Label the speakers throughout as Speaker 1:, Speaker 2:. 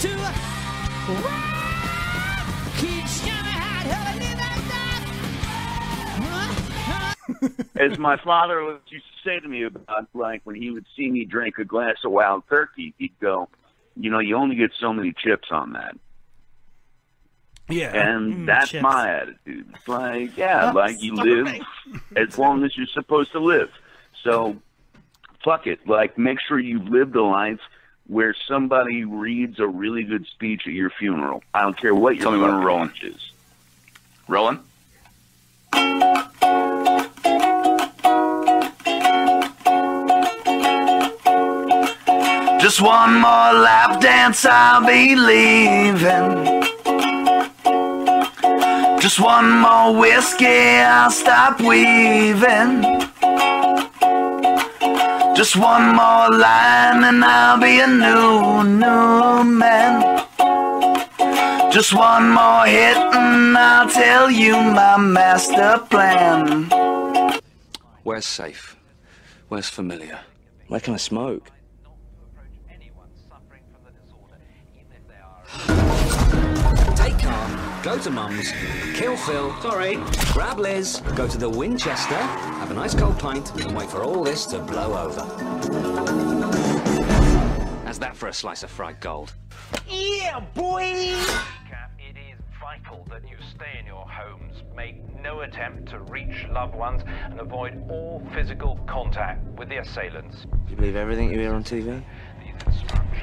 Speaker 1: to rock. He's gonna hide hell in like that. Huh?
Speaker 2: as my father was- used to say to me about like when he would see me drink a glass of wild turkey, he'd go, "You know, you only get so many chips on that,"
Speaker 3: Yeah.
Speaker 2: and
Speaker 3: Mm,
Speaker 2: that's
Speaker 3: chips.
Speaker 2: my attitude. It's like, yeah,
Speaker 3: Oh,
Speaker 2: like you
Speaker 3: sorry.
Speaker 2: live as long as you're supposed to live. So, fuck it. Like, make sure you've lived a life where somebody reads a really good speech at your funeral. I don't care what your
Speaker 4: Tell me what-
Speaker 2: funeral is.
Speaker 4: Rowan? Just one more lap dance, I'll be leaving. Just one more whiskey, I'll stop weaving. Just one more line, and I'll be a new, new man. Just one more hit and I'll tell you my master plan. Where's safe? Where's familiar?
Speaker 5: Where can I smoke? Take car, go to Mum's, kill Phil, sorry, grab Liz, go to the Winchester, have a nice cold pint, and wait for all this to blow over. How's that for a slice of fried gold?
Speaker 1: Yeah, boy.
Speaker 6: Cap, it is vital that you stay in your homes, make no attempt to reach loved ones, and avoid all physical contact with the assailants.
Speaker 5: You believe everything you hear on TV?
Speaker 6: These instructions.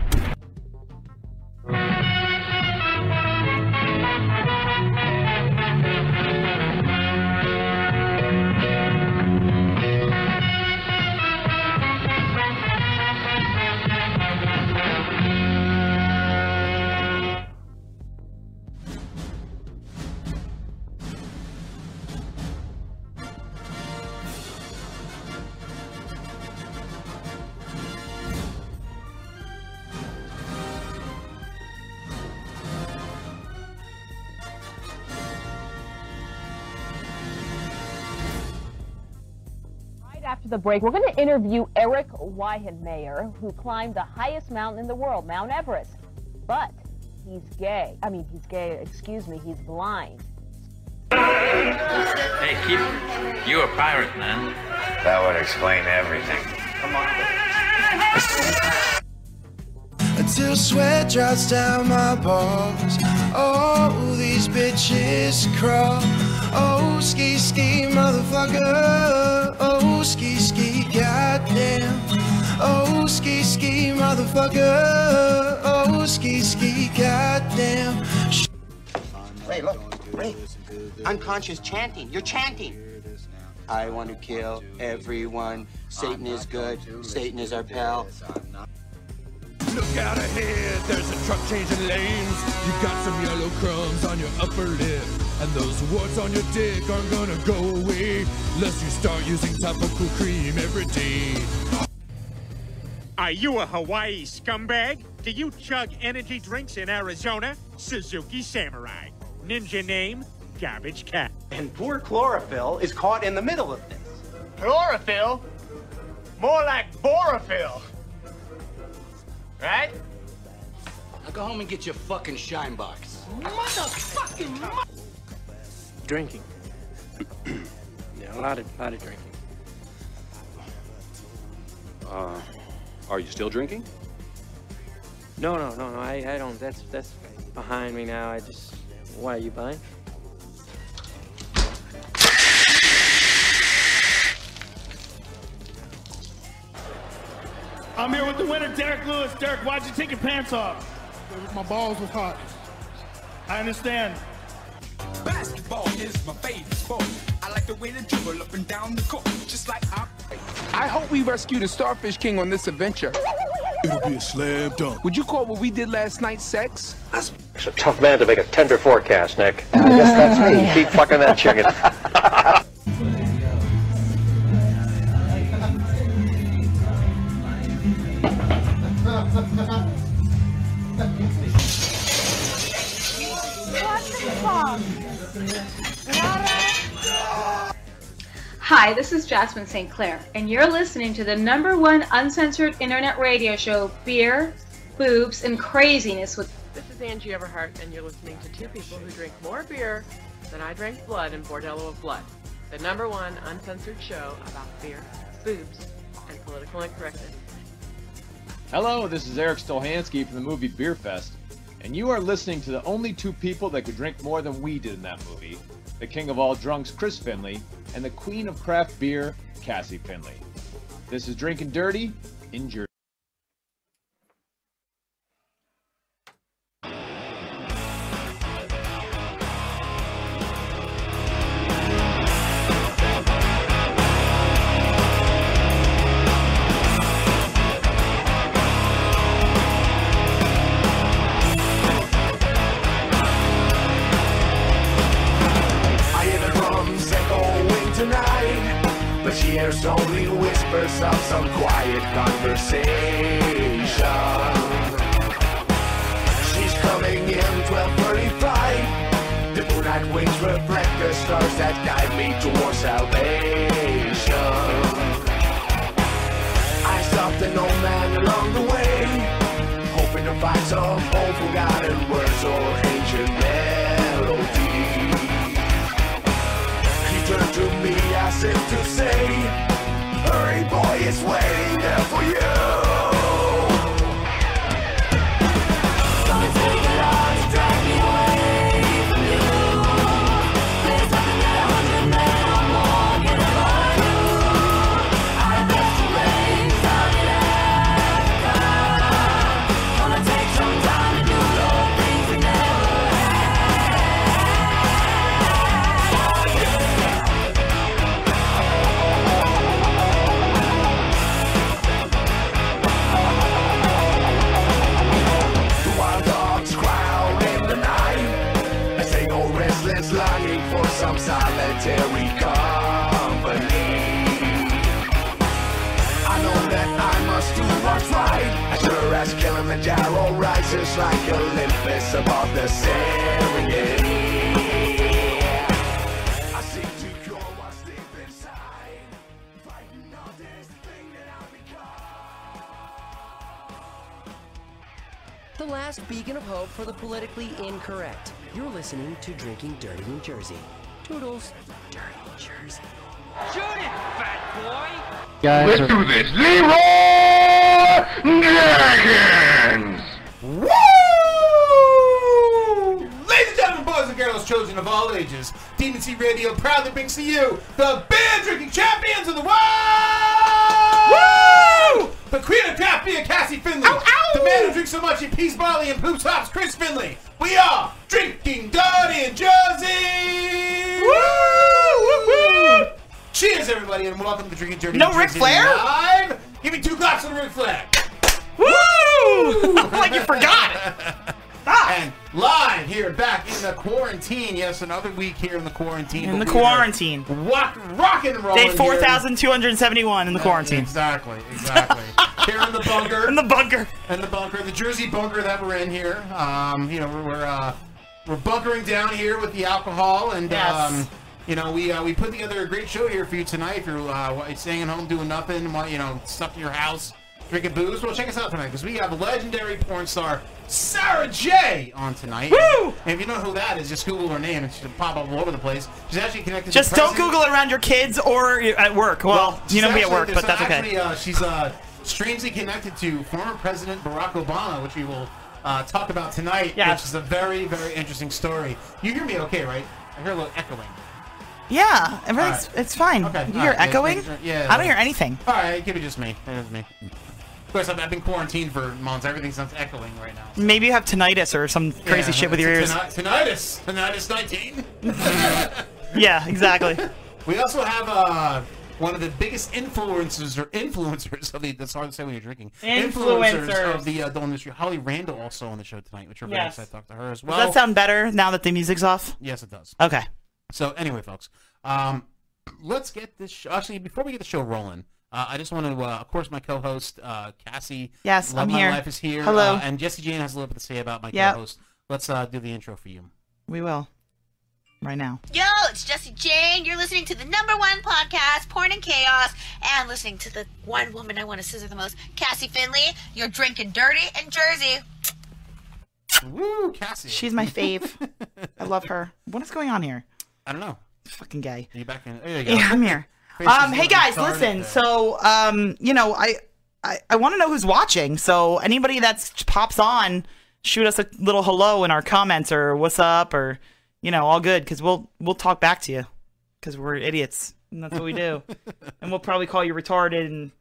Speaker 7: Right after the break, we're going to interview Eric Weihenmayer, who climbed the highest mountain in the world, Mount Everest. But he's gay. I mean, he's gay, excuse me, he's blind.
Speaker 8: Hey, keep. You a pirate, man. That would explain everything.
Speaker 9: Until sweat drops down my balls. Oh, these bitches crawl. Oh, ski ski, motherfucker. Oh, ski ski, goddamn. Oh, ski ski, motherfucker. Oh, ski ski, goddamn.
Speaker 10: Ray, look. Ray. Unconscious chanting. You're chanting. I want to kill everyone. Satan is good. Satan is our pal.
Speaker 11: Look out ahead, there's a truck changing lanes. You got some yellow crumbs on your upper lip, and those warts on your dick aren't gonna go away unless you start using topical cream every day.
Speaker 12: Are you a Hawaii scumbag? Do you chug energy drinks in Arizona? Suzuki Samurai. Ninja name, Garbage Cat.
Speaker 13: And poor chlorophyll is caught in the middle of this.
Speaker 12: Chlorophyll? More like borophyll.
Speaker 13: Right?
Speaker 10: Now go home and get your fucking shine box.
Speaker 1: Motherfucking.
Speaker 14: Drinking. yeah, a lot of, lot of drinking.
Speaker 15: Uh, are you still drinking?
Speaker 14: No, no, Oh, no, no. I, I don't. That's that's behind me now. I just. Why are you buying?
Speaker 16: I'm here with the winner, Derek Lewis. Derek, why'd you take your pants off? My balls was hot. I understand.
Speaker 17: Basketball is my favorite sport. I like the way they dribble up and down the court, just like I.
Speaker 18: I hope we rescue the Starfish King on this adventure.
Speaker 16: It'll be a slam dunk.
Speaker 18: Would you call what we did last night sex?
Speaker 19: It's a tough man to make a tender forecast, Nick. I guess that's me. Keep fucking that chicken.
Speaker 20: Hi, this is Jasmine St. Clair, and you're listening to the number one uncensored internet radio show, Beer, boobs, and craziness with
Speaker 14: This is Angie Everhart, and you're listening to two people who drink more beer than I drank blood in Bordello of Blood, the number one uncensored show about beer, boobs, and political incorrectness.
Speaker 21: Hello, this is Eric Stolhansky from the movie Beer Fest, and you are listening to the only two people that could drink more than we did in that movie the king of all drunks, Chris Finley, and the queen of craft beer, Cassie Finley. This is Drinking Dirty in Jersey.
Speaker 9: I hear the drums echoing tonight, but she hears only whispers of some quiet conversation. She's coming in 12:35. The moonlight winds reflect the stars that guide me towards salvation. I stopped an old man along the way, hoping to find some old forgotten words or ancient melodies. He turned to me as if to say, Hurry, boy, it's waiting there for you. Don't take it on, drag me away from you. There's nothing that a hundred men or more can ever do. I bet you raise on it after. Gonna take some time to do those things we never The wild dogs growl in the night As they go restless longing for some solitary company I know that I must do what's right As sure as Kilimanjaro rises like Olympus above the Serengeti I seek to cure what's deep inside Frightened of this thing that I've
Speaker 8: The last beacon of hope for the politically incorrect. You're listening to Drinking Dirty New Jersey. Toodles, Dirty Jersey.
Speaker 22: Shoot it, fat boy!
Speaker 8: Guys,
Speaker 22: Let's
Speaker 8: are-
Speaker 22: do
Speaker 8: this.
Speaker 22: Leroy
Speaker 13: Jenkins!
Speaker 22: Woo!
Speaker 13: Ladies and gentlemen, boys and girls, children of all ages, Demon Sea Radio proudly brings to you the beer drinking champions of the world! Woo! The queen of craft beer, Cassie Finley. The man who drinks so much he pees barley and poops hops, Chris Finley. We are drinking dirty in Jersey! Woo! Cheers, everybody, and welcome to Drinking Dirty.
Speaker 22: No
Speaker 13: in
Speaker 22: Ric
Speaker 13: Jersey Ah,
Speaker 22: Flair?
Speaker 13: Live. Give me two glasses of Ric Flair.
Speaker 22: Woo! like you forgot it.
Speaker 13: And live here, back in the quarantine. Yes, another week here in the quarantine.
Speaker 23: In
Speaker 13: but
Speaker 23: the
Speaker 13: we are
Speaker 23: quarantine.
Speaker 13: Walk, rock and roll.
Speaker 23: Day 4,271 in the quarantine.
Speaker 13: Exactly, exactly. here in the bunker. In the bunker. In the bunker, the Jersey bunker that we're in here. Um, you know, we're we're, uh, we're bunkering down here with the alcohol, and
Speaker 23: Yes.
Speaker 13: um, you know, we uh, we put together a great show here for you tonight. If you're uh, wa- staying at home doing nothing, wa- you know, stuck in your house drinking booze, well, check us out tonight because we have legendary porn star Sarah J on tonight. Woo! And if you know who that is, just Google her name and she'll pop up all over the place. She's actually connected.
Speaker 23: Just
Speaker 13: to
Speaker 23: don't
Speaker 13: President-
Speaker 23: Google it around your kids or at work. Well, you
Speaker 13: she's
Speaker 23: know me at
Speaker 13: actually-
Speaker 23: work, but
Speaker 13: so
Speaker 23: that's
Speaker 13: actually,
Speaker 23: okay.
Speaker 13: uh, she's uh, strangely connected to former President Barack Obama, which we will uh, talk about tonight, which is a very, very interesting story. You hear me okay, right? I hear a little echoing.
Speaker 23: Yeah, everything's,
Speaker 13: uh, All
Speaker 23: it's fine. you
Speaker 13: All
Speaker 23: hear
Speaker 13: right,
Speaker 23: echoing?
Speaker 13: yeah, yeah,
Speaker 23: I don't
Speaker 13: yeah.
Speaker 23: hear anything.
Speaker 13: All right, give it just me. It is me. Of course, I've, I've been quarantined for months. Everything sounds echoing right now.
Speaker 23: Maybe you have tinnitus or some
Speaker 13: Yeah,
Speaker 23: crazy shit with your
Speaker 13: it's
Speaker 23: ears.
Speaker 13: a toni- Tinnitus. Tinnitus 19.
Speaker 23: yeah, exactly.
Speaker 13: We also have uh, one of the biggest influencers or influencers of the. That's hard to say when you're drinking.
Speaker 23: Influencers.
Speaker 13: Influencers of the adult industry. Holly Randall also on the show tonight, which we're very
Speaker 23: Yes.
Speaker 13: excited to talk to her as well.
Speaker 23: Does that sound better now that the music's off?
Speaker 13: Yes, it does.
Speaker 23: Okay.
Speaker 13: So anyway, folks, um, let's get this. Show, actually, before we get the show rolling, uh, I just want to, uh, of course, my co-host uh, Cassie.
Speaker 23: Yes,
Speaker 13: Love
Speaker 23: I'm
Speaker 13: My
Speaker 23: here.
Speaker 13: Life is here.
Speaker 23: Hello.
Speaker 13: uh, and Jesse Jane has a little bit to say about my
Speaker 23: Yep.
Speaker 13: co-host. Let's uh, do the intro for you.
Speaker 23: We will. right now.
Speaker 2: Yo, it's Jesse Jane. You're listening to the number one podcast, Porn and Chaos, and listening to the one woman I want to scissor the most, Cassie Finley. You're drinking dirty in Jersey.
Speaker 13: Woo, Cassie.
Speaker 23: She's my fave. I love her. What is going on here?
Speaker 13: I don't know.
Speaker 23: Fucking gay.
Speaker 13: Are you back in? There you go.
Speaker 23: Yeah, I'm here.
Speaker 13: Chris
Speaker 23: Um,
Speaker 13: is
Speaker 23: hey
Speaker 13: looking
Speaker 23: guys,
Speaker 13: started
Speaker 23: listen.
Speaker 13: there.
Speaker 23: So, um, you know, I I, I want to know who's watching. So, anybody that pops on, shoot us a little hello in our comments or what's up or you know, all good because we'll we'll talk back to you because we're idiots and that's what we do. and we'll probably call you retarded and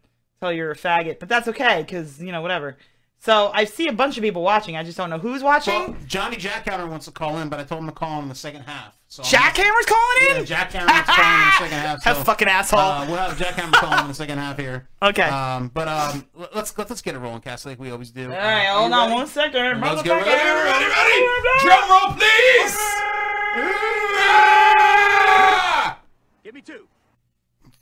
Speaker 23: tell you're a faggot, but that's okay because you know whatever. So I see a bunch of people watching. I just don't know who's watching.
Speaker 13: Johnny Jackhammer wants to call in, but I told him to call in the second half. So I'm-
Speaker 23: Jackhammer's calling in.
Speaker 13: Yeah, Jackhammer's calling in the second half.
Speaker 23: That
Speaker 13: so,
Speaker 23: fucking asshole.
Speaker 13: Uh, we'll have Jackhammer calling in the second half here.
Speaker 23: Okay.
Speaker 13: Um, but um, l- let's let's get it rolling, Cassie, like we always do.
Speaker 23: All right, hold on one second.
Speaker 13: Let's get ready,
Speaker 23: motherfucker.
Speaker 13: ready,
Speaker 23: ready.
Speaker 13: Drum roll, please.
Speaker 10: Give me two.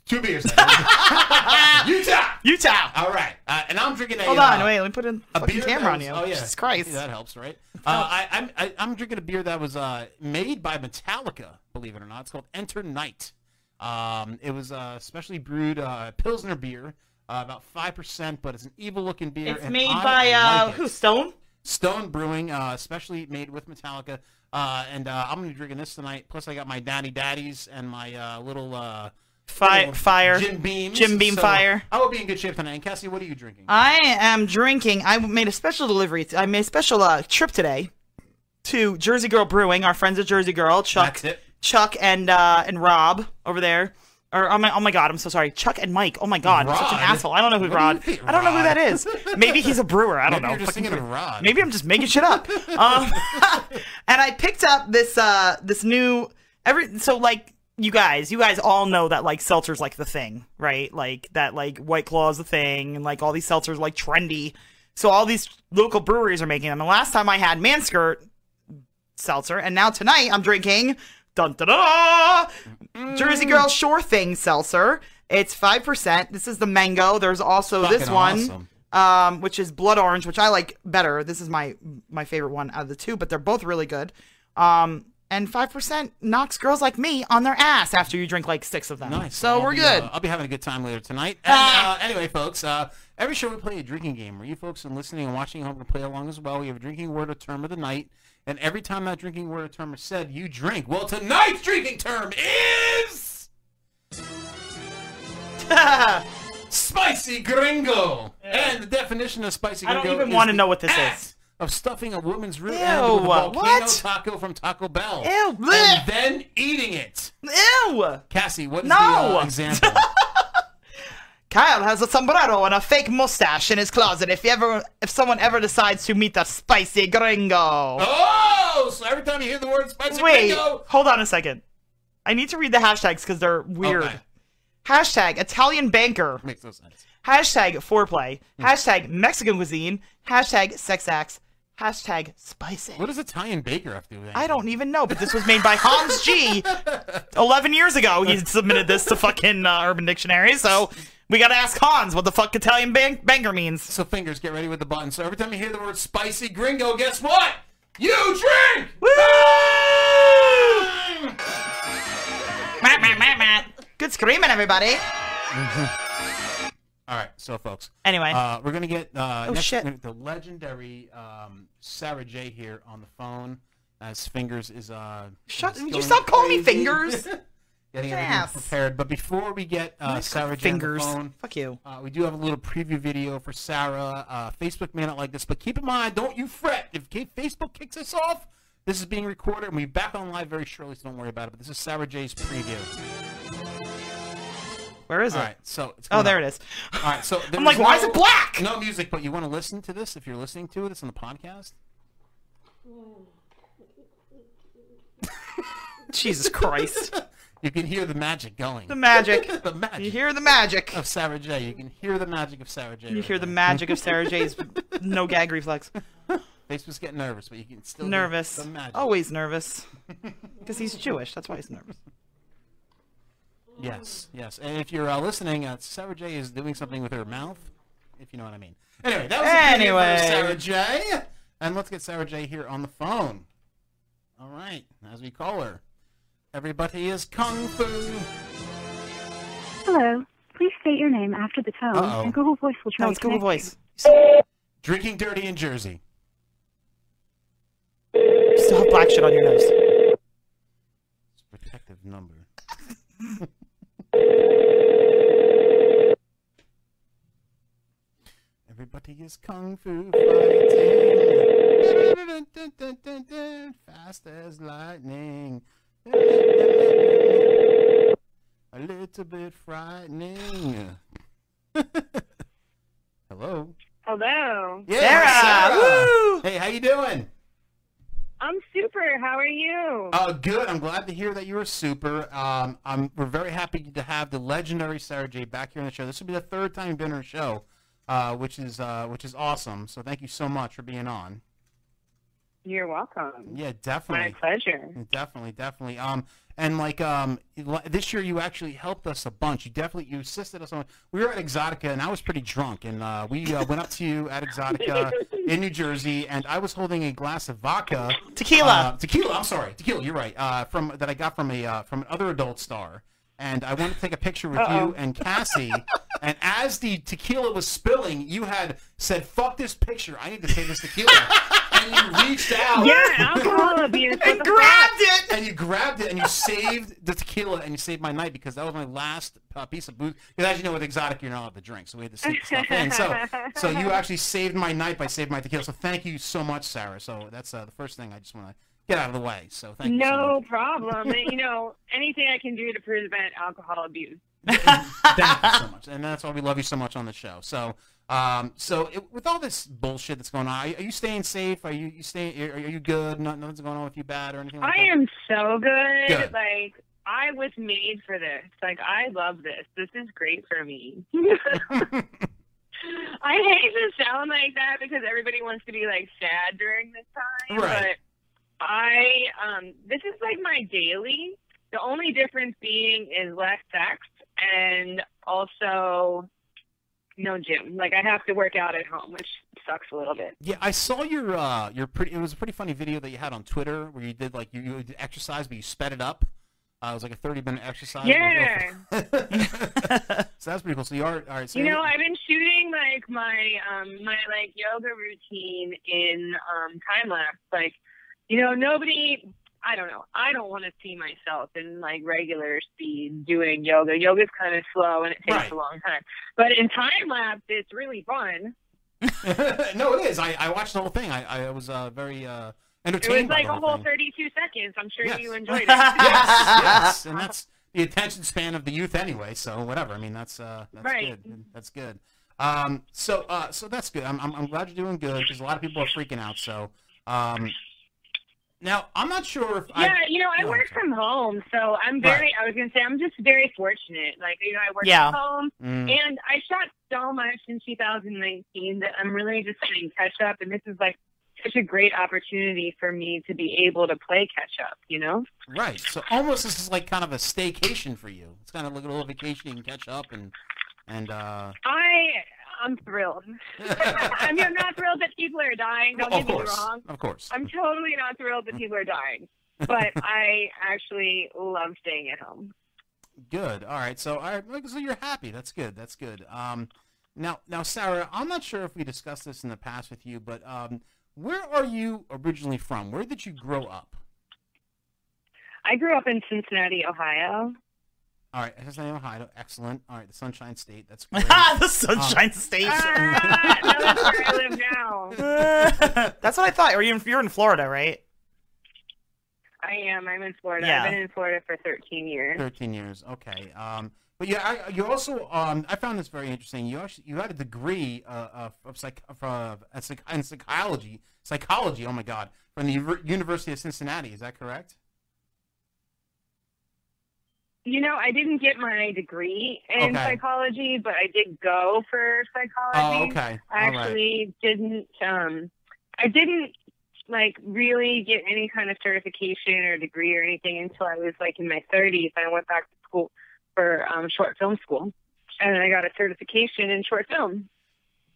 Speaker 13: Two beers. Utah.
Speaker 23: Utah.
Speaker 13: All right, uh, and I'm drinking a.
Speaker 23: Hold
Speaker 13: uh,
Speaker 23: on, wait. Let me put in
Speaker 13: a
Speaker 23: a fucking
Speaker 13: beer
Speaker 23: camera on
Speaker 13: that
Speaker 23: you.
Speaker 13: was- Oh yeah,
Speaker 23: Jesus Christ.
Speaker 13: Yeah, that helps, right? Uh,
Speaker 23: Oh.
Speaker 13: I, I'm I, I'm drinking a beer that was uh, made by Metallica, believe it or not. It's called Enter Night. Um, it was uh, specially brewed uh, Pilsner beer, uh, about five percent, but it's an evil-looking beer.
Speaker 23: It's
Speaker 13: and
Speaker 23: made
Speaker 13: I
Speaker 23: by uh,
Speaker 13: like it.
Speaker 23: who? Stone.
Speaker 13: Stone Brewing, uh, especially made with Metallica. Uh, and uh, I'm gonna be drinking this tonight. Plus, I got my Daddy Daddies and my uh, little uh,
Speaker 23: Fi-
Speaker 13: little
Speaker 23: fire.
Speaker 13: Jim Beam,
Speaker 23: Jim Beam fire.
Speaker 13: I will be in good shape tonight. And Cassie, what are you drinking?
Speaker 23: I am drinking. I made a special delivery. I made a special uh, trip today to Jersey Girl Brewing. Our friends at Jersey Girl, Chuck, Chuck, and uh, and Rob over there. Or oh my, oh my god, I'm so sorry. Chuck and Mike. Oh my god, I'm such an
Speaker 13: Rod?
Speaker 23: asshole. I don't know who
Speaker 13: What do you
Speaker 23: Rod.
Speaker 13: think,
Speaker 23: I don't know who that
Speaker 13: Rod?
Speaker 23: is. Maybe he's a brewer. I don't
Speaker 13: Maybe
Speaker 23: know.
Speaker 13: you're just
Speaker 23: Fucking
Speaker 13: thinking of
Speaker 23: who-
Speaker 13: Rod.
Speaker 23: Maybe I'm just making shit up. Um, and I picked up this uh this new every so like you guys, you guys all know that like seltzer's like the thing, right? Like that like White Claw's the thing and like all these seltzers like trendy. So all these local breweries are making them. And last time I had Manskirt seltzer and now tonight I'm drinking dun da da Jersey
Speaker 13: Hmm.
Speaker 23: Girl Shore Thing seltzer. It's 5%. This is the mango. There's also this
Speaker 13: Fucking
Speaker 23: one
Speaker 13: awesome.
Speaker 23: um, which is blood orange, which I like better. This is my my favorite one out of the two, but they're both really good. Um, and five percent knocks girls like me on their ass after you drink like six of them.
Speaker 13: Nice.
Speaker 23: So
Speaker 13: I'll
Speaker 23: we're
Speaker 13: be,
Speaker 23: good.
Speaker 13: uh, I'll be having a good time later tonight. And, uh, anyway, folks, uh, every show we play a drinking game. Where you folks and listening and watching at home can play along as well. We have a drinking word or term of the night, and every time that drinking word or term is said, you drink. Well, tonight's drinking term is spicy gringo. And the definition of spicy
Speaker 23: I
Speaker 13: gringo.
Speaker 23: don't even
Speaker 13: is
Speaker 23: want to
Speaker 13: the
Speaker 23: know what this
Speaker 13: act
Speaker 23: is.
Speaker 13: Of stuffing a woman's rear
Speaker 23: Ew,
Speaker 13: end with a volcano
Speaker 23: what?
Speaker 13: taco from Taco Bell.
Speaker 23: Ew, bleh.
Speaker 13: And then eating it.
Speaker 23: Ew.
Speaker 13: Cassie, what is the
Speaker 23: No.
Speaker 13: uh, example?
Speaker 23: Kyle has a sombrero and a fake mustache in his closet. If you ever, if someone ever decides to meet a spicy gringo.
Speaker 13: Oh, so every time you hear the word spicy
Speaker 23: Wait,
Speaker 13: gringo,
Speaker 23: hold on a second. I need to read the hashtags because they're weird.
Speaker 13: Okay.
Speaker 23: Hashtag Italian banker.
Speaker 13: Makes no sense. Hmm.
Speaker 23: Hashtag foreplay. Hashtag Mexican cuisine. Hashtag sex acts. Hashtag spicy.
Speaker 13: what does Italian baker have to do with that?
Speaker 23: I don't even know, but this was made by Hans G. 11 years ago. He submitted this to fucking uh, Urban Dictionary, so we gotta ask Hans what the fuck Italian ban- banker means.
Speaker 13: So fingers, get ready with the button. So every time you hear the word spicy gringo, guess what? You drink!
Speaker 23: Matt, Matt, Matt, Matt. Good screaming, everybody.
Speaker 13: Mm-hmm. All right, so folks.
Speaker 23: Anyway.
Speaker 13: uh, we're gonna get uh,
Speaker 23: Oh,
Speaker 13: next,
Speaker 23: shit.
Speaker 13: we're gonna get the legendary um, Sarah J here on the phone. As fingers is uh,
Speaker 23: Shut.
Speaker 13: is
Speaker 23: Would you
Speaker 13: going
Speaker 23: stop calling me
Speaker 13: crazy.
Speaker 23: fingers?
Speaker 13: Getting
Speaker 23: Yes.
Speaker 13: everything prepared, but before we get uh, Sarah J on the
Speaker 23: Fingers.
Speaker 13: phone,
Speaker 23: Fuck you.
Speaker 13: Uh, we do have a little preview video for Sarah. Uh, Facebook may not like this, but keep in mind, don't you fret. If K- Facebook kicks us off, this is being recorded, and we'll be back on live very shortly, so don't worry about it. But this is Sarah J's preview.
Speaker 23: Where is it?
Speaker 13: All right, so it's
Speaker 23: Oh,
Speaker 13: going
Speaker 23: there
Speaker 13: up.
Speaker 23: it is.
Speaker 13: All right, so
Speaker 23: I'm like, why is it black?
Speaker 13: No music, but you want to listen to this if you're listening to it. It's on the podcast.
Speaker 23: Jesus Christ.
Speaker 13: you can hear the magic going.
Speaker 23: The magic.
Speaker 13: the magic. You
Speaker 23: hear the magic
Speaker 13: of Sarah J. You can hear the magic of Sarah J.
Speaker 23: You
Speaker 13: right
Speaker 23: hear the
Speaker 13: there.
Speaker 23: magic of Sarah J's no gag reflex.
Speaker 13: Facebook's getting nervous, but you can still hear
Speaker 23: Nervous.
Speaker 13: The magic.
Speaker 23: Always nervous. Because he's Jewish. That's why he's nervous.
Speaker 13: Yes, yes. And if you're uh, listening, uh, Sarah J is doing something with her mouth, if you know what I mean. Anyway, that was
Speaker 23: Anyway.
Speaker 13: the preview for Sarah J. And let's get Sarah J here on the phone. All right, as we call her. Everybody is kung fu.
Speaker 3: Hello. Please state your name after the tone,
Speaker 13: Uh-oh.
Speaker 3: and Google Voice will try
Speaker 13: No,
Speaker 3: to
Speaker 13: it's Google
Speaker 3: connect
Speaker 13: Voice.
Speaker 3: you.
Speaker 13: Drinking dirty in Jersey.
Speaker 23: Still have black shit on your nose.
Speaker 13: Protective number. Everybody is kung fu fighting. Fast as lightning. A little bit frightening. Hello.
Speaker 5: Hello.
Speaker 13: Yeah, Hey, how you doing?
Speaker 5: I'm super. How are you?
Speaker 13: Uh, good. I'm glad to hear that you were super. Um, I'm, we're very happy to have the legendary Sarah J back here on the show. This will be the third time you've been on the show, uh, which is uh, which is awesome. So thank you so much for being on.
Speaker 5: You're welcome.
Speaker 13: Yeah, definitely.
Speaker 5: My pleasure.
Speaker 13: Definitely, definitely. Um, and like um, li- this year you actually helped us a bunch. You definitely you assisted us on. We were at Exotica and I was pretty drunk, and uh, we uh, went up to you at Exotica in New Jersey, and I was holding a glass of vodka,
Speaker 23: Tequila.
Speaker 13: uh, tequila. I'm sorry, tequila. You're right. Uh, from that I got from a uh, from another adult star. And I wanted to take a picture with
Speaker 24: Uh-oh.
Speaker 13: you and Cassie. and as the tequila was spilling, you had said, "Fuck this picture! I need to take this tequila." and you reached out.
Speaker 5: Yeah, alcohol abuse.
Speaker 13: and grabbed it. And you grabbed it and you saved the tequila and you saved my night because that was my last uh, piece of booze. Because as you know, with exotic, you're not allowed to drink, so we had to sneak stuff in. So, so you actually saved my night by saving my tequila. So thank you so much, Sarah. So that's uh, the first thing I just want to get out of the way. So thank you. So much.
Speaker 5: no problem. Um, you know, anything I can do to prevent alcohol abuse.
Speaker 13: so much, and that's why we love you so much on the show. So, um, so it, with all this bullshit that's going on, are, are you staying safe? Are you you staying? Are, are you good? Not, nothing's going on with you bad or anything. Like
Speaker 5: I
Speaker 13: that?
Speaker 5: am so good.
Speaker 13: Good.
Speaker 5: Like, I was made for this. Like, I love this. This is great for me. I hate to sound like that because everybody wants to be, like, sad during this time.
Speaker 6: Right.
Speaker 5: But I, um, this is like my daily. The only difference being is less sex and also no gym. Like, I have to work out at home, which sucks a little bit.
Speaker 13: Yeah, I saw your uh, your pretty. It was a pretty funny video that you had on Twitter where you did like you, you did exercise, but you sped it up. Uh, it was like a thirty minute exercise.
Speaker 5: Yeah.
Speaker 13: so that's pretty cool. So you are all right. So
Speaker 5: You know,
Speaker 13: you're-
Speaker 5: I've been shooting like my um my like yoga routine in um time lapse. Like, you know, nobody I don't know. I don't want to see myself in like regular speed doing yoga. Yoga's kind of slow and it takes a long time. But in time lapse, it's really fun.
Speaker 13: no, it is. I, I watched the whole thing. I, I was uh, very uh,
Speaker 5: It was
Speaker 13: entertained.
Speaker 5: like
Speaker 13: by
Speaker 5: a
Speaker 13: the whole
Speaker 5: whole
Speaker 13: thing.
Speaker 5: 32 seconds. I'm sure
Speaker 13: Yes.
Speaker 5: you enjoyed it.
Speaker 13: yes, yes, and that's the attention span of the youth anyway. So whatever. I mean, that's uh, that's
Speaker 5: Right.
Speaker 13: good. That's good. Um, so uh, so that's good. I'm, I'm, I'm glad you're doing good because a lot of people are freaking out. So um, now I'm not sure if
Speaker 5: Yeah,
Speaker 13: I,
Speaker 5: you know, I
Speaker 13: no,
Speaker 5: work from home, so I'm very. I was gonna say I'm just very fortunate. Like you know, I work
Speaker 13: Yeah.
Speaker 5: from home,
Speaker 13: Mm.
Speaker 5: and I shot so much in 2019 that I'm really just playing catch up, and this is like such a great opportunity for me to be able to play catch up. You know?
Speaker 13: Right. So almost this is like kind of a staycation for you. It's kind of like a little vacation you can catch up and and uh
Speaker 5: I I'm thrilled. I mean, I'm not thrilled that people are dying. Don't
Speaker 13: Well,
Speaker 5: get
Speaker 13: of
Speaker 5: me
Speaker 13: course,
Speaker 5: wrong.
Speaker 13: of course.
Speaker 5: I'm totally not thrilled that people are dying, but I actually love staying at home.
Speaker 13: good. All right. So all right, like, so you're happy. That's good. That's good. Um now now Sarah, I'm not sure if we discussed this in the past with you, but um where are you originally from? Where did you grow up?
Speaker 5: I grew up in Cincinnati, Ohio.
Speaker 13: All right, Cincinnati, Ohio. Excellent. All right, the Sunshine State. That's great.
Speaker 23: the Sunshine
Speaker 13: Um,
Speaker 23: State.
Speaker 5: Ah, that's where I live now.
Speaker 23: That's what I thought. Are you in, you're in Florida, right?
Speaker 5: I am. I'm in Florida.
Speaker 13: Yeah.
Speaker 5: I've been in Florida for 13 years.
Speaker 13: 13 years. Okay. Um, but yeah, I, you also um, I found this very interesting. You actually, you had a degree uh, of, of psych of, uh, a psych- in psychology psychology. Oh my God, from the Uver- University of Cincinnati. Is that correct?
Speaker 5: You know, I didn't get my degree in
Speaker 13: Okay.
Speaker 5: psychology, but I did go for psychology.
Speaker 13: Oh, okay.
Speaker 5: I
Speaker 13: All right.
Speaker 5: actually didn't. Um, I didn't like really get any kind of certification or degree or anything until I was like in my 30s. I went back to school for um, short film school, and then I got a certification in short film.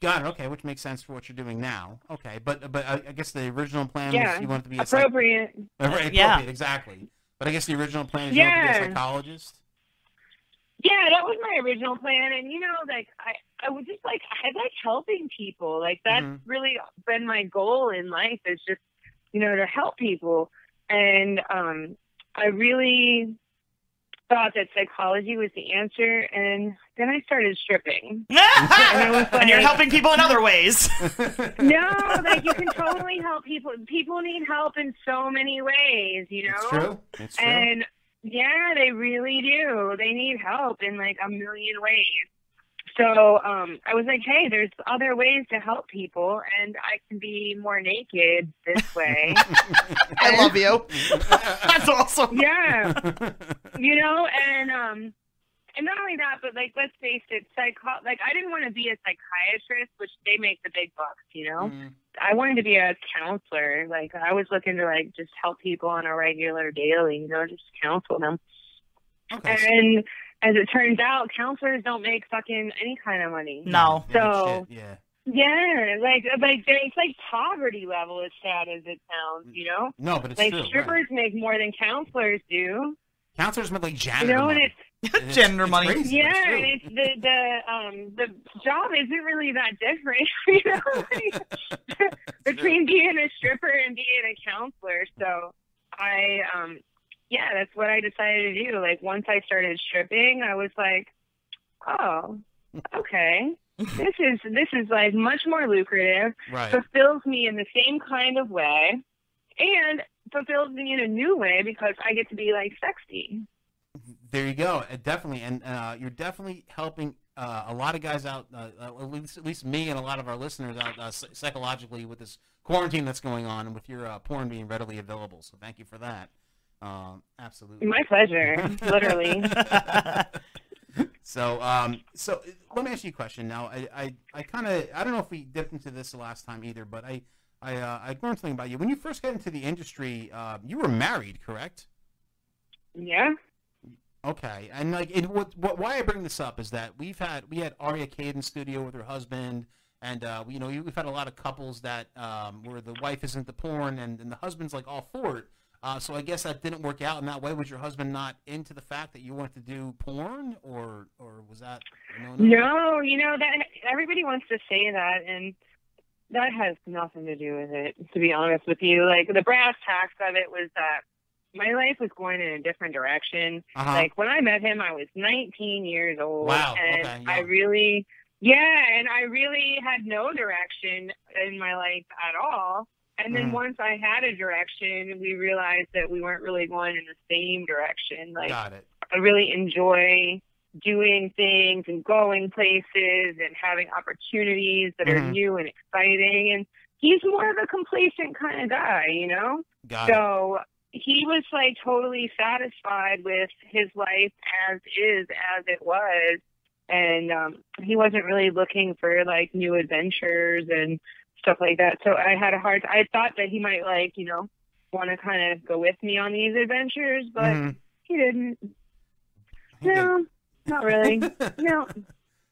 Speaker 13: Got it. Okay, which makes sense for what you're doing now. Okay, but but I, I guess the original plan
Speaker 5: yeah,
Speaker 13: was you wanted to be a psych-
Speaker 5: appropriate.
Speaker 13: Uh, right, appropriate, exactly. But I guess the original plan is you want to
Speaker 5: Yeah.
Speaker 13: be a psychologist.
Speaker 5: Yeah, that was my original plan, and you know, like I, I was just like I like helping people. Like that's
Speaker 23: Mm-hmm.
Speaker 24: Mhm.
Speaker 5: really been my goal in life is just you know to help people, and um, I really thought that psychology was the answer, and then I started stripping. and, I was
Speaker 23: and you're
Speaker 5: like,
Speaker 23: helping people in other ways.
Speaker 5: no, like you can totally help people. People need help in so many ways, you know.
Speaker 13: It's true. It's true.
Speaker 5: And yeah, they really do. They need help in like a million ways. So um, I was like, hey, there's other ways to help people, and I can be more naked this way.
Speaker 23: I love you. That's awesome.
Speaker 5: Yeah. you know, and um, and not only that, but like, let's face it, psycho- like I didn't want to be a psychiatrist, which they make the big bucks, you know.
Speaker 13: Mm.
Speaker 5: I wanted to be a counselor. Like I was looking to like just help people on a regular daily, you know, just counsel them. And as it turns out, counselors don't make fucking any kind of money.
Speaker 23: No.
Speaker 5: So
Speaker 13: yeah.
Speaker 5: yeah, like like there- it's like poverty level as sad as it sounds, you know?
Speaker 13: No, but it's
Speaker 5: like
Speaker 13: true, right.
Speaker 5: strippers make more more than counselors do.
Speaker 13: Counselors make like
Speaker 5: You
Speaker 13: janitor
Speaker 5: know, and
Speaker 13: money.
Speaker 5: it's
Speaker 13: It's-
Speaker 23: Janitor
Speaker 13: it's
Speaker 23: money.
Speaker 13: crazy, but
Speaker 5: yeah,
Speaker 13: it's true.
Speaker 5: and it's the the um the job isn't really that different, you know, like, between being a stripper and being a counselor. So I um yeah, that's what I decided to do. Like once I started stripping, I was like, oh, okay. This is this is like much more lucrative.
Speaker 13: Right.
Speaker 5: Fulfills me in the same kind of way, and fulfills me in a new way because I get to be like sexy.
Speaker 13: There you go. Uh, definitely, and uh, you're definitely helping uh, a lot of guys out. Uh, uh, at least, at least me and a lot of our listeners out uh, psy- psychologically with this quarantine that's going on, and with your uh, porn being readily available. So thank you for that. Um, absolutely.
Speaker 5: My pleasure, literally.
Speaker 13: so, um, so uh, let me ask you a question now. I, I, I kind of, I don't know if we dipped into this the last time either, but I, I, uh, I learned something about you. When you first got into the industry, uh, you were married, correct?
Speaker 5: Yeah.
Speaker 13: Okay, and like, it, what, what, why I bring this up is that we've had we had Aria Cade in studio with her husband, and uh, you know we've had a lot of couples that um, where the wife isn't the porn and, and the husband's like all for it. Uh, so I guess that didn't work out in that way. Was your husband not into the fact that you wanted to do porn, or or was that no?
Speaker 5: No, you know that everybody wants to say that, and that has nothing to do with it. To be honest with you, like the brass tacks of it was that my life was going in a different direction.
Speaker 13: Uh-huh.
Speaker 5: Like when I met him, I was 19 years old,
Speaker 13: Wow,
Speaker 5: and
Speaker 13: okay,
Speaker 5: I
Speaker 13: yeah.
Speaker 5: really, yeah, and I really had no direction in my life at all. And then
Speaker 13: Mhm.
Speaker 5: once I had a direction, we realized that we weren't really going in the same direction. Like
Speaker 13: Got it.
Speaker 5: I really enjoy doing things and going places and having opportunities that are
Speaker 13: Mhm.
Speaker 5: new and exciting. And he's more of a complacent kind of guy, you know?
Speaker 13: Got it.
Speaker 5: so he was like totally satisfied with his life as is, as it was. And um, he wasn't really looking for like new adventures and stuff like that. So I had a hard I thought that he might like, you know, want to kind of go with me on these adventures, but
Speaker 13: Mhm.
Speaker 23: Mm-hmm.
Speaker 5: he didn't. No, not really. no.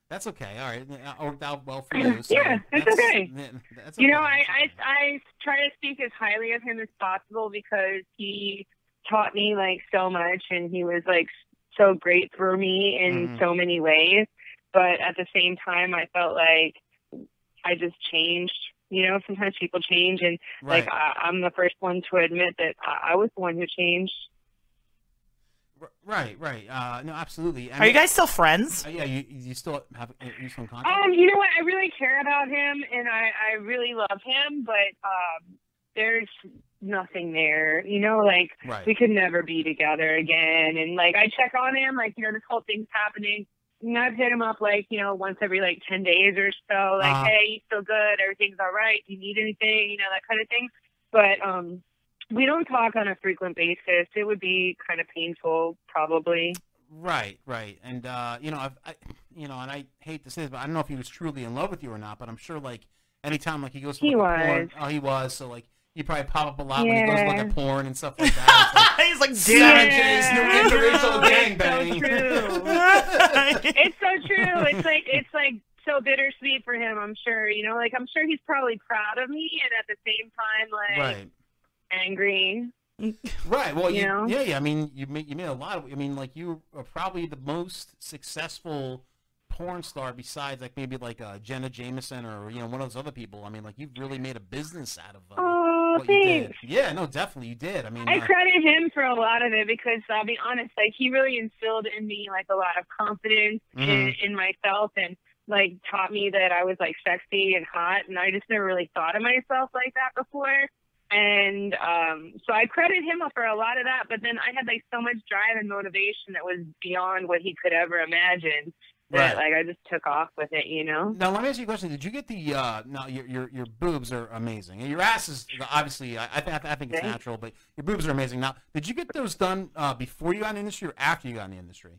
Speaker 13: That's okay. All right, it worked out well for you. so
Speaker 5: Yeah, it's
Speaker 13: that's-
Speaker 5: okay.
Speaker 13: That's okay.
Speaker 5: You know, I, I I try to speak as highly of him as possible because he taught me like so much, and he was like so great for me in
Speaker 13: Mhm.
Speaker 5: so many ways. But at the same time, I felt like I just changed. You know, sometimes people change, and like
Speaker 13: Right.
Speaker 5: I, I'm the first one to admit that I, I was the one who changed.
Speaker 13: Right, right. Uh, no, absolutely.
Speaker 23: Are you guys still friends?
Speaker 13: Uh, yeah, you, you still have uh, you still in contact.
Speaker 5: Um, you know what? I really care about him, and I I really love him, but um, there's nothing there. You know, like
Speaker 13: Right.
Speaker 5: we could never be together again. And like I check on him, like you know, this whole thing's happening. And I've hit him up like you know once every like ten days or so. Like,
Speaker 13: Uh-huh.
Speaker 5: hey, you still good? Everything's all right? Do you need anything? You know that kind of thing. But um, we don't talk on a frequent basis. It would be kind of painful, probably.
Speaker 13: Right, right, and uh, you know, I've, I, you know, and I hate to say this, but I don't know if he was truly in love with you or not. But I'm sure, like, anytime like he goes, to
Speaker 5: He
Speaker 13: look at Porn,
Speaker 5: was.
Speaker 13: oh, he was. So like, you probably pop up a lot when he goes to look
Speaker 5: Yeah.
Speaker 13: at porn and stuff like that.
Speaker 23: He's like,
Speaker 13: Savages, new interracial
Speaker 5: It's so
Speaker 13: gangbang.
Speaker 5: true. it's so true. It's like it's like so bittersweet for him. I'm sure. You know, like I'm sure he's probably proud of me, and at the same time, like
Speaker 13: Right.
Speaker 5: angry.
Speaker 13: Right. Well,
Speaker 25: You
Speaker 13: you,
Speaker 25: know?
Speaker 13: yeah, yeah. I mean, you made, you made a lot of. I mean, like you are probably the most successful porn star besides like maybe like uh, Jenna Jameson or you know one of those other people. I mean, like you've really made a business out of. Uh,
Speaker 5: Oh,
Speaker 13: what you did.
Speaker 5: thanks.
Speaker 13: Yeah. No, definitely you did. I mean,
Speaker 5: I
Speaker 13: uh,
Speaker 5: credit him for a lot of it because I'll be honest, like he really instilled in me like a lot of confidence in,
Speaker 13: Mhm.
Speaker 5: in myself and like taught me that I was like sexy and hot and I just never really thought of myself like that before. And um so I credit him for a lot of that, but then I had like so much drive and motivation that was beyond what he could ever imagine that
Speaker 13: Right.
Speaker 5: like I just took off with it, you know?
Speaker 13: Now let me ask you a question. Did you get the? Uh, now your, your your boobs are amazing. Your ass is obviously. I I, th- I think it's
Speaker 5: Thanks.
Speaker 13: natural, but your boobs are amazing. Now, did you get those done uh, before you got in the industry or after you got in the industry?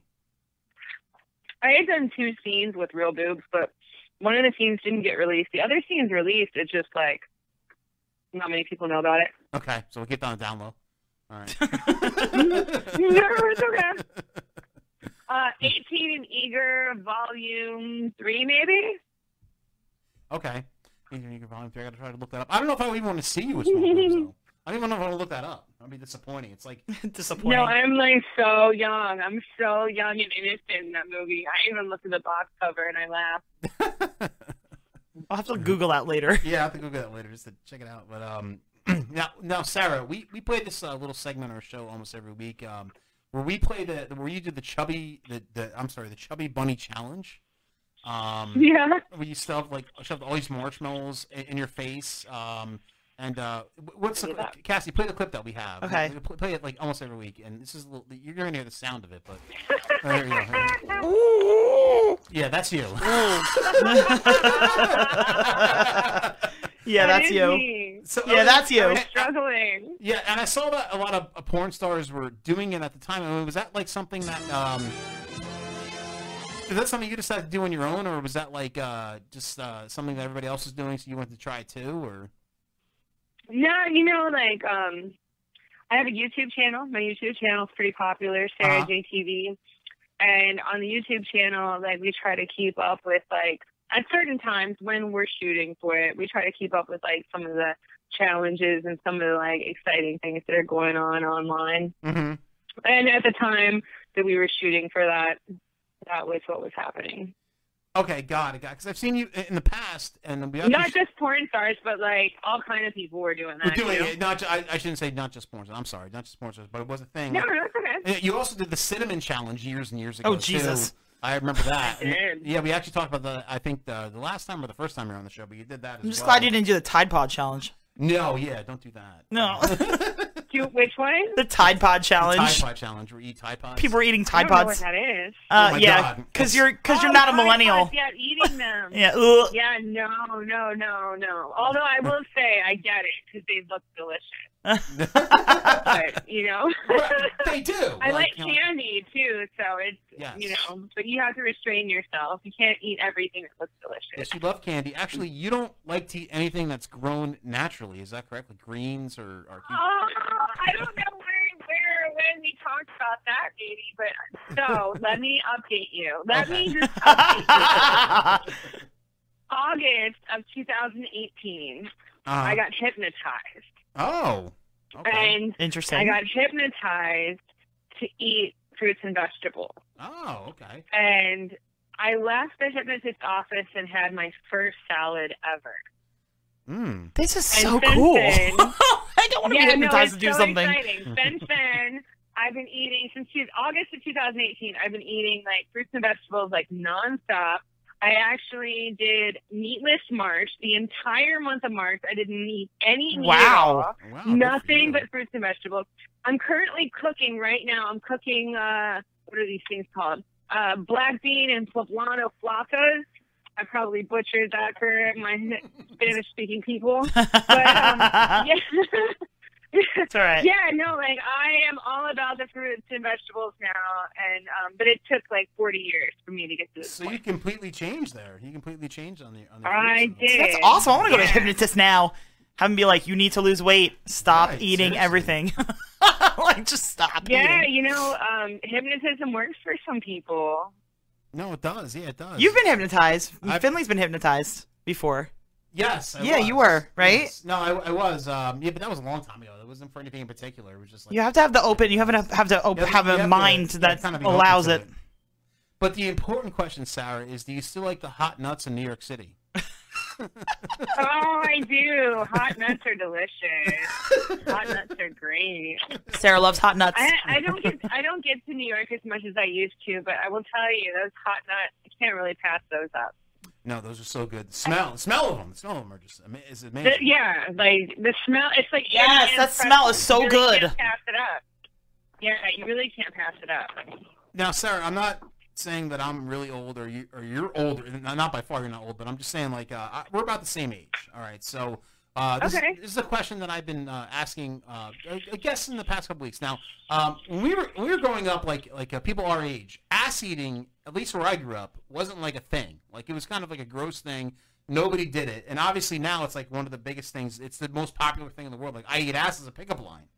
Speaker 5: I had done two scenes with real boobs, but one of the scenes didn't get released. The other scene's released. It's just like not many people know about it.
Speaker 13: Okay, so we'll get down down low. All right.
Speaker 5: no, it's okay. Uh, 18 and Eager, volume three, maybe.
Speaker 13: Okay. Adrian Eager Volume 3. I gotta try to look that up. I don't know if I even want to see you with small boobs, though. I don't even know if I want to look that up. That'd be disappointing. It's like
Speaker 23: disappointing.
Speaker 5: No, I'm like so young. I'm so young and innocent in that movie. I even looked at the box cover and I laughed.
Speaker 23: I'll have to Google that later.
Speaker 13: Yeah, I have to Google that later just to check it out. But um, now, now Sarah, we we play this uh, little segment on our show almost every week. Um, where we play the where you do the chubby the, the I'm sorry the chubby bunny challenge. Um,
Speaker 5: Yeah.
Speaker 13: Where you stuff like shoved all these marshmallows in, in your face. Um, and uh, wh- what's the Cassie? Play the clip that we have.
Speaker 23: Okay.
Speaker 13: We- we pl- play it like almost every week, and this is a little, you're gonna hear the sound of it, but Oh, there you
Speaker 23: Oh,
Speaker 13: go. yeah, that's you.
Speaker 23: Yeah,
Speaker 13: That
Speaker 23: that's
Speaker 13: is
Speaker 23: you.
Speaker 13: me. So-
Speaker 23: yeah, that's you.
Speaker 13: I was
Speaker 5: struggling.
Speaker 13: Yeah, and I saw that a lot of uh, porn stars were doing it at the time. I mean, was that like something that um, is that something you decided to do on your own, or was that like uh, just uh, something that everybody else was doing, so you wanted to try it too, or?
Speaker 5: No, you know, like um, I have a YouTube channel. My YouTube channel's pretty popular, Sarah
Speaker 13: Uh-huh.
Speaker 5: JTV. And on the YouTube channel, like we try to keep up with like at certain times when we're shooting for it, we try to keep up with like some of the challenges and some of the like exciting things that are going on online.
Speaker 13: Mm-hmm.
Speaker 5: And at the time that we were shooting for that, that was what was happening.
Speaker 13: Okay, got it, got Because I've seen you in the past, and we
Speaker 5: Not just porn stars, but like all kind of people were doing that.
Speaker 13: We're doing
Speaker 5: you know?
Speaker 13: it. Not, ju- I, I shouldn't say not just porn stars. I'm sorry, not just porn stars, but it was a thing.
Speaker 5: No, no, it's okay.
Speaker 13: Yeah, You also did the cinnamon challenge years and years ago.
Speaker 23: Oh, Jesus.
Speaker 13: too. I remember that.
Speaker 23: I did.
Speaker 13: Yeah, we actually talked about that. I think the, the last time or the first time you were on the show, but you did that. As
Speaker 23: I'm just
Speaker 13: well.
Speaker 23: glad you didn't do the Tide Pod challenge.
Speaker 13: No, yeah, don't do that.
Speaker 23: No.
Speaker 5: do which one?
Speaker 23: The Tide Pod
Speaker 13: The
Speaker 23: challenge.
Speaker 13: Tide Pod challenge. We eat Tide Pods.
Speaker 23: People were eating
Speaker 5: I
Speaker 23: Tide
Speaker 5: don't know
Speaker 23: Pods.
Speaker 5: what that is.
Speaker 23: Uh,
Speaker 13: Oh my
Speaker 23: yeah,
Speaker 13: God.
Speaker 23: because you're because you're
Speaker 5: Oh,
Speaker 23: not a
Speaker 5: Tide Pods,
Speaker 23: millennial.
Speaker 5: Yeah, eating them.
Speaker 23: Yeah, ugh.
Speaker 5: Yeah, no, no, no, no. Although I will say I get it because they look delicious. but, you know,
Speaker 13: they do.
Speaker 5: I like,
Speaker 13: Like, you know-
Speaker 5: candy too, so it's
Speaker 13: Yes.
Speaker 5: you know, but you have to restrain yourself. You can't eat everything that looks delicious.
Speaker 13: Yes, you love candy. Actually, you don't like to eat anything that's grown naturally. Is that correct? Like greens or, or
Speaker 5: Oh, I don't know where where when we talked about that, maybe, but so let me update you. Let me just update you. August of 2018,
Speaker 13: Uh-huh.
Speaker 5: I got hypnotized.
Speaker 13: Oh.
Speaker 5: And
Speaker 23: Interesting.
Speaker 5: I got hypnotized to eat fruits and vegetables.
Speaker 13: Oh, okay.
Speaker 5: And I left the hypnotist office and had my first salad ever.
Speaker 13: Mm.
Speaker 23: This is
Speaker 5: And
Speaker 23: so
Speaker 5: since
Speaker 23: cool.
Speaker 5: then-
Speaker 23: I don't want to
Speaker 5: yeah,
Speaker 23: be hypnotized
Speaker 5: no,
Speaker 23: to
Speaker 5: it's
Speaker 23: do
Speaker 5: so
Speaker 23: something.
Speaker 5: Exciting. Since then, I've been eating since two- August of 2018. I've been eating like fruits and vegetables like nonstop. I actually did meatless March. The entire month of March, I didn't eat any meat at
Speaker 23: Wow.
Speaker 5: all.
Speaker 23: Wow, good for
Speaker 5: Nothing but fruits and vegetables. I'm currently cooking right now. I'm cooking uh, what are these things called? Uh, black bean and poblano flacas. I probably butchered that for my Spanish-speaking people. um, Yeah.
Speaker 23: It's all right.
Speaker 5: Yeah, no, like I am all about the fruits and vegetables now, and um, but it took like 40 years for me to get to this
Speaker 13: So you
Speaker 5: point.
Speaker 13: completely changed there. You completely changed on the on the.
Speaker 5: I did.
Speaker 23: That's awesome. I want to go to a
Speaker 5: Yeah.
Speaker 23: hypnotist now. Have him be like, you need to lose weight. Stop eating everything. like, just stop
Speaker 5: Yeah,
Speaker 23: eating.
Speaker 5: you know, um, hypnotism works for some people.
Speaker 13: No, it does. Yeah, it does.
Speaker 23: You've been hypnotized. Finley's been hypnotized before.
Speaker 13: Yes. I
Speaker 23: Yeah,
Speaker 13: was.
Speaker 23: you were, right?
Speaker 13: Yes. No, I, I was. Um, yeah, but that was a long time ago. It wasn't for anything in particular. It was just like
Speaker 23: You have to have the open. You have to have to op-
Speaker 13: You
Speaker 23: Oh, have
Speaker 13: you
Speaker 23: a
Speaker 13: to,
Speaker 23: mind
Speaker 13: yeah,
Speaker 23: that
Speaker 13: kinda be open
Speaker 23: allows
Speaker 13: to
Speaker 23: it.
Speaker 13: But the important question, Sarah, is: Do you still like the hot nuts in New York City?
Speaker 5: oh, I do. Hot nuts are delicious. Hot nuts are great.
Speaker 23: Sarah loves hot nuts.
Speaker 5: I, I don't get I don't get to New York as much as I used to, but I will tell you those hot nuts you can't really pass those up.
Speaker 13: No, those are so good. The smell, the smell of them. The smell of them are just ama- is amazing.
Speaker 5: The, yeah, like the smell. It's like
Speaker 23: Yes,
Speaker 5: candy and
Speaker 23: that smell
Speaker 5: pretzels.
Speaker 23: is so
Speaker 5: You really
Speaker 13: good.
Speaker 5: Can't pass it up. Yeah, you really can't pass it up.
Speaker 13: Now, Sarah, I'm not saying that I'm really old or you or you're older. and Not by far, you're not old, but I'm just saying like uh, I- we're about the same age. All right, so. Uh, this,
Speaker 5: Okay.
Speaker 13: this is a question that I've been uh, asking uh, I I guess in the past couple weeks. Now, um, when we were when we were growing up, like like uh, people our age, ass eating, at least where I grew up, wasn't like a thing. Like it was kind of like a gross thing. Nobody did it, and obviously now it's like one of the biggest things. It's the most popular thing in the world. Like I eat ass as a pickup line.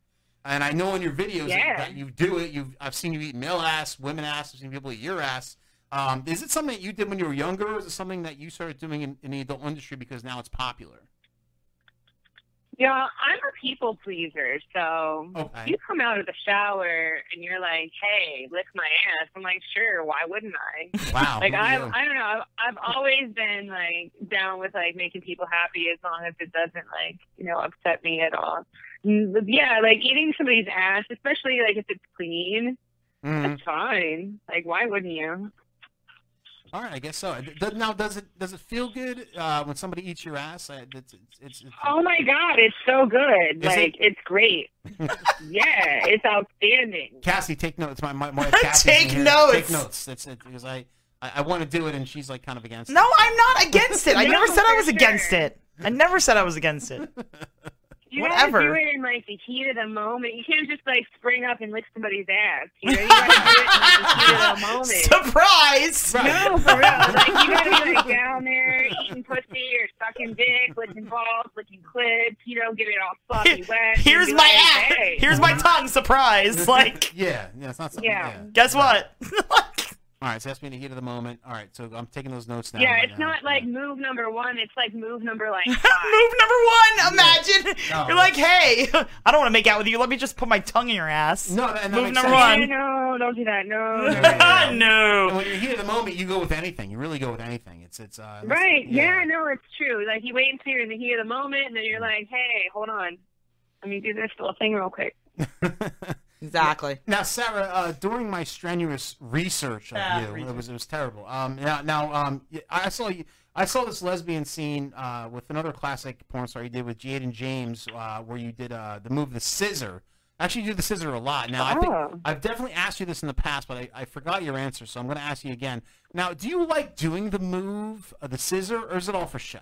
Speaker 13: And I know in your videos that-
Speaker 5: Yeah.
Speaker 13: that you do it. You, I've seen you eat male ass, women ass. I've seen people eat your ass. Um, is it something that you did when you were younger, or is it something that you started doing in, in the adult industry because now it's popular?
Speaker 5: Yeah, I'm a people pleaser, so
Speaker 13: Okay.
Speaker 5: you come out of the shower and you're like, "Hey, lick my ass." I'm like, "Sure, why wouldn't I?"
Speaker 13: Wow,
Speaker 5: like
Speaker 13: look at
Speaker 5: I,
Speaker 13: you.
Speaker 5: I don't know. I've, I've always been like down with like making people happy as long as it doesn't like you know upset me at all. Mm, but Yeah, like eating somebody's ass, especially like if it's clean,
Speaker 13: Mm.
Speaker 23: Hmm.
Speaker 5: that's fine. Like, why wouldn't you?
Speaker 13: All right, I guess so. Th- th- Now, does it does it feel good uh, when somebody eats your ass? I, it's, it's, it's, it's,
Speaker 5: Oh my god, it's so good.
Speaker 13: Is it-
Speaker 5: like, it's great. yeah, it's outstanding.
Speaker 13: Cassie, take notes. My my, my Cassie's in
Speaker 5: Take
Speaker 13: here.
Speaker 5: notes.
Speaker 13: Take notes. It's, it's because I I, I want to do it, and she's like kind of against.
Speaker 23: No,
Speaker 13: it.
Speaker 23: I'm not against it. I never
Speaker 5: No,
Speaker 23: said I
Speaker 5: for
Speaker 23: was
Speaker 5: sure.
Speaker 23: against it. I never said I was against it.
Speaker 5: You
Speaker 23: Whatever.
Speaker 5: gotta do it in like the heat of the moment. You can't just like spring up and lick somebody's ass. You know, you gotta do it in like, the heat of the moment.
Speaker 23: Surprise!
Speaker 5: No, for real. Like you gotta be like down there eating pussy or sucking dick, licking balls, licking clips. You know, get it all sloppy wet.
Speaker 23: Here's
Speaker 5: You
Speaker 23: my
Speaker 5: like,
Speaker 23: ass.
Speaker 5: hey.
Speaker 23: Here's my tongue. Surprise! Like,
Speaker 13: yeah, yeah, it's not something.
Speaker 5: Yeah.
Speaker 13: yeah.
Speaker 23: guess what?
Speaker 13: All right, so that's me in the heat of the moment. All right, so I'm taking those notes now.
Speaker 5: Yeah,
Speaker 13: right
Speaker 5: it's
Speaker 13: now.
Speaker 5: not like move number one. It's like move number like
Speaker 23: Move number one. Imagine
Speaker 13: No.
Speaker 23: you're like, hey, I don't want to make out with you. Let me just put my tongue in your ass.
Speaker 13: No, that- that
Speaker 23: move
Speaker 13: makes
Speaker 23: number
Speaker 13: sense.
Speaker 23: one.
Speaker 5: No, don't do that. No. no, no.
Speaker 13: Yeah.
Speaker 23: no.
Speaker 13: And When you're here at the moment, you go with anything. You really go with anything. It's it's uh, that's-
Speaker 5: Right. Yeah. no, it's true. Like you wait until you're in the heat of the moment and then you're like, Hey, hold on. Let me do this little thing real quick.
Speaker 23: Exactly.
Speaker 13: Now, Sarah, uh, during my strenuous research of
Speaker 5: Ah,
Speaker 13: you,
Speaker 5: research.
Speaker 13: it was it was terrible. Um, now, now, um, y- I saw you. I saw this lesbian scene uh, with another classic porn star you did with Jaden James, uh, where you did uh, the move the scissor. Actually, you do the scissor a lot. Now, I
Speaker 5: Oh.
Speaker 13: think I've definitely asked you this in the past, but I, I forgot your answer, so I'm going to ask you again. Now, do you like doing the move, uh, the scissor, or is it all for show?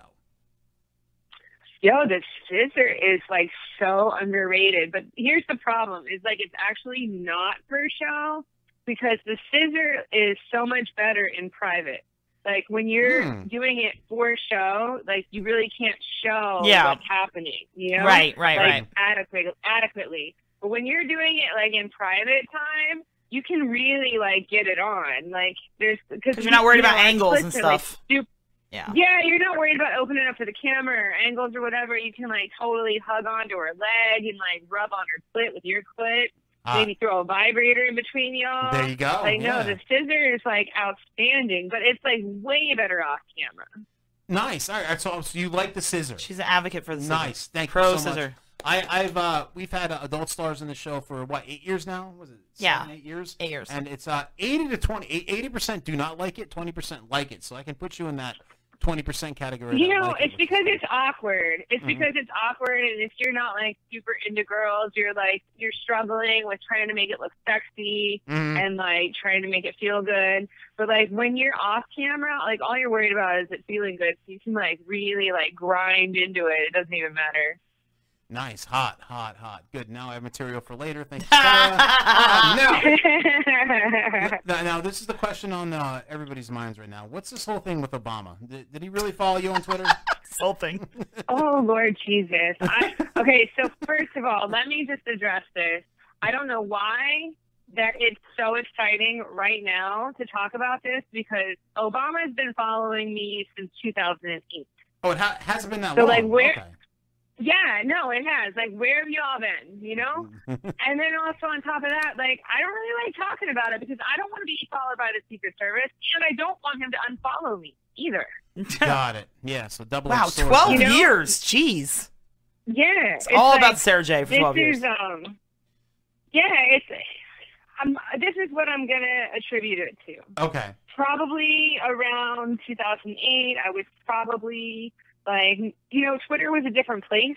Speaker 5: Yo, the scissor is like so underrated. But here's the problem is like it's actually not for show because the scissor is so much better in private. Like when you're
Speaker 23: Hmm.
Speaker 5: doing it for show, like you really can't show
Speaker 23: Yeah.
Speaker 5: what's happening. You know?
Speaker 23: Right, right,
Speaker 5: like,
Speaker 23: right.
Speaker 5: Adequate, adequately. But when you're doing it like in private time, you can really like get it on. Like there's because
Speaker 23: 'Cause you're not worried about angles and stuff.
Speaker 5: Like, stup-
Speaker 23: Yeah.
Speaker 5: yeah, you're not worried about opening up to the camera or angles or whatever. You can like totally hug onto her leg and like rub on her clit with your clit.
Speaker 13: Ah.
Speaker 5: Maybe throw a vibrator in between y'all.
Speaker 13: There you go,
Speaker 5: Like
Speaker 13: yeah.
Speaker 5: no, the scissor is like outstanding, but it's like way better off camera.
Speaker 13: Nice. All right. So, so you like the scissor.
Speaker 23: She's an advocate for the scissor.
Speaker 13: Nice. Thank
Speaker 23: Pro
Speaker 13: you so
Speaker 23: scissor.
Speaker 13: much. I, I've uh, we've had uh, adult stars in the show for what eight years now? Was it?
Speaker 23: Yeah.
Speaker 13: Seven, eight years.
Speaker 23: Eight years.
Speaker 13: And it's uh, eighty to 20 Eighty percent do not like it. Twenty percent like it. So I can put you in that twenty percent category.
Speaker 5: You
Speaker 13: that
Speaker 5: know,
Speaker 13: like it,
Speaker 5: it's
Speaker 13: which-
Speaker 5: because it's awkward. It's
Speaker 13: Mhm.
Speaker 5: because it's awkward, and if you're not like super into girls, you're like you're struggling with trying to make it look sexy
Speaker 13: Mhm.
Speaker 5: and like trying to make it feel good. But like when you're off camera, like all you're worried about is it feeling good. So you can like really like grind into it. It doesn't even matter.
Speaker 13: nice, hot, hot, hot. Good. Now I have material for later. Thank you. Sarah. Uh, now, now, now this is the question on uh, everybody's minds right now. What's this whole thing with Obama? Did, did he really follow you on Twitter?
Speaker 23: this whole thing.
Speaker 5: oh Lord Jesus! I, okay, so first of all, let me just address this. I don't know why that it's so exciting right now to talk about this because Obama has been following me since 2008.
Speaker 13: Oh, it ha- hasn't been that
Speaker 5: So
Speaker 13: long.
Speaker 5: like where?
Speaker 13: Okay.
Speaker 5: Yeah, no, it has. Like, where have y'all been? You know. and then also on top of that, like I don't really like talking about it because I don't want to be followed by the Secret Service, and I don't want him to unfollow me either.
Speaker 13: Got it. Yeah. So double.
Speaker 23: Wow,
Speaker 13: edged sword.
Speaker 23: twelve years. Jeez.
Speaker 5: Yeah,
Speaker 23: It's all about Sarah J for
Speaker 5: this
Speaker 23: 12 years.
Speaker 5: Is, um, yeah, it's. I'm, this is what I'm gonna attribute it to.
Speaker 13: Okay.
Speaker 5: probably around 2008. I was probably like, you know, Twitter was a different place.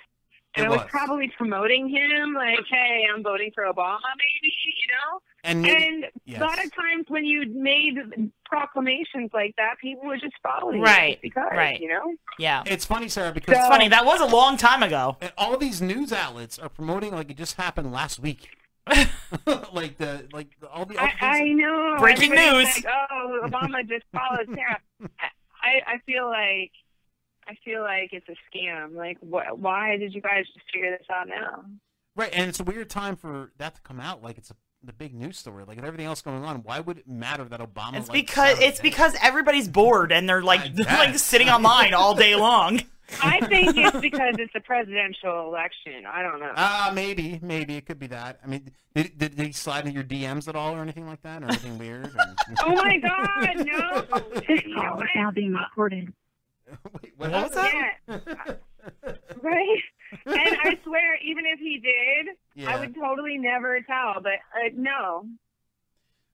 Speaker 5: And
Speaker 13: It
Speaker 5: I was,
Speaker 13: was.
Speaker 5: probably promoting him, like, hey, I'm voting for Obama, maybe, you know?
Speaker 13: And maybe- yes.
Speaker 5: a lot of times when you made proclamations like that, people would just follow you.
Speaker 23: Right,
Speaker 5: just Because,
Speaker 23: right.
Speaker 5: You know?
Speaker 23: Yeah.
Speaker 13: It's funny, Sarah, because
Speaker 23: It's funny. That was a long time ago.
Speaker 13: And all these news outlets are promoting like it just happened last week. like the like the- all the all the
Speaker 5: I
Speaker 13: things-
Speaker 5: know.
Speaker 13: Breaking
Speaker 5: everybody's
Speaker 13: news.
Speaker 5: Like, oh, Obama just followed Sarah. I, I feel like I feel like it's a scam. Like, wh- why did you guys just figure this out now?
Speaker 13: right, and it's a weird time for that to come out. Like it's a, the big news story. Like with everything else going on, why would it matter that Obama?
Speaker 23: It's
Speaker 13: like,
Speaker 23: because it's because everybody's bored and they're like like sitting online all day long.
Speaker 5: I think it's because it's the presidential election. I don't know.
Speaker 13: Ah, maybe, maybe it could be that. I mean, did, did they slide into your DMs at all or anything like that, or anything weird? Or...
Speaker 5: oh my God, no!
Speaker 3: This call is now being recorded.
Speaker 13: What
Speaker 3: was that?
Speaker 5: Yeah. right? And I swear, even if he did,
Speaker 13: Yeah.
Speaker 5: I would totally never tell. But uh, no,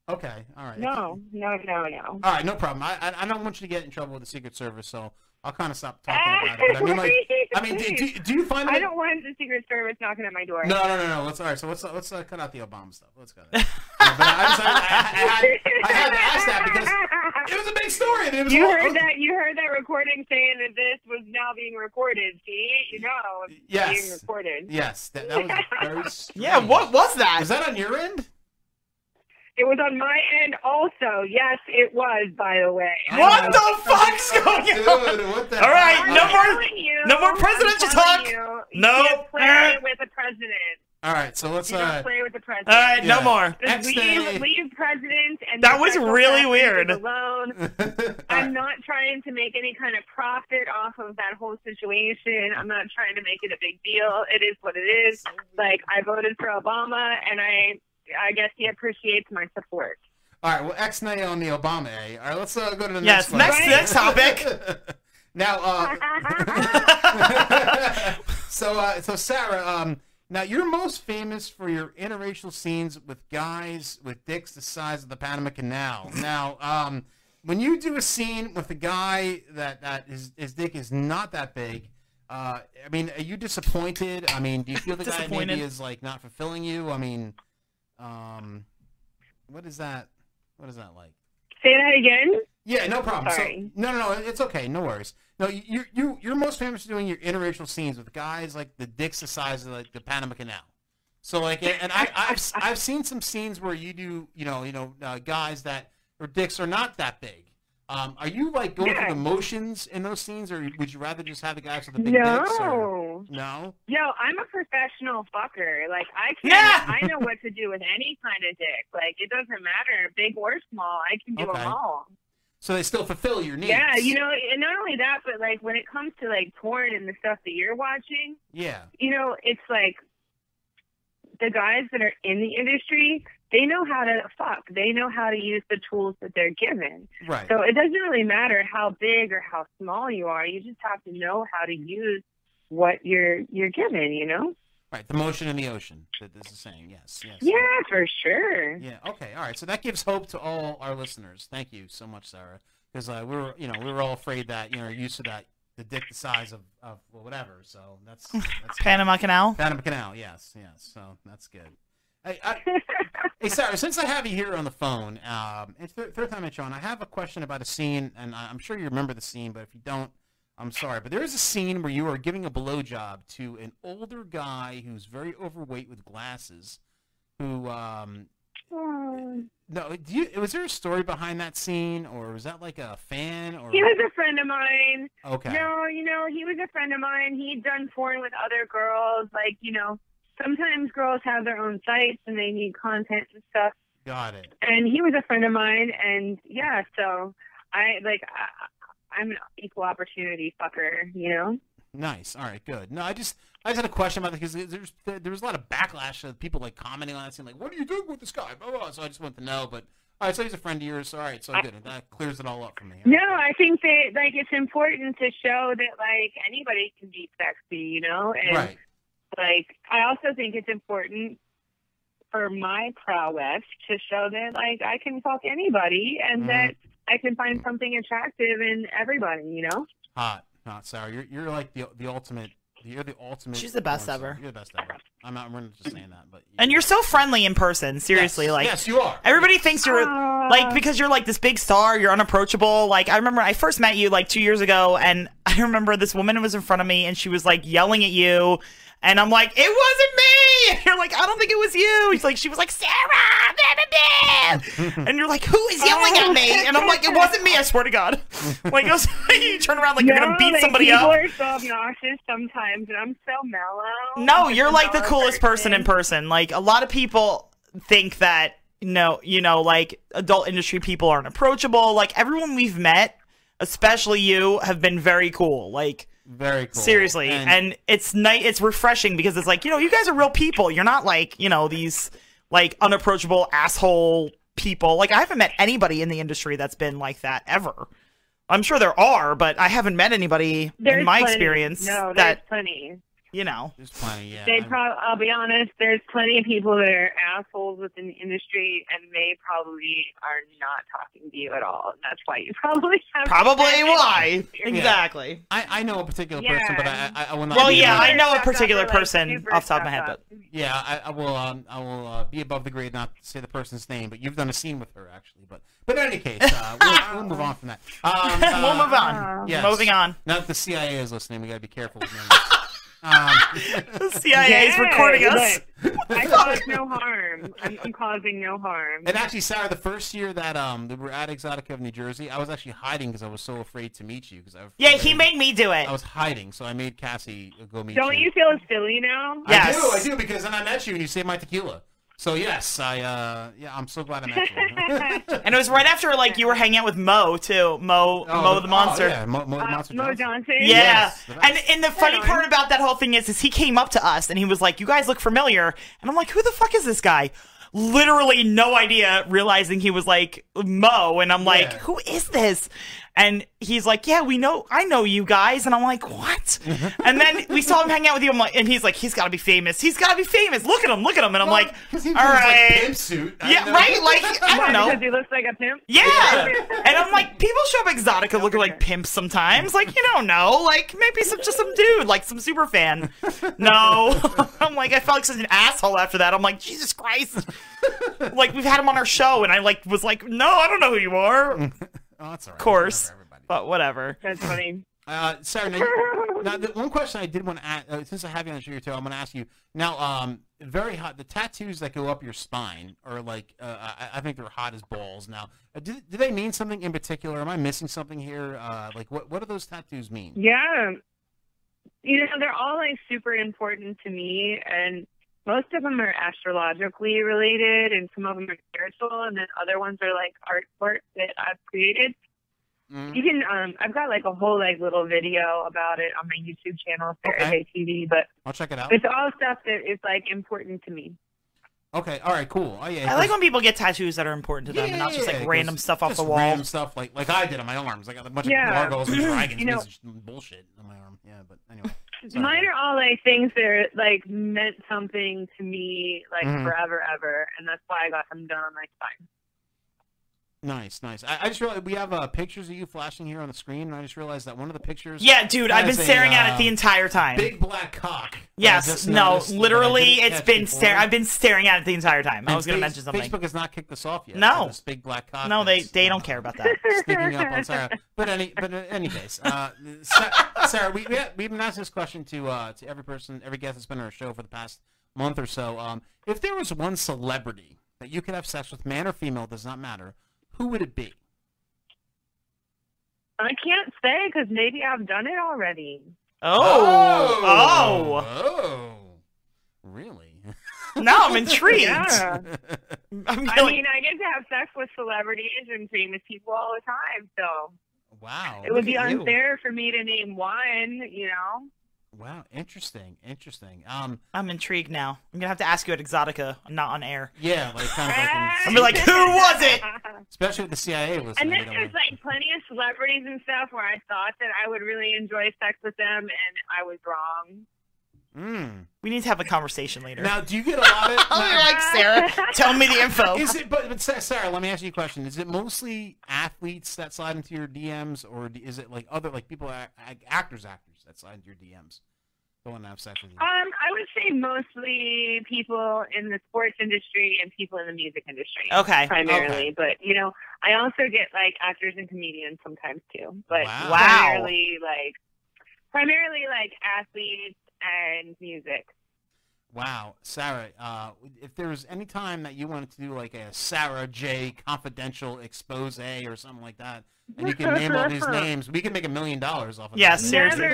Speaker 13: Okay, all right.
Speaker 5: no, no, no, no.
Speaker 13: All right, no problem. I, I I don't want you to get in trouble with the Secret Service, so I'll kind of stop talking about it. But I mean, like, I mean, do, do, do you find?
Speaker 5: I
Speaker 13: that-
Speaker 5: don't want the Secret Service knocking at my door.
Speaker 13: No, no, no, no. Let's all right. So let's let's uh, cut out the Obama stuff. Let's cut it. out. but I, just, I, I, I, I had to ask that because it was a big story. And it was
Speaker 5: You
Speaker 13: all-
Speaker 5: heard that? You heard that recording saying that this was now being recorded. See, you know, it's
Speaker 13: Yes.
Speaker 5: being recorded.
Speaker 13: Yes, that, that was very. Strange.
Speaker 23: Yeah, what was that?
Speaker 13: Was that on your end?
Speaker 5: It was on my end also. Yes, it was, by the way.
Speaker 23: What the fuck's going on?
Speaker 13: Dude, what the
Speaker 23: All right,
Speaker 5: I'm
Speaker 23: no more
Speaker 5: telling you,
Speaker 23: no more
Speaker 5: I'm
Speaker 23: presidential
Speaker 5: telling
Speaker 23: talk.
Speaker 5: you, you
Speaker 13: No.
Speaker 5: can't play with the president.
Speaker 13: All right, so let's.
Speaker 5: You don't
Speaker 13: Uh,
Speaker 5: play with the president.
Speaker 13: All right, no Yeah. more.
Speaker 5: Just
Speaker 13: Next day.
Speaker 5: leave, leave presidents and
Speaker 13: That
Speaker 5: the
Speaker 13: was
Speaker 5: sexual
Speaker 13: really
Speaker 5: preferences
Speaker 13: weird.
Speaker 5: Alone. I'm not trying to make any kind of profit off of that whole situation. I'm not trying to make it a big deal. It is what it is. Like I voted for Obama, and I I guess he appreciates my support.
Speaker 13: all right, well, ex nay on the Obama. eh? All right, let's uh, go to the
Speaker 23: Yes,
Speaker 13: next.
Speaker 23: next- next
Speaker 13: topic. now, uh, so uh, so Sarah, um, now you're most famous for your interracial scenes with guys with dicks the size of the Panama Canal. Now, um, when you do a scene with a guy that that his, his dick is not that big, uh, I mean, are you disappointed? I mean, do you feel the guy
Speaker 23: Disappointed.
Speaker 13: maybe is like not fulfilling you? I mean, um, what is that? What is that like?
Speaker 5: Say that again.
Speaker 13: Yeah, no problem. So,
Speaker 5: Sorry.
Speaker 13: no, no, no, it's okay. No worries. No, you- you, you, you're most famous for doing your interracial scenes with guys like the dicks the size of like the Panama Canal. So like, and and I, I've, s- I've seen some scenes where you do, you know, you know, uh, guys that their dicks are not that big. Um, are you like going
Speaker 5: Yeah.
Speaker 13: through the motions in those scenes, or would you rather just have the guys with the big dicks? Or,
Speaker 5: No.
Speaker 13: no.
Speaker 5: Yo, I'm a professional fucker. Like I can, I know what to do with any kind of dick. Like it doesn't matter, big or small. I can do
Speaker 13: Okay.
Speaker 5: them all.
Speaker 13: So they still fulfill your needs.
Speaker 5: Yeah, you know, and not only that, but like when it comes to like porn and the stuff that you're watching,
Speaker 13: Yeah.
Speaker 5: you know, it's like the guys that are in the industry, they know how to fuck. They know how to use the tools that they're given.
Speaker 13: Right.
Speaker 5: So it doesn't really matter how big or how small you are. You just have to know how to use what you're you're given. You know.
Speaker 13: Right. The motion in the ocean. That this is saying. Yes. Yes.
Speaker 5: Yeah, for sure.
Speaker 13: Yeah. Okay. All right. So that gives hope to all our listeners. Thank you so much, Sarah, because uh, we were, you know, we were all afraid that you know, used to that the dick the size of, of well, whatever. So that's, that's
Speaker 23: Panama Canal.
Speaker 13: Panama Canal. Yes. Yes. So that's good. Hey, I, hey, Sarah. Since I have you here on the phone, um, it's th- third time it's on. I have a question about a scene, and I, I'm sure you remember the scene, but if you don't, I'm sorry. But there is a scene where you are giving a blowjob to an older guy who's very overweight with glasses, who um, no, do you, was there a story behind that scene, or was that like a fan? Or
Speaker 5: He was a friend of mine.
Speaker 13: Okay.
Speaker 5: No, you know, he was a friend of mine. He'd done porn with other girls. Like, you know, sometimes girls have their own sites and they need content and stuff.
Speaker 13: got it.
Speaker 5: And he was a friend of mine. And yeah, so I, like, I, I'm an equal opportunity fucker, you know?
Speaker 13: Nice. All right. Good. No, I just I just had a question about because there's there was a lot of backlash of people like commenting on it, saying like, "What are you doing with this guy?" Blah, blah, blah. So I just wanted to know. But all right, so he's a friend of yours. All right, so good. That clears it all up for me.
Speaker 5: No, I think that like it's important to show that like anybody can be sexy, you know? And
Speaker 13: Right.
Speaker 5: like I also think it's important for my prowess to show that like I can fuck anybody
Speaker 23: Mm-hmm.
Speaker 5: and that I can find something attractive in everybody, you know?
Speaker 13: Hot. Not sorry. You're you're like the the ultimate. You're the ultimate.
Speaker 23: She's the best
Speaker 13: porn
Speaker 23: ever.
Speaker 13: star. You're the best ever. I'm not. We're not just saying that, but
Speaker 23: And you're so friendly in person, seriously.
Speaker 13: Yes,
Speaker 23: like
Speaker 13: yes, you are.
Speaker 23: Everybody thinks you're like because you're like this big star, you're unapproachable. Like I remember I first met you like two years ago, and I remember this woman was in front of me and she was like yelling at you, and I'm like, it wasn't me. And you're like, I don't think it was you. He's like, she was like Sarah, blah, blah, blah." and you're like, who is yelling at me? And I'm like, it wasn't me. I swear to God. Like it was, you turn around like you're
Speaker 5: No,
Speaker 23: gonna beat
Speaker 5: like,
Speaker 23: somebody
Speaker 5: people
Speaker 23: up.
Speaker 5: are so obnoxious sometimes, and I'm so mellow.
Speaker 23: No,
Speaker 5: I'm
Speaker 23: you're
Speaker 5: such a
Speaker 23: like the
Speaker 5: mellow
Speaker 23: coolest person in person. Like a lot of people think that no, you know, like adult industry people aren't approachable. Like everyone we've met, especially you, have been very cool. Like
Speaker 13: very cool.
Speaker 23: Seriously, and, it's night. It's refreshing because it's like you know, you guys are real people. You're not like you know these like unapproachable asshole people. Like I haven't met anybody in the industry that's been like that ever. I'm sure there are, but I haven't met anybody
Speaker 5: There's
Speaker 23: in my
Speaker 5: plenty.
Speaker 23: experience
Speaker 5: no, there's
Speaker 23: that
Speaker 5: plenty.
Speaker 23: you know.
Speaker 13: There's plenty, yeah.
Speaker 5: They probably, I'll be honest, there's plenty of people that are assholes within the industry, and they probably are not talking to you at all. And that's why you probably have
Speaker 23: Probably why.
Speaker 5: Yeah.
Speaker 23: Exactly.
Speaker 13: I, I know a particular
Speaker 5: Yeah.
Speaker 13: person, but I I, I will not.
Speaker 23: Well,
Speaker 13: be
Speaker 23: yeah,
Speaker 13: able to-
Speaker 23: I know a particular person off the top of my head, but
Speaker 13: Yeah, I, I will. Um, I will uh, be above the grade not to say the person's name, but you've done a scene with her actually. But but in any case, uh, we'll, we'll move on from that. Um,
Speaker 23: We'll move on.
Speaker 13: uh,
Speaker 23: Moving on.
Speaker 13: Now that the CIA is listening, we got to be careful. With names. um,
Speaker 23: the CIA is
Speaker 13: Yay,
Speaker 23: recording us.
Speaker 5: I cause no harm. I'm, I'm causing no harm.
Speaker 13: And actually, Sarah, the first year that um that we were at Exotica of New Jersey, I was actually hiding because I was so afraid to meet you because I was
Speaker 23: Yeah,
Speaker 13: afraid
Speaker 23: he
Speaker 13: I-
Speaker 23: made me do it.
Speaker 13: I was hiding, so I made Cassie go meet
Speaker 5: Don't
Speaker 13: you.
Speaker 5: you feel silly now?
Speaker 13: I do, I do, because then I met you and you saved my tequila. So yes, I uh yeah, I'm so glad I met you.
Speaker 23: and it was right after like you were hanging out with Mo too. Mo Mo the monster.
Speaker 13: Oh,
Speaker 23: Uh,
Speaker 13: yeah, Mo, Mo the monster.
Speaker 5: Mo Johnson.
Speaker 23: Yeah. and and the funny part about that whole thing is, is he came up to us and he was like, "You guys look familiar," and I'm like, "Who the fuck is this guy?" Literally no idea, realizing he was like Mo, and I'm like, "Who is this?" And he's like, "Yeah, we know, I know you guys," and I'm like, "What?" and then we saw him hang out with you, I'm like, and he's like, "He's got to be famous. He's got to be famous. Look at him, look at him," and I'm like,
Speaker 13: "All
Speaker 23: right."
Speaker 13: suit.
Speaker 23: Yeah, right? Like, I don't know.
Speaker 5: Because he looks like a pimp.
Speaker 23: Yeah. and I'm like, people show up Exotica looking like pimps sometimes. Like, you don't know. Like, maybe some just some dude, like some super fan. No. I'm like, I felt like such an asshole after that. I'm like, Jesus Christ. like, we've had him on our show, and I like was like, no, I don't know who you are.
Speaker 13: Of
Speaker 23: course. But whatever.
Speaker 5: That's funny.
Speaker 13: Uh, Sarah, now, you- now the one question I did want to ask, uh, since I have you on the show, too, I'm going to ask you now. Um, very hot. The tattoos that go up your spine are like, uh, I, I think they're hot as balls. Now, uh, do, do they mean something in particular? Am I missing something here? Uh, like, what what do those tattoos mean?
Speaker 5: Yeah. You know, they're all like super important to me, and most of them are astrologically related, and some of them are spiritual, and then other ones are like artwork that I've created.
Speaker 13: Mm-hmm.
Speaker 16: Mm-hmm.
Speaker 5: You can, um, I've got like a whole like little video about it on my YouTube channel, Faraday TV, but
Speaker 13: I'll check it out.
Speaker 5: it's all stuff that is like important to me.
Speaker 13: Okay, all right, cool. Oh, yeah,
Speaker 23: I like when people get tattoos that are important to them and not just like
Speaker 13: Yeah,
Speaker 23: random
Speaker 13: 'cause
Speaker 23: stuff off the
Speaker 13: just
Speaker 23: wall.
Speaker 13: Random stuff like like I did on my arms. I got a bunch
Speaker 5: Yeah.
Speaker 13: of gargoyles and dragons
Speaker 5: You know-
Speaker 13: and some bullshit on my arm. Yeah, but anyway. Sorry.
Speaker 5: Mine are all like things that are, like meant something to me like
Speaker 13: Mhm.
Speaker 5: forever, ever, and that's why I got them done on my spine.
Speaker 13: Nice, nice. I, I just realized we have uh, pictures of you flashing here on the screen, and I just realized that one of the pictures.
Speaker 23: Yeah, dude, I've been
Speaker 13: has a,
Speaker 23: staring at it the
Speaker 13: um,
Speaker 23: entire time.
Speaker 13: Big black cock. I
Speaker 23: Yes,
Speaker 13: just
Speaker 23: no,
Speaker 13: noticed that I
Speaker 23: literally,
Speaker 13: didn't
Speaker 23: it's
Speaker 13: catch
Speaker 23: been
Speaker 13: before.
Speaker 23: staring. I've been staring at it the entire time. I
Speaker 13: And
Speaker 23: was going to
Speaker 13: Face-
Speaker 23: mention something.
Speaker 13: Facebook has not kicked us off yet.
Speaker 23: No.
Speaker 13: for This big black cock.
Speaker 23: No, they they don't care about that.
Speaker 13: sneaking up on Sarah. But any, but in any case, uh, Sa- Sarah, we we have, we've been asking this question to uh, to every person, every guest that's been on our show for the past month or so. Um, if there was one celebrity that you could have sex with, man or female, does not matter, who would it be?
Speaker 5: I can't say because maybe I've done it already.
Speaker 23: Oh,
Speaker 13: oh, really?
Speaker 23: Now I'm intrigued.
Speaker 5: Yeah.
Speaker 23: I'm
Speaker 5: I
Speaker 23: feeling-
Speaker 5: mean, I get to have sex with celebrities and famous people all the time, so
Speaker 13: Wow.
Speaker 5: It would be
Speaker 13: Oh, look at you.
Speaker 5: unfair for me to name one, you know?
Speaker 13: Wow, interesting, interesting. Um,
Speaker 23: I'm intrigued now. I'm gonna have to ask you at Exotica, not on air.
Speaker 13: Yeah, like kind of like.
Speaker 23: I'm like, who was it?
Speaker 13: Especially with the CIA listening.
Speaker 5: And
Speaker 13: you
Speaker 5: then
Speaker 13: know,
Speaker 5: there's like plenty of celebrities and stuff where I thought that I would really enjoy sex with them, and I was wrong.
Speaker 13: Mm.
Speaker 23: We need to have a conversation later.
Speaker 13: Now, do you get a lot of?
Speaker 23: Oh, You're like Sarah. Tell me the info.
Speaker 13: Is it? But, but Sa- Sarah, let me ask you a question. Is it mostly athletes that slide into your DMs, or d- is it like other like people, ac- ac- actors, actors that slide into your DMs, that want to have sex with you?
Speaker 5: Um, I would say mostly people in the sports industry and people in the music industry.
Speaker 13: Okay.
Speaker 5: Primarily.
Speaker 13: Okay.
Speaker 5: But, you know, I also get like actors and comedians sometimes too. But
Speaker 13: Wow. Wow.
Speaker 5: primarily like primarily like athletes and music.
Speaker 13: Wow, Sarah. Uh, if there was any time that you wanted to do like a Sarah J. Confidential expose or something like that, and you can name all these names, we can make a million dollars off of
Speaker 23: Yeah,
Speaker 13: that.
Speaker 23: seriously.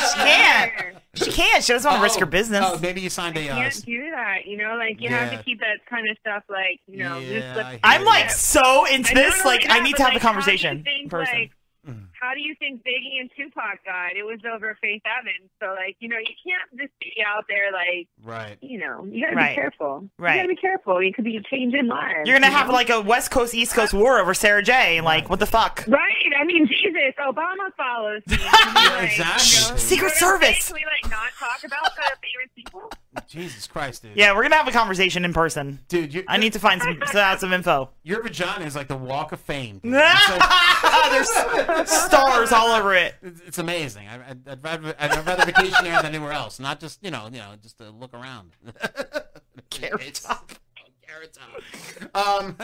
Speaker 23: she can't. She can't. She doesn't want to risk her business.
Speaker 13: Oh, maybe you signed a.
Speaker 5: You
Speaker 13: Uh,
Speaker 5: can't do that, you know, like you have
Speaker 23: Yeah.
Speaker 5: to keep that kind of stuff like, you know, loose
Speaker 13: Yeah,
Speaker 5: lips.
Speaker 13: I hear
Speaker 23: I'm like so into
Speaker 5: I don't
Speaker 23: this.
Speaker 5: know,
Speaker 23: Like,
Speaker 5: yeah,
Speaker 23: I need
Speaker 5: but,
Speaker 23: to have a
Speaker 5: like, how do you
Speaker 23: conversation in
Speaker 5: think,
Speaker 23: person.
Speaker 5: like,
Speaker 13: Mm-hmm.
Speaker 5: how do you think Biggie and Tupac died? It was over Faith Evans. So, like, you know, you can't just be out there, like,
Speaker 13: right.
Speaker 5: you know, you gotta
Speaker 23: Right.
Speaker 5: be careful.
Speaker 23: Right.
Speaker 5: You gotta be careful. You could be changing lives.
Speaker 23: You're gonna
Speaker 5: you
Speaker 23: have
Speaker 5: know?
Speaker 23: like a West Coast East Coast war over Sarah J. And like, what the fuck?
Speaker 5: Right. I mean, Jesus, Obama follows. Me.
Speaker 13: exactly.
Speaker 23: Secret Service.
Speaker 5: Can we like not talk about the favorite sequel?
Speaker 13: Jesus Christ, dude.
Speaker 23: Yeah, we're gonna have a conversation in person,
Speaker 13: dude. You,
Speaker 23: I need to find some to add some info.
Speaker 13: Your vagina is like the Walk of Fame. dude. Oh,
Speaker 23: There's stars all over it.
Speaker 13: It's it's amazing. I, I'd, I'd, rather, I'd rather vacation there than anywhere else. Not just you know, you know, just to look around. Carrot top. Carrot top. Um,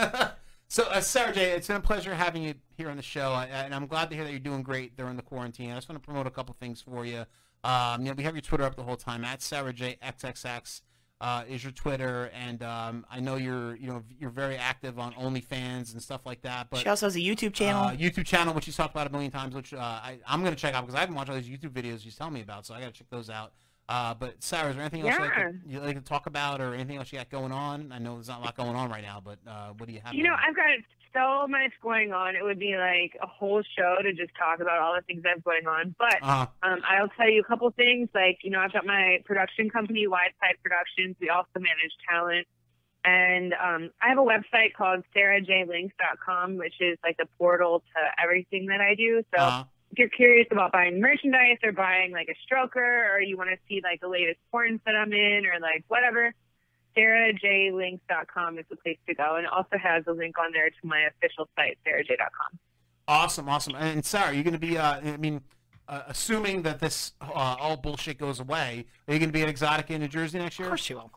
Speaker 13: so uh, Sarah J, it's been a pleasure having you here on the show, I, I- and I'm glad to hear that you're doing great during the quarantine. I just want to promote a couple things for you. Um, you know, we have your Twitter up the whole time at Sarah J XXX. Uh, is your Twitter, and um, I know you're you know you're very active on OnlyFans and stuff like that. But
Speaker 23: She also has a YouTube channel.
Speaker 13: uh, YouTube channel, which she's talked about a million times, which uh, I, I'm going to check out because I haven't watched all these YouTube videos she's telling me about, so I got to check those out. Uh, but Sarah, is there anything else you'd like, to, you'd like to talk about or anything else you got going on? I know there's not a lot going on right now, but uh, what do you have?
Speaker 5: You know,
Speaker 13: going on?
Speaker 5: I've got so much going on. It would be like a whole show to just talk about all the things I've going on. But
Speaker 13: Uh-huh.
Speaker 5: um, I'll tell you a couple things. Like, you know, I've got my production company, Wideside Productions. We also manage talent. And um, I have a website called sarahjlinks.com, which is like the portal to everything that I do. So
Speaker 13: Uh-huh.
Speaker 5: if you're curious about buying merchandise or buying like a stroker or you want to see like the latest porns that I'm in or like whatever, sarahjlinks.com is the place to go. And it also has a link on there to my official site, sarahj.com.
Speaker 13: Awesome, awesome. And Sarah, you're going to be, uh, I mean, uh, assuming that this uh, all bullshit goes away, are you going to be at Exotica in New Jersey next year? Of course
Speaker 23: you will.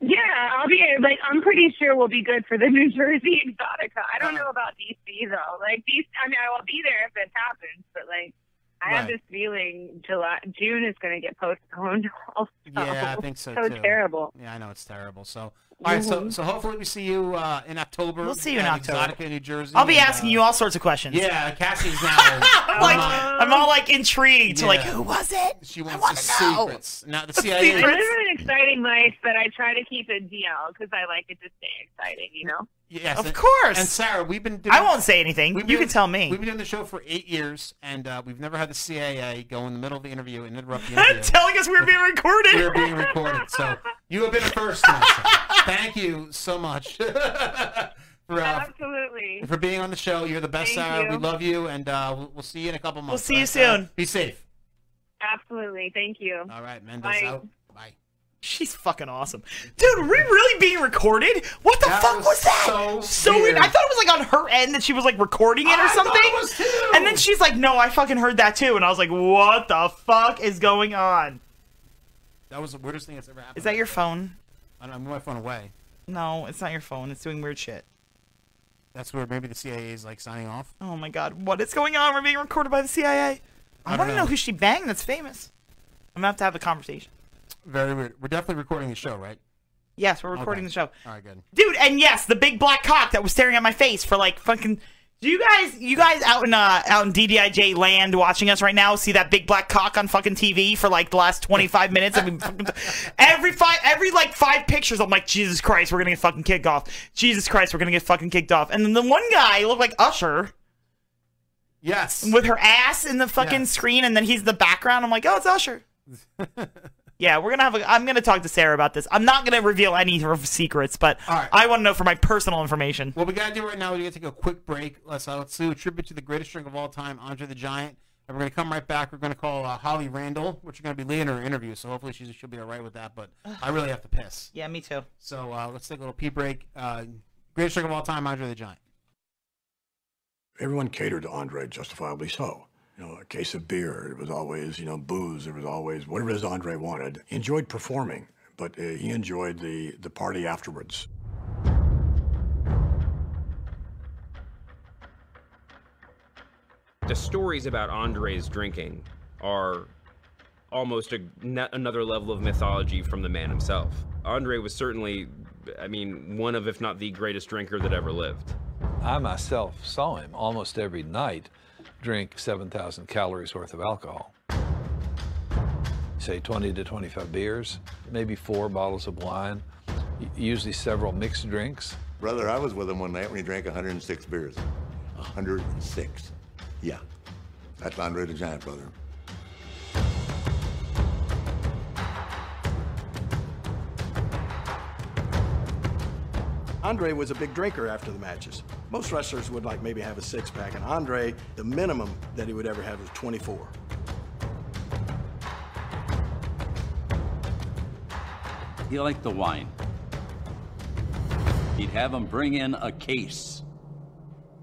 Speaker 5: Yeah, I'll be like I'm pretty sure we'll be good for the New Jersey Exotica. I don't
Speaker 13: Uh-huh.
Speaker 5: know about DC though. Like DC, I mean, I will be there if it happens, but like I have
Speaker 13: Right.
Speaker 5: this feeling July, June is going to get postponed. Also.
Speaker 23: Oh,
Speaker 13: Yeah, I think so,
Speaker 5: So
Speaker 13: too.
Speaker 5: terrible.
Speaker 13: Yeah, I know it's terrible. So, all right, so
Speaker 23: Mhm.
Speaker 13: so hopefully we see you uh, in October.
Speaker 23: We'll see you in
Speaker 13: at
Speaker 23: October.
Speaker 13: Exotica in New Jersey.
Speaker 23: I'll be
Speaker 13: and, uh,
Speaker 23: asking you all sorts of questions.
Speaker 13: Yeah, Cassie's now.
Speaker 23: I'm like, I'm all like intrigued to like,
Speaker 13: Yeah.
Speaker 23: who was it?
Speaker 13: She wants to
Speaker 23: know.
Speaker 13: secrets. Now the CIA.
Speaker 5: I live an exciting life, but I try to keep it DL because I like it to stay exciting. You know.
Speaker 13: Yes,
Speaker 23: Of
Speaker 13: and-
Speaker 23: course.
Speaker 13: And Sarah, we've been. Doing,
Speaker 23: I won't say anything.
Speaker 13: we've
Speaker 23: You
Speaker 13: been-
Speaker 23: can tell me.
Speaker 13: We've been doing the show for eight years, and uh, we've never had the CIA go in the middle of the interview and interrupt the interview.
Speaker 23: Telling us we were being recorded.
Speaker 13: We're being recorded, so you have been a first. now, Sarah. Thank you so much for uh,
Speaker 5: Absolutely.
Speaker 13: for being on the show. You're the best,
Speaker 5: Thank
Speaker 13: Sarah. We
Speaker 5: you.
Speaker 13: love you, and uh, we'll, we'll see you in a couple months.
Speaker 23: see you
Speaker 13: right, Sarah?
Speaker 23: soon.
Speaker 13: Be safe.
Speaker 5: Absolutely. Thank you.
Speaker 13: All right, Mendes
Speaker 5: Bye.
Speaker 13: out.
Speaker 23: She's fucking awesome, dude. Are we really being recorded? What the fuck was, that? So, weird. I thought it was like on her end that she was like recording it or something. And then she's like, "No, I fucking heard that too." And I was like, "What the fuck is going on?"
Speaker 13: That was the weirdest thing that's ever happened.
Speaker 23: Is that your phone?
Speaker 13: I don't know, I moved my phone away.
Speaker 23: No, it's not your phone. It's doing weird shit.
Speaker 13: That's weird. Maybe the CIA is like signing off.
Speaker 23: Oh my god, what is going on? We're being recorded by the CIA. I,
Speaker 13: I don't
Speaker 23: want to know.
Speaker 13: know.
Speaker 23: who she banged. That's famous. I'm gonna have to have a conversation.
Speaker 13: Very weird. We're definitely recording the show, right?
Speaker 23: Yes, we're recording
Speaker 13: Okay.
Speaker 23: the show.
Speaker 13: All right, good.
Speaker 23: dude and yes the big black cock that was staring at my face for like fucking do you guys you guys out in uh out in ddij land watching us right now see that big black cock on fucking tv for like the last 25 minutes I mean, fucking- every five every like five pictures i'm like jesus christ we're gonna get fucking kicked off jesus christ we're gonna get fucking kicked off and then the one guy looked like usher
Speaker 13: Yes.
Speaker 23: With her ass in the fucking screen, and then he's the background. I'm like, oh, it's Usher. yeah, we're gonna have. A, I'm gonna talk to Sarah about this. I'm not gonna reveal any of her secrets, but I want to know for my personal information.
Speaker 13: What we gotta do right now is we gotta take a quick break. Let's uh, let's do a tribute to the greatest drink of all time, Andre the Giant. And we're gonna come right back. We're gonna call uh, Holly Randall, which is gonna be late in her interview. So hopefully she's, she'll be all right with that. But I really have to piss.
Speaker 23: Yeah, me too.
Speaker 13: So uh, let's take a little pee break. Uh, greatest drink of all time, Andre the Giant.
Speaker 24: everyone catered to Andre, justifiably so. You know, a case of beer, it was always, you know, booze, it was always whatever it is Andre wanted. He enjoyed performing, but uh, he enjoyed the, the party afterwards.
Speaker 6: The stories about Andre's drinking are almost a, n- another level of mythology from the man himself. Andre was certainly, I mean, one of, if not the greatest drinker that ever lived.
Speaker 7: I myself saw him almost every night drink 7,000 calories worth of alcohol. Say 20 to 25 beers, maybe four bottles of wine, u- usually several mixed drinks.
Speaker 26: Brother, I was with him one night when he drank 106 beers. 106. Yeah. That's Andre the Giant, brother.
Speaker 27: Andre was a big drinker after the matches. Most wrestlers would like maybe have a six pack, and Andre, the minimum that he would ever have was 24.
Speaker 11: He liked the wine. He'd have him bring in a case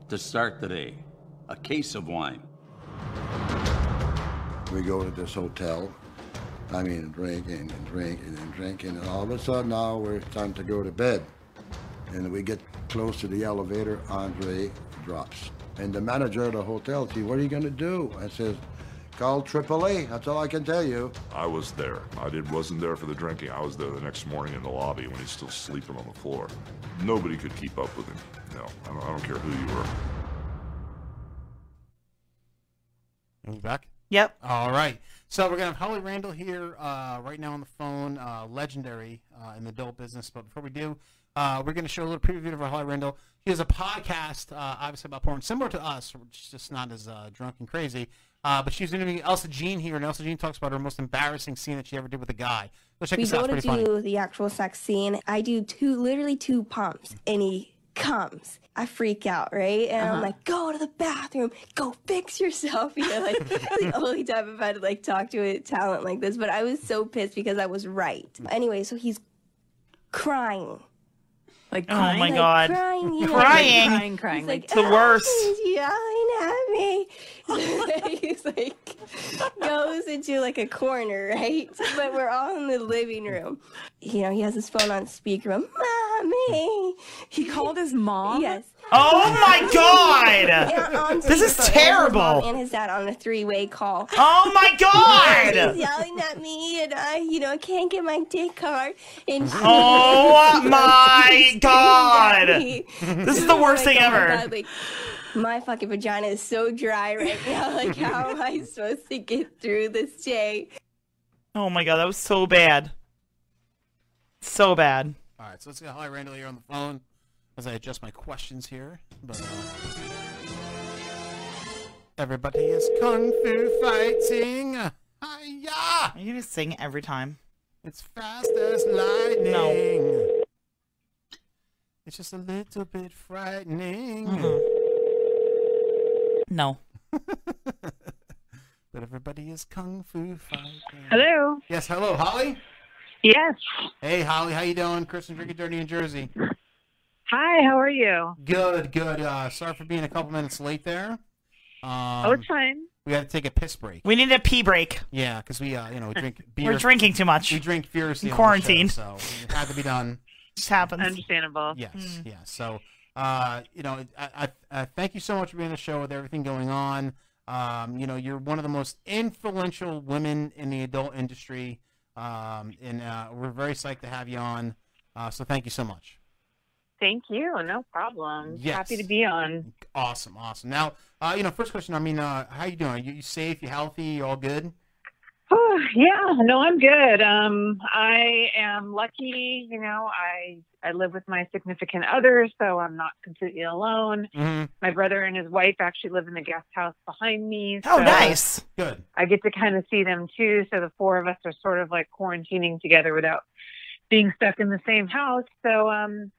Speaker 11: to start the day. A case of wine.
Speaker 26: We go to this hotel. I mean, drinking and drinking and drinking, and all of a sudden now we're it's time to go to bed. And we get close to the elevator, Andre drops. And the manager of the hotel says, what are you going to do? I says, call AAA, that's all I can tell you.
Speaker 28: I was there. I did, wasn't there for the drinking. I was there the next morning in the lobby when he's still sleeping on the floor. Nobody could keep up with him. No, I don't, I don't care who you were.
Speaker 13: Are we back?
Speaker 23: Yep.
Speaker 13: All right. So we're gonna have Holly Randall here uh, right now on the phone, uh, legendary uh, in the adult business. But before we do, uh, we're gonna show a little preview of our Holly Randall. She has a podcast, uh, obviously about porn, similar to us, which is just not as uh, drunk and crazy. Uh, but she's interviewing Elsa Jean here, and Elsa Jean talks about her most embarrassing scene that she ever did with a guy. Go check
Speaker 4: we
Speaker 13: this out;
Speaker 4: go
Speaker 13: it's
Speaker 4: to
Speaker 13: pretty
Speaker 4: do
Speaker 13: funny.
Speaker 4: the actual sex scene. I do two, literally two pumps, and he comes. I freak out, right? And I'm
Speaker 29: Uh-huh.
Speaker 4: like, go to the bathroom, go fix yourself. You know, like it's the only time I've had to like talk to a talent like this. But I was so pissed because I was right. Anyway, so he's crying. Like
Speaker 23: Oh my
Speaker 4: like,
Speaker 23: God.
Speaker 4: crying, you know,
Speaker 23: Crying.
Speaker 4: like-
Speaker 23: Crying, crying,
Speaker 4: He's
Speaker 23: like-
Speaker 4: like,
Speaker 23: The worst.
Speaker 4: "Ah, He's yelling at me. he's like goes into like a corner, right? But we're all in the living room. You know, he has his phone on speaker. but, Mommy. He called his mom. Yes.
Speaker 23: Oh my God.
Speaker 4: Yeah, on
Speaker 23: This is
Speaker 4: speakerphone, and his mom
Speaker 23: terrible.
Speaker 4: And his dad on a three-way call.
Speaker 23: Oh my God.
Speaker 4: He's yelling at me, and I, you know, can't get my dick hard. And
Speaker 23: Oh my
Speaker 4: He's screaming
Speaker 23: God.
Speaker 4: at me.
Speaker 23: This is the worst
Speaker 4: Like,
Speaker 23: thing
Speaker 4: oh my
Speaker 23: ever.
Speaker 4: God, like, my fucking vagina is so dry right now. Like, how am I supposed to get through this day?
Speaker 23: Oh my god, that was so bad. So bad.
Speaker 13: All right, so let's get Holly Randall here on the phone as I adjust my questions here. But uh, everybody is kung fu fighting. Hiya!
Speaker 23: Are you gonna sing every time?
Speaker 13: It's fast as lightning.
Speaker 23: No.
Speaker 13: It's just a little bit frightening.
Speaker 4: Mm-hmm.
Speaker 23: No.
Speaker 13: But everybody is kung fu fighting.
Speaker 5: Hello.
Speaker 13: Yes, hello, Holly.
Speaker 5: Yes.
Speaker 13: Hey, Holly, how you doing? Chris and Drinking Dirty in Jersey.
Speaker 5: Hi, how are you?
Speaker 13: Good, good. Uh, sorry for being a couple minutes late there. Um,
Speaker 5: oh, it's fine.
Speaker 13: We had to take a piss break.
Speaker 23: We need a pee break.
Speaker 13: Yeah, because we, uh, you know, we drink beer.
Speaker 23: We're drinking too much.
Speaker 13: We drink furiously.
Speaker 23: In
Speaker 13: on the show,
Speaker 23: quarantine.
Speaker 13: so it had to be done.
Speaker 23: Just happens.
Speaker 5: Understandable.
Speaker 13: Yes, yeah. So, uh, you know, I, I, I thank you so much for being on the show with everything going on. Um, you know, you're one of the most influential women in the adult industry, um, and uh, we're very psyched to have you on. Uh, so, thank you so much.
Speaker 5: Thank you. No problem.
Speaker 13: Yes.
Speaker 5: Happy to be on.
Speaker 13: Awesome, awesome. Now, uh, you know, first question. I mean, uh, how you doing? Are you, you safe? You healthy? You all good?
Speaker 30: Oh, yeah, no, I'm good. Um, I am lucky, you know. I I live with my significant other, so I'm not completely alone.
Speaker 13: Mm-hmm.
Speaker 30: My brother and his wife actually live in the guest house behind me.
Speaker 23: Oh,
Speaker 30: so
Speaker 23: nice.
Speaker 13: Good.
Speaker 30: I get to kind of see them too. So the four of us are sort of like quarantining together without being stuck in the same house. So, um,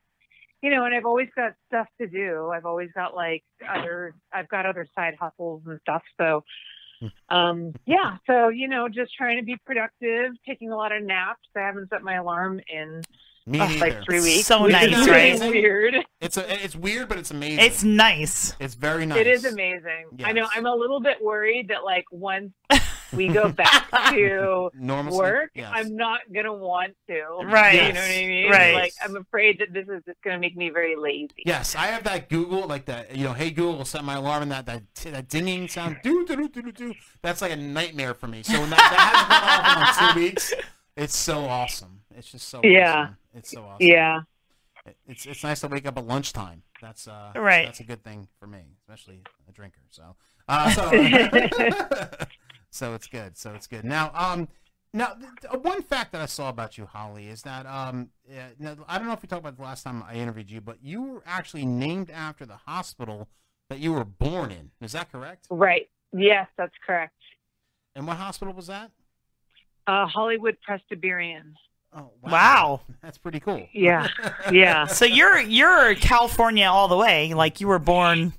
Speaker 30: you know, and I've always got stuff to do. I've always got like other, I've got other side hustles and stuff. So,
Speaker 13: Hmm.
Speaker 30: um, yeah. So, you know, just trying to be productive, taking a lot of naps. I haven't set my alarm in
Speaker 13: Me
Speaker 30: uh, like
Speaker 13: neither.
Speaker 30: three weeks.
Speaker 13: So
Speaker 30: which is
Speaker 13: nice, right?
Speaker 30: really Weird.
Speaker 13: It's a, it's weird, but it's amazing.
Speaker 30: It's
Speaker 23: nice.
Speaker 13: It's very nice.
Speaker 30: It is amazing. I know.
Speaker 13: Yes.
Speaker 30: I'm a little bit worried that like once we go back to
Speaker 13: Normal sleep,
Speaker 30: work,
Speaker 13: yes.
Speaker 30: I'm not gonna want to.
Speaker 13: Right.
Speaker 30: You know what I mean?
Speaker 13: Right.
Speaker 30: Like I'm afraid that this is just gonna make me very lazy.
Speaker 13: Yes, I have that Google, like that, you know, hey Google, set my alarm and that that, that dinging sound, doo doo doo doo doo doo. That's like a nightmare for me. So when that, that hasn't gone off in like two weeks, it's so awesome. It's just so
Speaker 30: Yeah.
Speaker 13: awesome. It's so awesome.
Speaker 30: Yeah.
Speaker 13: It- It's it's nice to wake up at lunchtime. That's uh
Speaker 30: Right.
Speaker 13: That's a good thing for me, especially a drinker. So uh, so, so it's good. So it's good. Now um. Now, th- th- uh, one fact that I saw about you, Holly, is that um, yeah, now, I don't know if we talked about the last time I interviewed you, but you were actually named after the hospital that you were born in. Is that correct?
Speaker 30: Right. Yes, that's correct.
Speaker 13: And what hospital was that?
Speaker 30: Uh, Hollywood Presbyterian.
Speaker 13: Oh
Speaker 23: Wow.
Speaker 13: That's pretty cool.
Speaker 30: Yeah. Yeah.
Speaker 23: So you're you're California all the way. Like you were born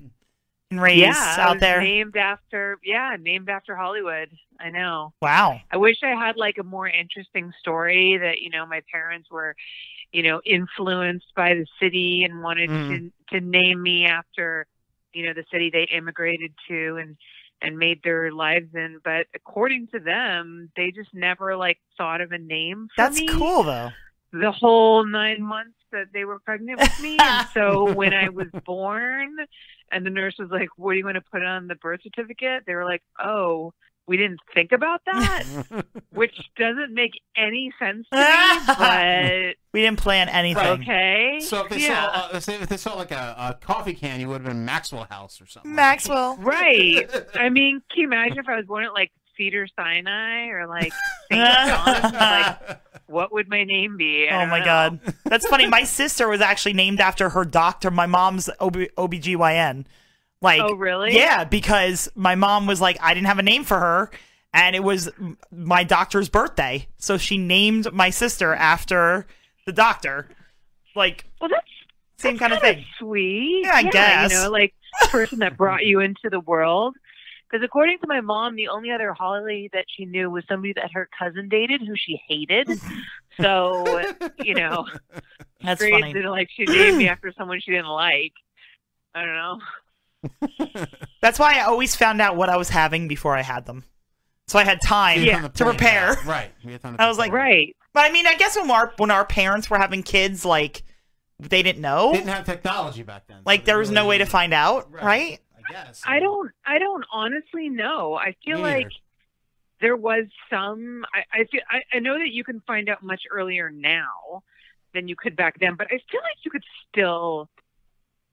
Speaker 23: and raised
Speaker 30: yeah, I
Speaker 23: out
Speaker 30: was
Speaker 23: there.
Speaker 30: Named after yeah, named after Hollywood. I know.
Speaker 23: Wow.
Speaker 30: I wish I had like a more interesting story that you know my parents were, you know, influenced by the city and wanted
Speaker 13: Mm.
Speaker 30: to to name me after, you know, the city they immigrated to and and made their lives in. But according to them, they just never like thought of a name. For
Speaker 23: That's
Speaker 30: me
Speaker 23: cool though.
Speaker 30: The whole nine months that they were pregnant with me. and so when I was born and the nurse was like, What do you want to put on the birth certificate? They were like, Oh, we didn't think about that which doesn't make any sense to me,
Speaker 23: we didn't plan
Speaker 13: Right.
Speaker 23: anything.
Speaker 30: Uh, Okay.
Speaker 13: So if they
Speaker 30: Yeah.
Speaker 13: saw, uh, say if they saw like a, a coffee can, you would have been Maxwell House or something.
Speaker 23: Maxwell.
Speaker 30: but right. I mean, can you imagine if I was born at like Cedar Sinai or like St. John's? like, what would my name be? I
Speaker 23: Oh
Speaker 30: don't
Speaker 23: my
Speaker 30: know.
Speaker 23: god. That's funny. My sister was actually named after her doctor, my mom's OB- OBGYN. Like
Speaker 30: Oh, really?
Speaker 23: Yeah, because my mom was like I didn't have a name for her and it was m- my doctor's birthday. So she named my sister after the doctor. Like
Speaker 30: Well, that's
Speaker 23: same kind of thing.
Speaker 30: Sweet.
Speaker 23: Yeah, I guess.
Speaker 30: You know, like the person that brought you into the world. Because according to my mom, the only other Holly that she knew was somebody that her cousin dated, who she hated. So you know,
Speaker 23: That's
Speaker 30: great
Speaker 23: funny.
Speaker 30: that, like she named me after someone she didn't like. I don't know.
Speaker 23: That's why I always found out what I was having before I had them. So I had time
Speaker 13: You're on the
Speaker 23: to
Speaker 13: plane,
Speaker 23: prepare.
Speaker 13: yeah. Right. You're on the
Speaker 23: I was like,
Speaker 30: right.
Speaker 23: But I mean, I guess when our when our parents were having kids, like they didn't know,
Speaker 13: didn't have technology back then.
Speaker 23: like there was no way to find out, right?
Speaker 30: I don't. I don't honestly know. I feel
Speaker 23: Me neither.
Speaker 30: like there was some. I, I feel. I, I know that you can find out much earlier now than you could back then, but I feel like you could still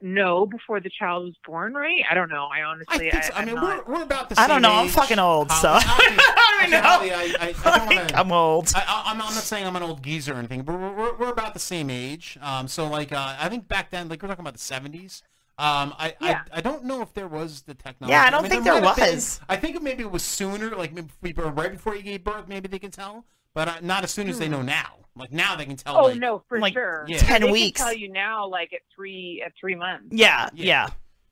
Speaker 30: know before the child was born, right? I don't know. I honestly. I,
Speaker 13: think so. I
Speaker 30: I'm
Speaker 13: mean,
Speaker 30: not-
Speaker 13: we're, we're about the
Speaker 23: I
Speaker 13: same
Speaker 23: don't know. I'm
Speaker 13: age.
Speaker 23: fucking old, so
Speaker 13: Holly,
Speaker 23: I don't even
Speaker 13: Holly,
Speaker 23: know.
Speaker 13: I, I, I don't wanna,
Speaker 23: I'm old.
Speaker 13: I, I, I'm not saying I'm an old geezer or anything, but we're, we're, we're about the same age. Um, so like, uh, I think back then, like we're talking about the 70s. Um, I,
Speaker 23: Yeah.
Speaker 13: I I don't know if there was the technology.
Speaker 23: Yeah, I don't
Speaker 13: mean,
Speaker 23: think there
Speaker 13: might have been.
Speaker 23: was.
Speaker 13: I think maybe it was sooner, like maybe we were right before you gave birth. Maybe they can tell, but uh, not as soon as they know now. Like now they can tell.
Speaker 30: Hmm. Oh
Speaker 13: like,
Speaker 30: no, for sure.
Speaker 13: yeah.
Speaker 30: They
Speaker 13: 10
Speaker 30: can
Speaker 13: weeks.
Speaker 30: tell you now, like at three at three months.
Speaker 13: Yeah, Yeah. yeah.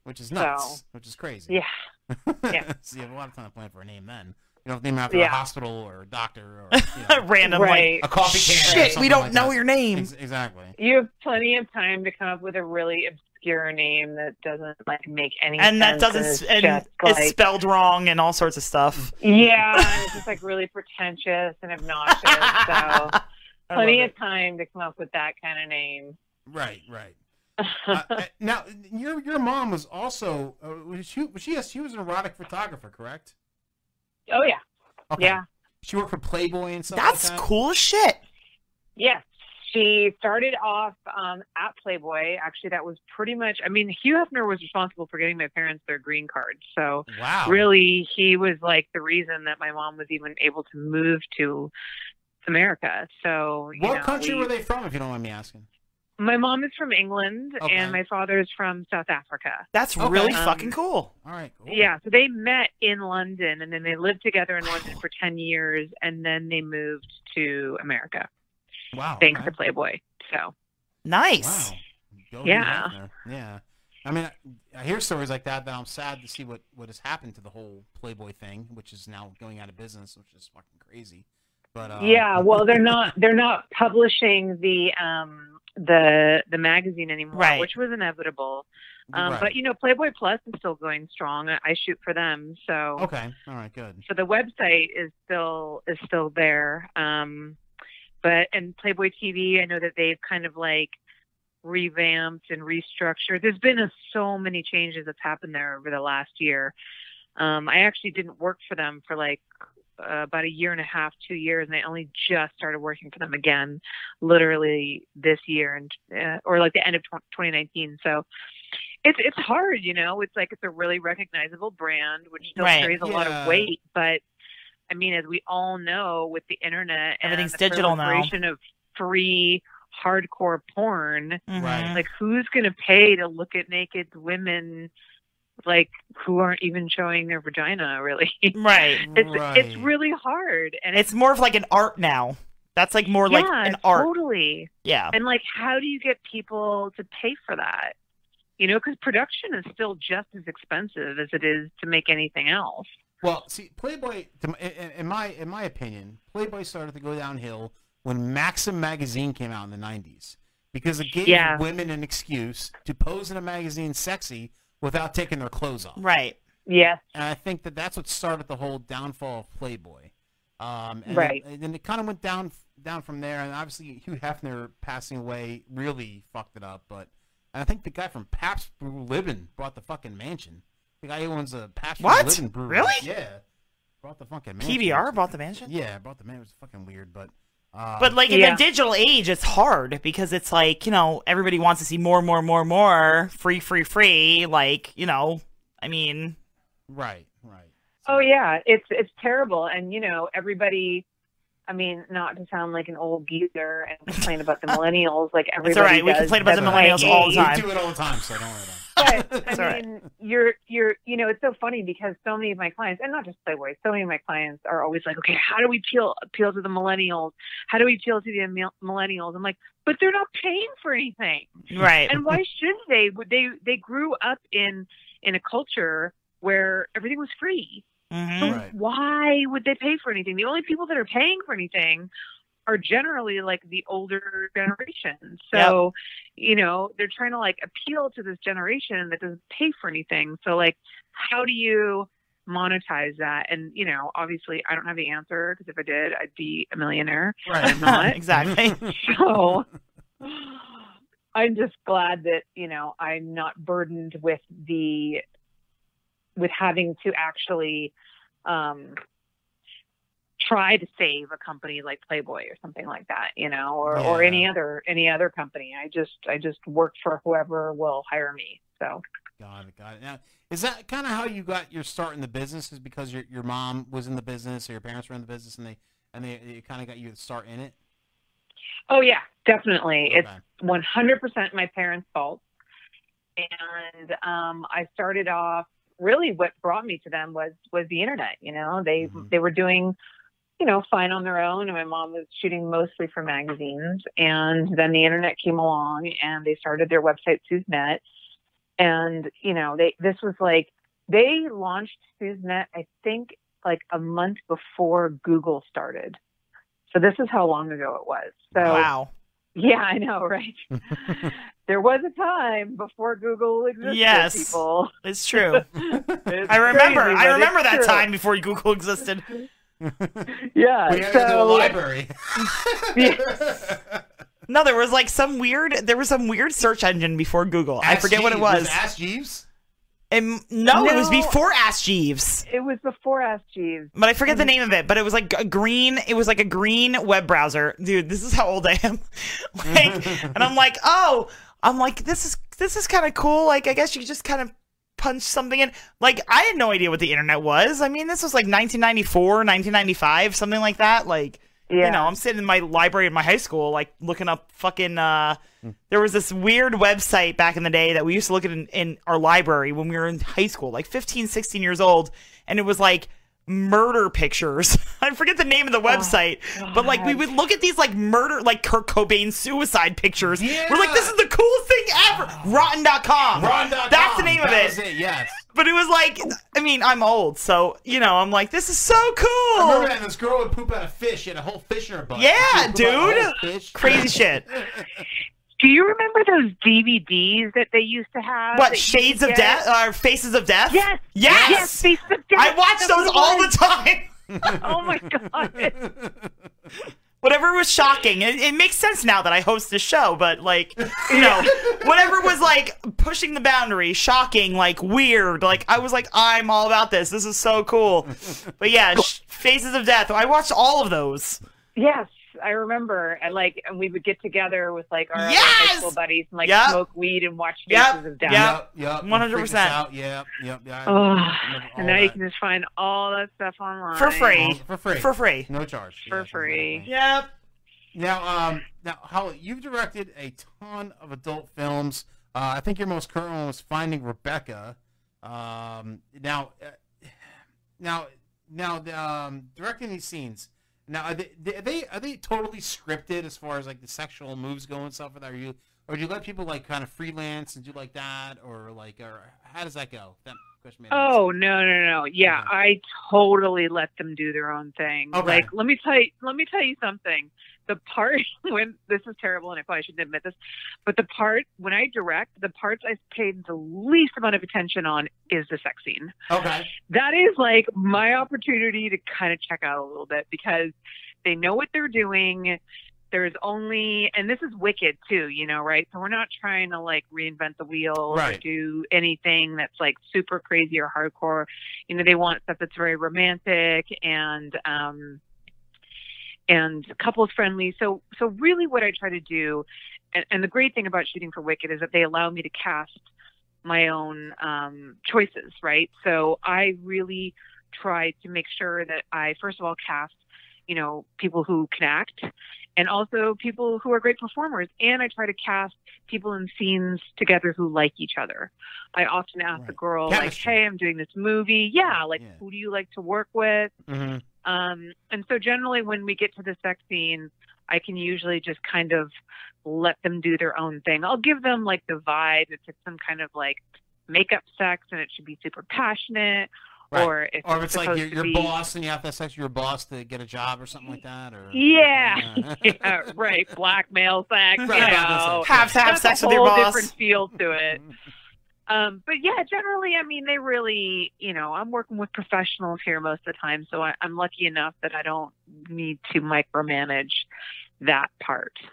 Speaker 13: Which is nuts.
Speaker 30: So-
Speaker 13: Which is crazy.
Speaker 30: Yeah.
Speaker 13: yeah. so you have a lot of time to plan for a name then. You don't have to name it after
Speaker 23: Yeah.
Speaker 13: a hospital or a doctor or you know,
Speaker 23: Random, like, Right.
Speaker 13: a coffee can. or
Speaker 23: shit, we
Speaker 13: something
Speaker 23: don't
Speaker 13: like
Speaker 23: know
Speaker 13: that.
Speaker 23: your name.
Speaker 13: Ex- exactly.
Speaker 30: You have plenty of time to come up with a really obscure name that doesn't like make any
Speaker 23: and that
Speaker 30: sense
Speaker 23: doesn't
Speaker 30: is
Speaker 23: s- and
Speaker 30: just,
Speaker 23: it's
Speaker 30: like-
Speaker 23: spelled wrong and all sorts of stuff.
Speaker 30: yeah, and it's just like really pretentious and obnoxious. So plenty
Speaker 13: love
Speaker 30: of time to come up with that kind of name.
Speaker 13: Right. Right. Uh, uh, now, your your mom was also uh, was she was she, yes, she was an erotic photographer, correct?
Speaker 30: Oh yeah,
Speaker 13: Okay.
Speaker 30: yeah,
Speaker 13: She worked for Playboy and stuff.
Speaker 30: That's
Speaker 13: like that?
Speaker 23: cool as shit.
Speaker 30: yes. She started off um, at Playboy. Actually, that was pretty much. I mean, Hugh Hefner was responsible for getting my parents their green card. So
Speaker 23: Wow.
Speaker 30: really, he was like the reason that my mom was even able to move to America. So Oh, you
Speaker 13: What
Speaker 30: know,
Speaker 13: country
Speaker 30: we-
Speaker 13: were they from, if you don't mind me asking?
Speaker 30: My mom is from England,
Speaker 13: Okay.
Speaker 30: and my father is from South Africa.
Speaker 13: That's Okay. really
Speaker 30: um,
Speaker 13: fucking
Speaker 23: cool.
Speaker 13: All right.
Speaker 30: Yeah, so they met in London, and then they lived together in London for ten years, and then they moved to America.
Speaker 13: Wow.
Speaker 30: Thanks
Speaker 13: okay.
Speaker 30: to Playboy. So
Speaker 23: Nice.
Speaker 13: Go
Speaker 30: Yeah.
Speaker 13: Hefner. Yeah. I mean, I, I hear stories like that, but I'm sad to see what, what has happened to the whole Playboy thing, which is now going out of business, which is fucking crazy. But uh,
Speaker 30: yeah, well, they're not they're not publishing the um the the magazine anymore,
Speaker 13: Right.
Speaker 30: which was inevitable. Um,
Speaker 13: Right.
Speaker 30: But you know, Playboy Plus is still going strong. I I shoot for them, so
Speaker 13: Okay. All right. Good.
Speaker 30: so the website is still is still there um but and playboy tv i know that they've kind of like revamped and restructured there's been a, so many changes that's happened there over the last year um i actually didn't work for them for like uh, about a year and a half two years and i only just started working for them again literally this year and uh, or like the end of tw 2019 so it's
Speaker 23: Uh,
Speaker 30: it's hard, you know. It's like it's a really recognizable brand, which still
Speaker 23: Right.
Speaker 30: carries a lot
Speaker 23: Yeah.
Speaker 30: of weight. But I mean, as we all know, with the internet, and
Speaker 23: Everything's
Speaker 30: the
Speaker 23: digital now.
Speaker 30: proliferation Of free hardcore porn,
Speaker 23: Right.
Speaker 30: like who's going to pay to look at naked women? Like who aren't even showing their vagina, really?
Speaker 23: Right.
Speaker 30: it's it's
Speaker 23: Right.
Speaker 30: really hard, and
Speaker 23: It's more of like an art now. That's like more like
Speaker 30: yeah,
Speaker 23: an art.
Speaker 30: Totally.
Speaker 23: Yeah.
Speaker 30: And like, how do you get people to pay for that? You know, because production is still just as expensive as it is to make anything else.
Speaker 13: Well, see, Playboy, to, my- in, in my in my opinion, Playboy started to go downhill when Maxim magazine came out in the '90s because it gave
Speaker 30: Yeah.
Speaker 13: women an excuse to pose in a magazine sexy without taking their clothes off.
Speaker 23: Right.
Speaker 30: Yes.
Speaker 13: And I think that that's what started the whole downfall of Playboy. Um, and
Speaker 30: Right.
Speaker 13: Then, and then it kind of went down down from there, and obviously Hugh Hefner passing away really fucked it up. But and I think the guy from Pabst Brew Libin brought the fucking mansion. The guy who owns the Pabst
Speaker 23: What?
Speaker 13: Brew Libin brewery.
Speaker 23: Really?
Speaker 13: Yeah. Brought the fucking mansion.
Speaker 23: PBR bought the mansion.
Speaker 13: Yeah, brought the mansion. It was fucking weird, but. Uh,
Speaker 23: But like in the digital age, it's hard because it's like you know everybody wants to see more, more, more, more, free, free, free. Like you know, I mean,
Speaker 13: right, right.
Speaker 30: Oh yeah, it's it's terrible, and you know everybody. I mean, not to sound like an old geezer and complain about the millennials, like everybody.
Speaker 23: It's all right. We
Speaker 30: does,
Speaker 23: complain about the
Speaker 30: but, like,
Speaker 23: millennials all the
Speaker 30: hey,
Speaker 23: time.
Speaker 13: do it all the time, so don't worry about it.
Speaker 30: But
Speaker 23: It's all
Speaker 30: I
Speaker 23: right.
Speaker 30: mean, you're you're you know, it's so funny because so many of my clients, and not just Playboy, so many of my clients are always like, okay, how do we appeal appeal to the millennials? How do we appeal to the mil- millennials? I'm like, but they're not paying for anything,
Speaker 23: Right.
Speaker 30: And why should they? Would They they grew up in in a culture where everything was free. So
Speaker 23: Mm-hmm.
Speaker 30: why would they pay for anything? The only people that are paying for anything are generally like the older generation. So, you know, they're trying to like appeal to this generation that doesn't pay for anything. So like how do you monetize that? And you know, obviously I don't have the answer because if I did, I'd be a millionaire.
Speaker 23: Right.
Speaker 30: I'm not.
Speaker 23: Exactly.
Speaker 30: So I'm just glad that, you know, I'm not burdened with the with having to actually um try to save a company like Playboy or something like that, you know, or, or any other any other company. I just I just work for whoever will hire me. So
Speaker 13: Got it. Got it. Now, is that kind of how you got your start in the business? Is because your your mom was in the business, or your parents were in the business, and they and they, they kind of got you to start in it?
Speaker 30: Oh yeah, definitely. It's one hundred percent my parents' fault. And um, I started off really what brought me to them was was the internet. You know, they they were doing you know fine on their own, and my mom was shooting mostly for magazines. And then the internet came along, and they started their website SuzNet. And you know, they this was like they launched SuzNet, I think, like a month before Google started. So this is how long ago it was. So
Speaker 23: wow.
Speaker 30: yeah, I know, right? there was a time before Google existed.
Speaker 23: Yes.
Speaker 30: people.
Speaker 23: It's true.
Speaker 30: It's
Speaker 23: I remember.
Speaker 30: crazy, but
Speaker 23: I remember
Speaker 30: it's
Speaker 23: that
Speaker 30: true.
Speaker 23: time before Google existed.
Speaker 30: Yeah.
Speaker 23: We had to go to the
Speaker 30: so-
Speaker 23: library.
Speaker 30: Yeah.
Speaker 23: No, there was like some weird. There was some weird search engine before Google. I
Speaker 13: Ask
Speaker 23: forget what it
Speaker 13: Jeeves.
Speaker 23: was.
Speaker 13: Ask Jeeves.
Speaker 23: Um, no, it was
Speaker 30: No.
Speaker 23: before Ask Jeeves.
Speaker 30: It was before Ask Jeeves.
Speaker 23: But I forget the name of it, but it was like a green. It was like a green web browser, dude. This is how old I am. like, and I'm like, oh, I'm like, this is this is kind of cool. Like, I guess you could just kind of punch something in. Like, I had no idea what the internet was. I mean, this was like 1994, 1995, something like that. Like,
Speaker 30: Yeah.
Speaker 23: you know, I'm sitting in my library in my high school, like looking up fucking. Uh, there was this weird website back in the day that we used to look at in, in our library when we were in high school, like 15, 16 years old, and it was like murder pictures. I forget the name of
Speaker 13: Oh,
Speaker 23: the website, but like we would look at these like murder, like Kurt Cobain suicide pictures. We're like, this is the coolest thing
Speaker 13: Oh.
Speaker 23: ever. Rotten.com.
Speaker 13: Rotten.com.
Speaker 23: That's the name of
Speaker 13: That
Speaker 23: it.
Speaker 13: was it, yes.
Speaker 23: But it was like, I mean, I'm old, so you know, I'm like, this is so cool.
Speaker 13: I remember that, and this girl would poop out a fish. She had a whole fish in her butt. She
Speaker 23: Yeah,
Speaker 13: would poop out a whole
Speaker 23: dude.
Speaker 13: fish.
Speaker 23: Crazy shit.
Speaker 30: Do you remember those DVDs that they used to have?
Speaker 23: What
Speaker 30: that you
Speaker 23: Shades
Speaker 30: could
Speaker 23: of
Speaker 30: get?
Speaker 23: Death or Faces of Death? Yes. Yes.
Speaker 30: Yes, Faces of Death.
Speaker 23: I watch
Speaker 30: That's
Speaker 23: those
Speaker 30: what it
Speaker 23: all the
Speaker 30: was.
Speaker 23: time.
Speaker 30: oh my god.
Speaker 23: Whatever was shocking. It, it makes sense now that I host this show, but like, you know, whatever was like pushing the boundary, shocking, like weird. Like I was like, I'm all about this. This is so cool. But yeah, sh- Faces of Death. I watched all of those.
Speaker 30: Yes, I remember. And like, and we would get together with like our other high school buddies and like
Speaker 23: Yep.
Speaker 30: smoke weed and watch Faces
Speaker 23: Yep.
Speaker 30: of Death.
Speaker 23: Yep.
Speaker 13: Yep.
Speaker 23: One hundred percent.
Speaker 13: Yep. Yep. Yeah. I
Speaker 30: Ugh.
Speaker 13: remember all
Speaker 30: and now you
Speaker 13: that.
Speaker 30: can just find all that stuff online
Speaker 23: For free.
Speaker 13: For free.
Speaker 23: For free.
Speaker 13: No charge.
Speaker 30: For free.
Speaker 23: Yep.
Speaker 13: Now, um, now, Holly, you've directed a ton of adult films. Uh, I think your most current one was Finding Rebecca. Um, now, uh, now, now, um, directing these scenes. Now, are they, they- are they are they totally scripted as far as like the sexual moves go and stuff? Or are you or do you let people like kind of freelance and do like that, or like, or how does that go? That question. made no
Speaker 30: Oh no no no! Yeah, I totally let them do their own thing.
Speaker 13: Okay.
Speaker 30: Like, let me tell you, let me tell you something. The part when this is terrible, and I probably shouldn't admit this, but the part when I direct, the parts I paid the least amount of attention on is the sex scene.
Speaker 13: sense. Okay.
Speaker 30: That is like my opportunity to kind of check out a little bit because they know what they're doing. There's only, and this is wicked too, you know, right? So we're not trying to like reinvent the wheel or
Speaker 13: Right.
Speaker 30: do anything that's like super crazy or hardcore. You know, they want stuff that's very romantic and, um, and couples friendly. So, so really what I try to do, and, and the great thing about shooting for Wicked is that they allow me to cast my own um, choices, right? So I really try to make sure that I, first of all, cast, you know, people who can act and also people who are great performers. And I try to cast people in scenes together who like each other. I often ask the girl,
Speaker 13: Chemistry.
Speaker 30: like, hey, I'm doing this movie. Yeah, like, who do you like to work with?
Speaker 13: Mm-hmm.
Speaker 30: Um, and so generally, when we get to the sex scene, I can usually just kind of let them do their own thing. I'll give them like the vibe if it's some kind of like makeup sex and it should be super passionate,
Speaker 13: Right.
Speaker 30: or if
Speaker 13: or if
Speaker 30: it's,
Speaker 13: it's like
Speaker 30: supposed
Speaker 13: your,
Speaker 30: to
Speaker 13: your
Speaker 30: be-
Speaker 13: boss and you have to have sex with your boss to get a job or something like that, or
Speaker 30: Yeah, yeah, right. Blackmail sex. You
Speaker 13: Right.
Speaker 30: know.
Speaker 13: Have- have
Speaker 30: That's
Speaker 13: sex
Speaker 30: a
Speaker 13: with your
Speaker 30: whole
Speaker 13: boss.
Speaker 30: Different feel to it. Um, but yeah, generally, I mean, they really, you know, I'm working with professionals here most of the time, so I, I'm lucky enough that I don't need to micromanage that part. So.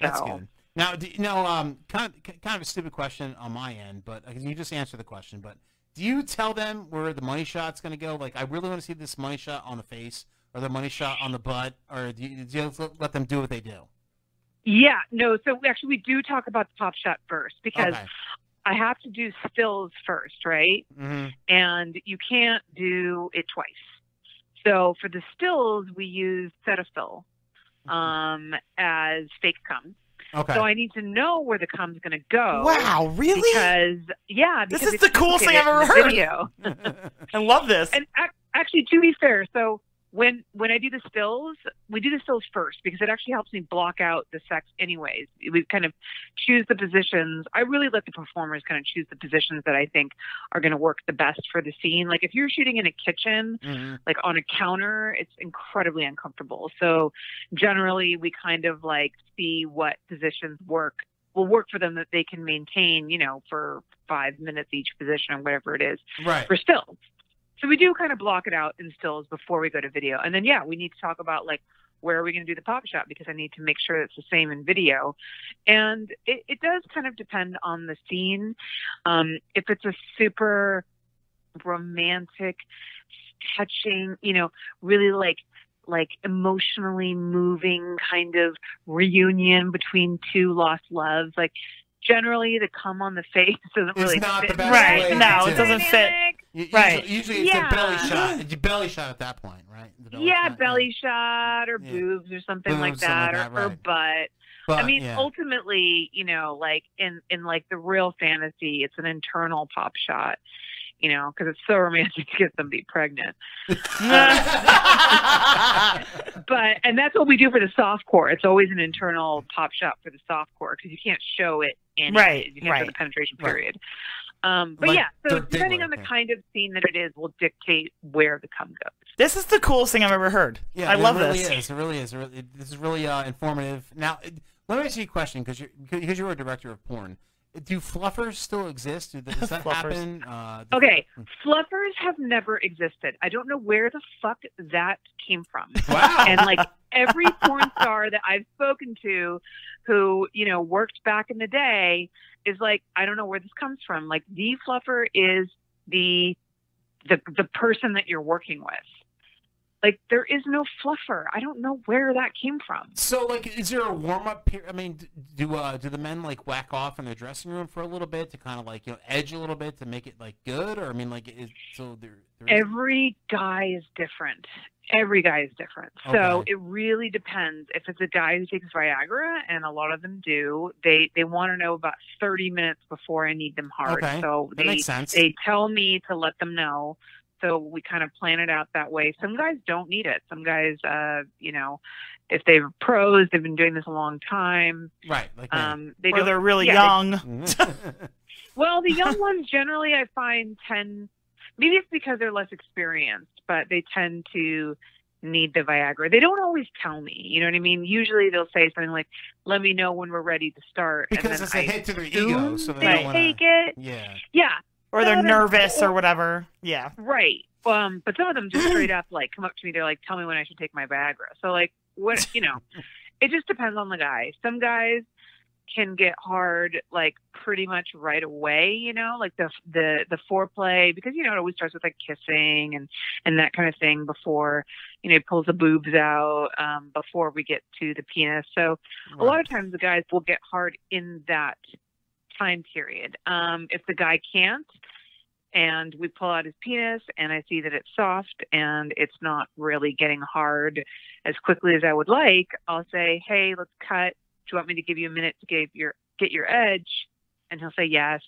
Speaker 13: That's good. Now, do you know, um, kind of, kind of a stupid question on my end, but uh, you just answered the question. But do you tell them where the money shot's going to go? Like, I really want to see this money shot on the face or the money shot on the butt, or do you, do you just let them do what they do?
Speaker 30: Yeah, no. So actually, we do talk about the pop shot first because
Speaker 13: Okay.
Speaker 30: I have to do stills first, right?
Speaker 13: Mm-hmm.
Speaker 30: And you can't do it twice. So for the stills, we use Cetaphil
Speaker 23: Mm-hmm.
Speaker 30: um, as fake cum.
Speaker 13: Okay.
Speaker 30: So I need to know where the cum's going to go.
Speaker 23: Wow, really?
Speaker 30: Because yeah,
Speaker 23: This
Speaker 30: because
Speaker 23: is
Speaker 30: they
Speaker 23: the coolest thing
Speaker 30: duplicate
Speaker 23: I've
Speaker 30: it in
Speaker 23: ever
Speaker 30: the
Speaker 23: heard.
Speaker 30: Video.
Speaker 23: I love this.
Speaker 30: And ac- actually, to be fair, so when when I do the stills, we do the stills first because it actually helps me block out the sex. Anyways, we kind of choose the positions. I really let the performers kind of choose the positions that I think are going to work the best for the scene. Like if you're shooting in a kitchen,
Speaker 13: Mm-hmm.
Speaker 30: like on a counter, it's incredibly uncomfortable. So generally, we kind of like see what positions work will work for them that they can maintain, you know, for five minutes each position or whatever it is
Speaker 13: Right.
Speaker 30: for stills. So we do kind of block it out in stills before we go to video. And then, yeah, we need to talk about like where are we going to do the pop shop because I need to make sure it's the same in video. And it, it does kind of depend on the scene. Um, if it's a super romantic, touching, you know, really like like emotionally moving kind of reunion between two lost loves, like generally the cum on the face doesn't
Speaker 13: It's
Speaker 30: really
Speaker 13: not
Speaker 30: fit.
Speaker 13: the best
Speaker 23: Right,
Speaker 13: way
Speaker 23: no,
Speaker 13: to
Speaker 23: it
Speaker 13: do
Speaker 23: doesn't fit.
Speaker 13: Usually,
Speaker 23: Right.
Speaker 13: Usually it's
Speaker 30: Yeah.
Speaker 13: a belly shot. It's a belly shot at that point, right? The belly
Speaker 30: yeah,
Speaker 13: shot.
Speaker 30: belly shot or boobs or something like
Speaker 13: Boobs, something like
Speaker 30: that, or,
Speaker 13: that,
Speaker 30: or
Speaker 13: right.
Speaker 30: butt. I
Speaker 13: Butt,
Speaker 30: mean,
Speaker 13: yeah.
Speaker 30: ultimately, you know, like in in like the real fantasy, it's an internal pop shot, you know, because it's so romantic to get somebody pregnant. but and that's what we do for the soft core. It's always an internal pop shot for the soft core because you can't show it in
Speaker 23: Right,
Speaker 30: You can't show
Speaker 23: right.
Speaker 30: the penetration
Speaker 23: Right.
Speaker 30: period. Um, but
Speaker 23: Like
Speaker 30: yeah, so
Speaker 23: Dirk
Speaker 30: depending
Speaker 23: Diggler,
Speaker 30: on the
Speaker 23: yeah.
Speaker 30: kind of scene that it is, will dictate where the cum goes.
Speaker 23: This is the coolest thing I've ever heard.
Speaker 13: Yeah,
Speaker 23: I
Speaker 13: it
Speaker 23: love
Speaker 13: really
Speaker 23: this.
Speaker 13: Is. It really is. It really- it- This is really uh, informative. Now, it- let me ask you a question because you're because you were a director of porn. Do fluffers still exist? Do, does that happen? Uh, do-
Speaker 30: Okay, fluffers have never existed. I don't know where the fuck that came from.
Speaker 13: Wow.
Speaker 30: And like every porn star that I've spoken to who, you know, worked back in the day is like, I don't know where this comes from. Like the fluffer is the the the person that you're working with. Like there is no fluffer. I don't know where that came from.
Speaker 13: So, like, is there a warm up period? I mean, d- do uh, do the men like whack off in their dressing room for a little bit to kind of like you know edge a little bit to make it like good, or I mean, like, is so there. there is-
Speaker 30: Every guy is different. Every guy is different. So
Speaker 13: Okay.
Speaker 30: it really depends. If it's a guy who takes Viagra, and a lot of them do, they they want to know about 30 minutes before I need them hard.
Speaker 13: Okay.
Speaker 30: So
Speaker 13: That
Speaker 30: they
Speaker 13: makes sense.
Speaker 30: they tell me to let them know. So we kind of plan it out that way. Some guys don't need it. Some guys, uh, you know, if they're pros, they've been doing this a long time.
Speaker 13: Right. Like me. Mm-hmm.
Speaker 30: Um, they
Speaker 23: Or
Speaker 30: don't-
Speaker 23: they're really
Speaker 30: yeah, they-
Speaker 23: young.
Speaker 30: well, the young ones generally, I find, tend maybe it's because they're less experienced, but they tend to need the Viagra. They don't always tell me, you know what I mean? Usually they'll say something like, "Let me know when we're ready to start," and
Speaker 13: because
Speaker 30: then
Speaker 13: it's a
Speaker 30: I
Speaker 13: hit to their
Speaker 30: assume
Speaker 13: ego, so they
Speaker 30: they
Speaker 13: don't wanna-
Speaker 30: take it.
Speaker 13: Yeah.
Speaker 30: Yeah,
Speaker 23: Or they're
Speaker 30: Some of them-
Speaker 23: nervous or whatever. Yeah.
Speaker 30: Right. Um, but some of them just straight up like come up to me. They're like, "Tell me when I should take my Viagra." So like, what you know, it just depends on the guy. Some guys can get hard like pretty much right away. You know, like the the the foreplay because you know it always starts with like kissing and and that kind of thing before you know he pulls the boobs out um, before we get to the penis. So a lot of times the guys will get hard in that time period. Um, if the guy can't, and we pull out his penis and I see that it's soft and it's not really getting hard as quickly as I would like, I'll say, "Hey, let's cut. Do you want me to give you a minute to get your get your edge?" And he'll say, "Yes."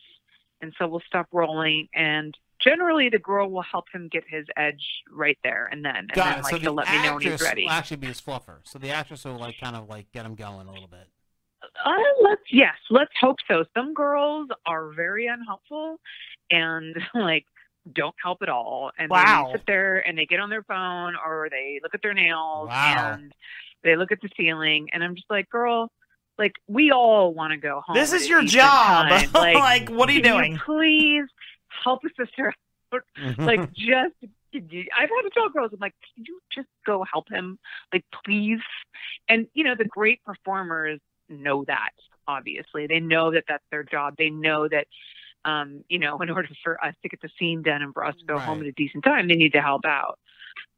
Speaker 30: And so we'll stop rolling and generally the girl will help him get his edge right there and then and
Speaker 13: Got
Speaker 30: then
Speaker 13: it.
Speaker 30: like
Speaker 13: so
Speaker 30: he'll
Speaker 13: the
Speaker 30: let me know when he's
Speaker 13: actress
Speaker 30: ready.
Speaker 13: will actually be his fluffer. So the actress will like kind of like get him going a little bit.
Speaker 30: Uh, let's yes, let's hope so. Some girls are very unhelpful and like don't help at all. And
Speaker 23: Wow.
Speaker 30: they sit there and they get on their phone or they look at their nails
Speaker 23: Wow.
Speaker 30: and they look at the ceiling. And I'm just like, girl, like we all want to go home.
Speaker 23: This
Speaker 30: at
Speaker 23: is
Speaker 30: a
Speaker 23: your
Speaker 30: decent
Speaker 23: job.
Speaker 30: time.
Speaker 23: Like, what are you
Speaker 30: can
Speaker 23: doing?
Speaker 30: please help a sister out.
Speaker 13: Mm-hmm.
Speaker 30: like just. I've had to tell girls, I'm like, can you just go help him? Like, please. And, you know, the great performers know that, obviously. They know that that's their job. They know that, um, you know, in order for us to get the scene done and for us to go home at a decent time, they need to help out.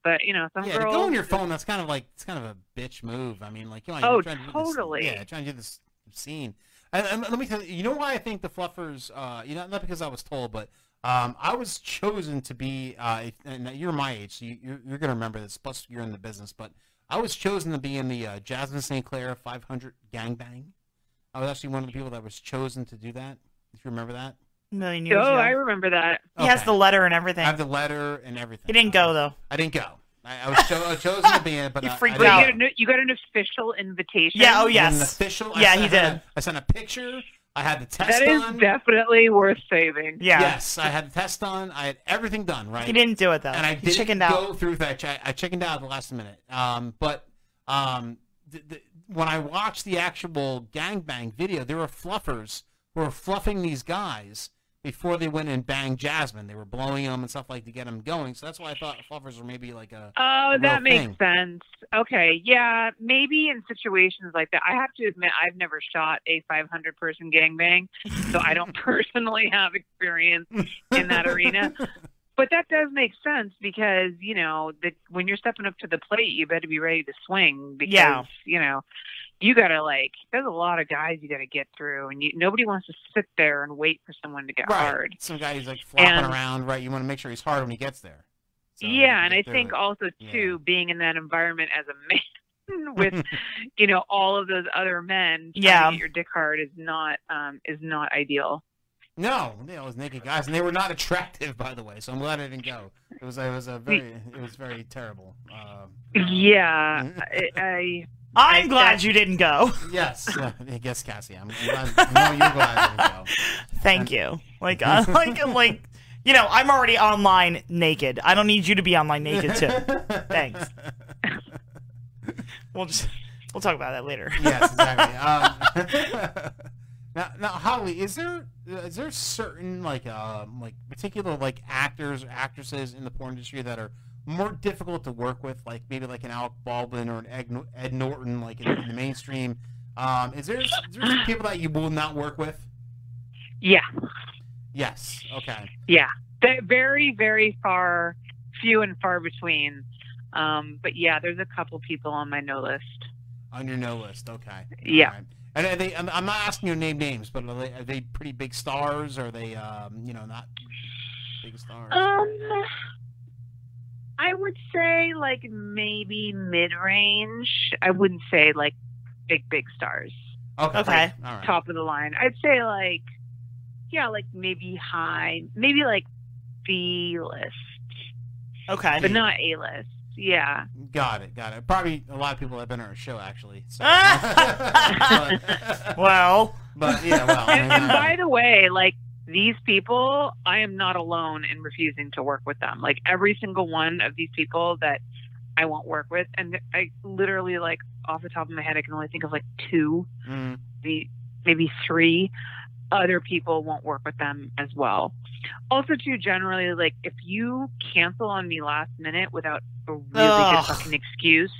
Speaker 30: But, you know, some
Speaker 13: yeah, to
Speaker 30: girls.
Speaker 13: go on your phone. That's kind of like it's kind of a bitch move. I mean, like you know,
Speaker 30: Oh,
Speaker 13: you're trying to do this-
Speaker 30: totally.
Speaker 13: yeah, trying to do this scene. And, and let me tell you, you know why I think the fluffers. Uh, you know, not because I was told, but um, I was chosen to be. Uh, and you're my age, so you, you're, you're gonna remember this. Plus, you're in the business, but I was chosen to be in the uh, Jasmine St. Clair 500 gangbang. I was actually one of the people that was chosen to do that. If you remember that.
Speaker 23: Million years ago.
Speaker 30: oh, I remember that.
Speaker 23: He has the letter and everything.
Speaker 13: I have the letter and everything.
Speaker 23: He didn't go, though.
Speaker 13: I didn't go. I, I was cho- I chosen to be in it, but
Speaker 23: You
Speaker 13: I,
Speaker 23: freaked
Speaker 13: I didn't
Speaker 23: out. oh,
Speaker 13: go.
Speaker 30: You, you got an official invitation.
Speaker 13: I was An official. I
Speaker 23: Yeah,
Speaker 13: sent-
Speaker 23: he
Speaker 13: I had a-
Speaker 23: did.
Speaker 13: I sent a picture. I had the test
Speaker 30: That is
Speaker 13: done.
Speaker 30: definitely worth saving.
Speaker 13: Yes, I had the test done. I had everything done. Right.
Speaker 23: He didn't do it, though.
Speaker 13: And I
Speaker 23: he
Speaker 13: did
Speaker 23: chickened
Speaker 13: go
Speaker 23: out.
Speaker 13: through that. Chi- I chickened out at the last minute. Um, but um, th- th- when I watched the actual gangbang video, there were fluffers who were fluffing these guys before they went and banged Jasmine. They were blowing him and stuff like to get him going. So that's why I thought fluffers were maybe like a
Speaker 30: Oh,
Speaker 13: a real
Speaker 30: that makes
Speaker 13: thing.
Speaker 30: sense. Okay, yeah, maybe in situations like that. I have to admit, I've never shot a 500 person gangbang, so I don't personally have experience in that arena. But that does make sense because you know that when you're stepping up to the plate, you better be ready to swing because
Speaker 23: Yeah.
Speaker 30: you know you gotta like. There's a lot of guys you gotta get through, and you, nobody wants to sit there and wait for someone to get
Speaker 13: right.
Speaker 30: hard.
Speaker 13: Some guy who's like flopping
Speaker 30: And-
Speaker 13: around, right? You want to make sure he's hard when he gets there.
Speaker 30: yeah, and
Speaker 13: get
Speaker 30: I
Speaker 13: through
Speaker 30: think
Speaker 13: it.
Speaker 30: also too being in that environment as a man with you know all of those other men, trying to
Speaker 13: Yeah.
Speaker 30: get your dick hard is not um is not ideal.
Speaker 13: No, it was naked guys, and they were not attractive, by the way. So I'm glad I didn't go. It was, it was a very, it was very terrible. Um,
Speaker 23: Yeah,
Speaker 30: I, I
Speaker 23: I'm glad you didn't go.
Speaker 13: Yes, uh, yes, Cassie. I'm glad. No, you're glad I didn't go.
Speaker 23: Thank
Speaker 13: you.
Speaker 23: Like,
Speaker 13: uh,
Speaker 23: like, like, you know, I'm already online naked. I don't need you to be online naked too. Thanks.
Speaker 30: We'll just we'll talk about that later.
Speaker 13: yes, exactly. Um, now, now, Holly, is there is there certain like um like particular like actors or actresses in the porn industry that are more difficult to work with, like maybe like an Alec Baldwin or an Ed, Nor- Ed Norton, like in, in the mainstream? Um, is there is there some people that you will not work with?
Speaker 30: Yeah,
Speaker 13: Yes. Okay.
Speaker 30: yeah, they very very far, few and far between. Um, but yeah, there's a couple people on my no list.
Speaker 13: On your no list. Okay.
Speaker 30: Yeah.
Speaker 13: Alright. And are they, I'm I'm not asking you to name names, but are they, are they pretty big stars? Or are they, um, you know, not big stars?
Speaker 30: Um, I would say like maybe mid range. I wouldn't say like big big stars.
Speaker 13: Okay.
Speaker 30: Like,
Speaker 13: All right.
Speaker 30: Top of the line. I'd say like yeah, like maybe high, maybe like B list.
Speaker 13: Okay.
Speaker 30: But not A list. Yeah.
Speaker 13: Got it. Got it. Probably a lot of people have been on our show actually. So.
Speaker 23: well.
Speaker 13: But yeah, well. I mean,
Speaker 30: And, and
Speaker 13: uh,
Speaker 30: by the way, like these people, I am not alone in refusing to work with them. Like every single one of these people that I won't work with, and I literally like off the top of my head, I can only think of like two,
Speaker 13: mm,
Speaker 30: maybe maybe three other people won't work with them as well. Also, too, generally, like if you cancel on me last minute without a really
Speaker 23: Ugh.
Speaker 30: good fucking excuse,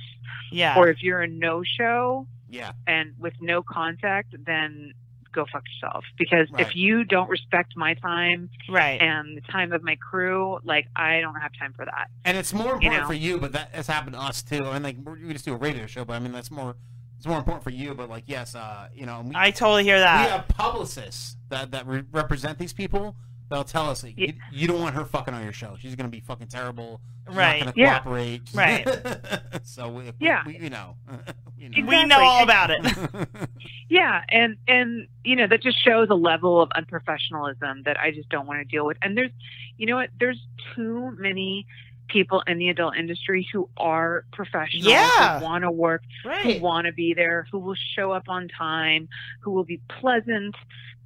Speaker 23: Yeah.
Speaker 30: or if you're a no show,
Speaker 13: yeah.
Speaker 30: and with no contact, then go fuck yourself. Because
Speaker 23: Right.
Speaker 30: if you don't respect my time
Speaker 23: Right.
Speaker 30: and the time of my crew, like I don't have time for that.
Speaker 13: and it's more
Speaker 30: You
Speaker 13: important
Speaker 30: know?
Speaker 13: for you, but that has happened to us too. And like we're, we just do a radio show, but I mean that's more. It's more important for you, but like yes, uh, you know. We,
Speaker 23: I totally hear
Speaker 30: Ah.
Speaker 23: that.
Speaker 13: We have publicists that that re- represent these people. They'll tell us like, you, you don't want her fucking on your show. She's gonna be fucking terrible. She's
Speaker 23: Right.
Speaker 13: Not gonna
Speaker 23: Yeah.
Speaker 13: cooperate. She's-
Speaker 23: Right.
Speaker 13: so we, we-
Speaker 30: Yeah.
Speaker 13: we, you know. you
Speaker 23: We know all about it.
Speaker 30: Yeah, and and you know that just shows a level of unprofessionalism that I just don't want to deal with. And there's, you know what? There's too many people in the adult industry who are professionals
Speaker 23: Yeah.
Speaker 30: who want to work,
Speaker 23: Right.
Speaker 30: who want to be there, who will show up on time, who will be pleasant,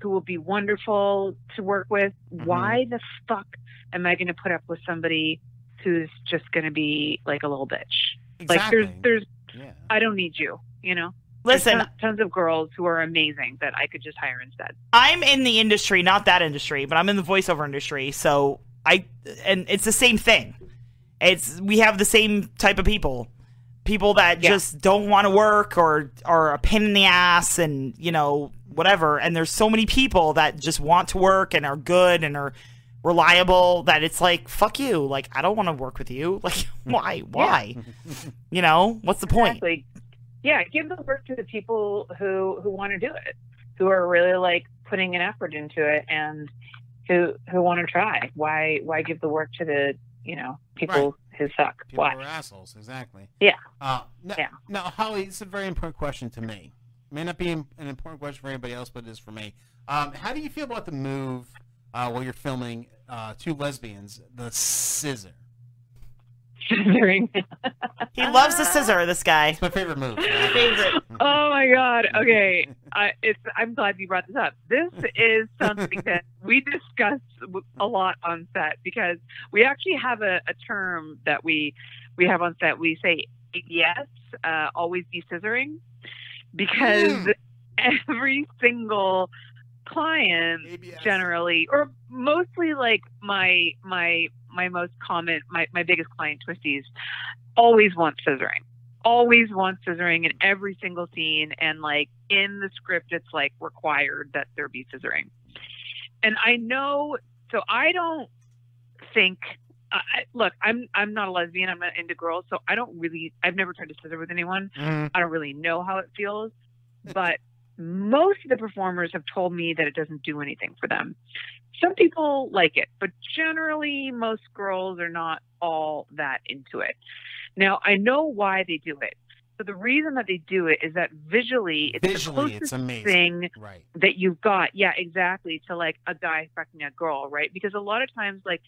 Speaker 30: who will be wonderful to work with.
Speaker 23: Mm-hmm.
Speaker 30: Why the fuck am I going to put up with somebody who's just going to be like a little bitch? Like there's
Speaker 23: Exactly.
Speaker 30: there's
Speaker 13: Yeah.
Speaker 30: I don't need you, you know.
Speaker 23: Listen-
Speaker 30: There's ton- tons of girls who are amazing that I could just hire instead.
Speaker 23: I'm in the industry, not that industry, but I'm in the voiceover industry. So I, and it's the same thing. It's we have the same type of people, people that
Speaker 30: Yeah.
Speaker 23: just don't want to work or are a pain in the ass, and you know whatever. And there's so many people that just want to work and are good and are reliable that it's like fuck you. Like I don't want to work with you. Like why? Why? You know what's the point?
Speaker 30: Exactly. Yeah, give the work to the people who who want to do it, who are really like putting an effort into it and who who want to try. Why why give the work to the you know people who suck?
Speaker 13: People
Speaker 30: why?
Speaker 13: are assholes, exactly.
Speaker 30: Yeah.
Speaker 13: Uh, now,
Speaker 30: Yeah.
Speaker 13: now, Holly, this is a very important question to me. May not be an an important question for anybody else, but it is for me. Um, how do you feel about the move uh, while you're filming uh, two lesbians, the scissor?
Speaker 30: Scissoring.
Speaker 23: He loves the scissor. This guy. It's
Speaker 13: my favorite move.
Speaker 30: Oh my god. Okay. I it's I'm glad you brought this up. This is something that we discussed w- a lot on set because we actually have a, a term that we we have on set. We say yes, uh, always be scissoring because every single clients generally or mostly like my my my most common my, my biggest client twisties always want scissoring always want scissoring in every single scene and like in the script it's like required that there be scissoring and i know so i don't think I I- look, I'm I'm not a lesbian. I'm not into girls, so I don't really. I've never tried to scissor with anyone.
Speaker 13: Mhm.
Speaker 30: I don't really know how it feels, but most of the performers have told me that it doesn't do anything for them. Some people like it, but generally, most girls are not all that into it. Now, I know why they do it. So the reason that they do it is that visually, it's the
Speaker 13: Visually,
Speaker 30: closest
Speaker 13: it's amazing.
Speaker 30: thing
Speaker 13: Right.
Speaker 30: that you've got. Yeah, exactly. To like a guy fucking a girl, right? Because a lot of times, like,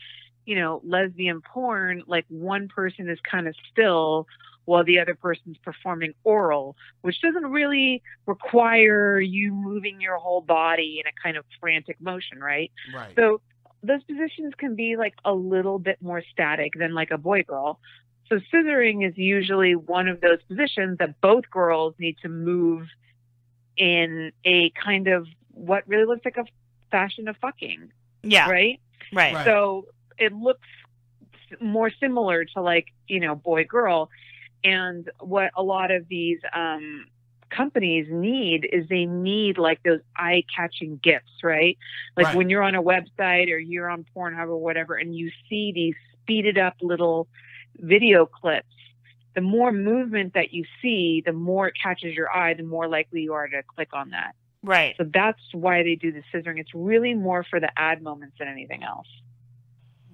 Speaker 30: you know, lesbian porn, like one person is kind of still while the other person's performing oral, which doesn't really require you moving your whole body in a kind of frantic motion, right?
Speaker 13: Right.
Speaker 30: So those positions can be like a little bit more static than like a boy girl. So scissoring is usually one of those positions that both girls need to move in a kind of what really looks like a fashion of fucking.
Speaker 23: Yeah.
Speaker 30: Right?
Speaker 23: Right. Right.
Speaker 30: So it looks more similar to like, you know, boy girl. And what a lot of these um companies need is they need like those eye catching gifts, right? Like
Speaker 23: Right.
Speaker 30: when you're on a website or you're on Pornhub or whatever and you see these speeded up little video clips, the more movement that you see, the more it catches your eye, the more likely you are to click on that.
Speaker 23: Right.
Speaker 30: So that's why they do the scissoring. It's really more for the ad moments than anything else.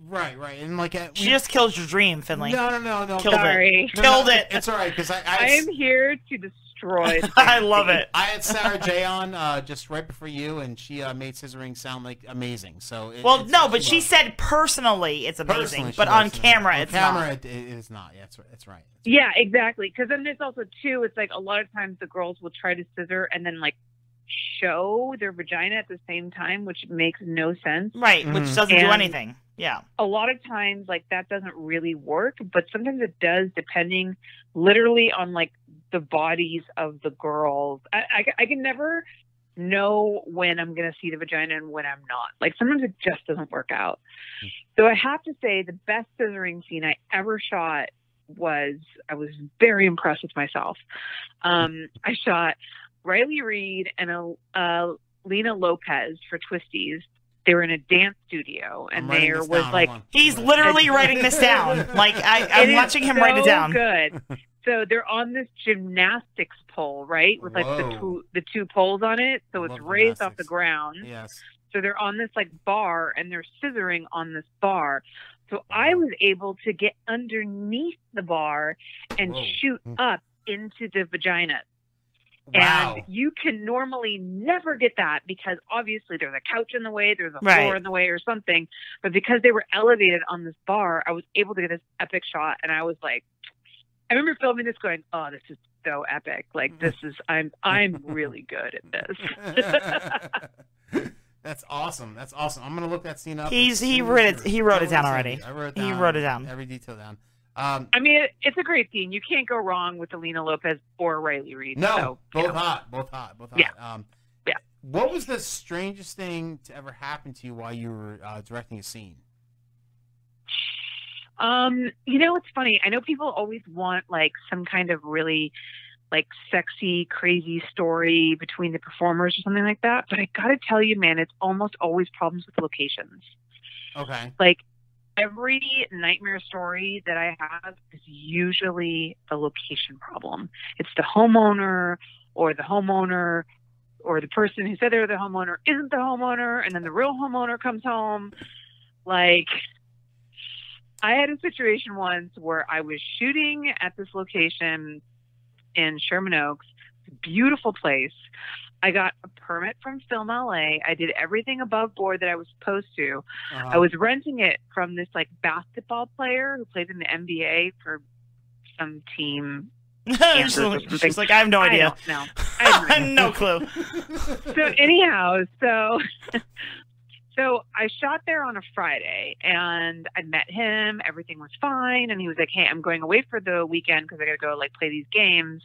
Speaker 13: Right, right, and like at,
Speaker 23: She just killed your dream, Finley.
Speaker 13: No, no, no, no.
Speaker 23: Killed
Speaker 30: Sorry.
Speaker 23: it. Killed it.
Speaker 13: It's all right because I,
Speaker 30: I
Speaker 13: I,
Speaker 30: am here to destroy.
Speaker 23: I love it.
Speaker 13: I had Sarah J on uh, just right before you, and she uh, made scissoring sound like amazing. So it,
Speaker 23: Well,
Speaker 13: it's-
Speaker 23: no, but
Speaker 13: it's
Speaker 23: she
Speaker 13: love.
Speaker 23: said personally it's amazing,
Speaker 13: Personally, she
Speaker 23: but on
Speaker 13: does.
Speaker 23: camera
Speaker 13: On
Speaker 23: it's
Speaker 13: camera, It,
Speaker 23: not.
Speaker 13: it is not. Yeah, that's right. That's right.
Speaker 30: Yeah, exactly. Because then there's also too. It's like a lot of times the girls will try to scissor and then like show their vagina at the same time, which makes no sense.
Speaker 23: Right, which doesn't do
Speaker 30: And
Speaker 23: anything. Yeah.
Speaker 30: A lot of times, like that doesn't really work, but sometimes it does, depending literally on like the bodies of the girls. I, I, I can never know when I'm going to see the vagina and when I'm not. Like sometimes it just doesn't work out. So I have to say the best scissoring scene I ever shot was I was very impressed with myself. Um, I shot Riley Reed and a, uh, Lena Lopez for Twisties. They were in a dance studio, and
Speaker 23: writing
Speaker 30: there
Speaker 23: this
Speaker 30: was
Speaker 23: down,
Speaker 30: like
Speaker 23: hold on. He's literally writing this down. Like, I- I'm
Speaker 30: It is
Speaker 23: watching him write it
Speaker 30: so
Speaker 23: down.
Speaker 30: Good. So they're on this gymnastics pole, right, with like the
Speaker 13: Whoa.
Speaker 30: two the two poles on it. So it's raised off the ground.
Speaker 23: Mm-hmm.
Speaker 13: Yes.
Speaker 30: So they're on this like bar and they're scissoring on this bar. So I was able to get underneath the bar and
Speaker 13: Whoa. Hmm.
Speaker 30: shoot up into the vagina.
Speaker 13: Wow.
Speaker 30: And you can normally never get that because obviously there's a couch in the way, there's a
Speaker 23: Right.
Speaker 30: floor in the way or something. But because they were elevated on this bar, I was able to get this epic shot and I was like I remember filming this going, Oh, this is so epic.
Speaker 13: Hmm.
Speaker 30: Like this is I'm I'm really good at this.
Speaker 13: That's awesome. That's awesome. I'm gonna look that scene up.
Speaker 23: He's-
Speaker 13: as
Speaker 23: he
Speaker 13: soon as
Speaker 23: wrote it-
Speaker 13: you're-
Speaker 23: he wrote it
Speaker 13: I
Speaker 23: down
Speaker 13: down.
Speaker 23: already.
Speaker 13: I wrote it
Speaker 23: He
Speaker 13: down.
Speaker 23: wrote it down.
Speaker 13: Every detail down. Um,
Speaker 30: I mean, it, it's a great scene. You can't go wrong with Alina Lopez or Riley Reid.
Speaker 13: no,
Speaker 30: so, you
Speaker 13: both
Speaker 30: know.
Speaker 13: hot, both hot, both hot.
Speaker 30: Yeah.
Speaker 13: Um,
Speaker 30: yeah.
Speaker 13: What was the strangest thing to ever happen to you while you were uh, directing a scene?
Speaker 30: Um, you know, it's funny. I know people always want like some kind of really like sexy, crazy story between the performers or something like that. But I gotta tell you, man, it's almost always problems with locations.
Speaker 13: Okay.
Speaker 30: Like every nightmare story that I have is usually a location problem. It's the homeowner or the homeowner or the person who said they were the homeowner isn't the homeowner and then the real homeowner comes home. Like I had a situation once where I was shooting at this location in Sherman Oaks, beautiful place. I got a permit from Film LA. I did everything above board that I was supposed to.
Speaker 13: Uh-huh.
Speaker 30: I was renting it from this like basketball player who played in the NBA for some team. Kansas or
Speaker 23: She's
Speaker 30: something.
Speaker 23: like, I have no
Speaker 30: I
Speaker 23: idea.
Speaker 30: don't know. I have no idea
Speaker 23: no clue.
Speaker 30: so anyhow, so So I shot there on a Friday and I met him. Everything was fine. And he was like, Hey, I'm going away for the weekend because I got to go like play these games.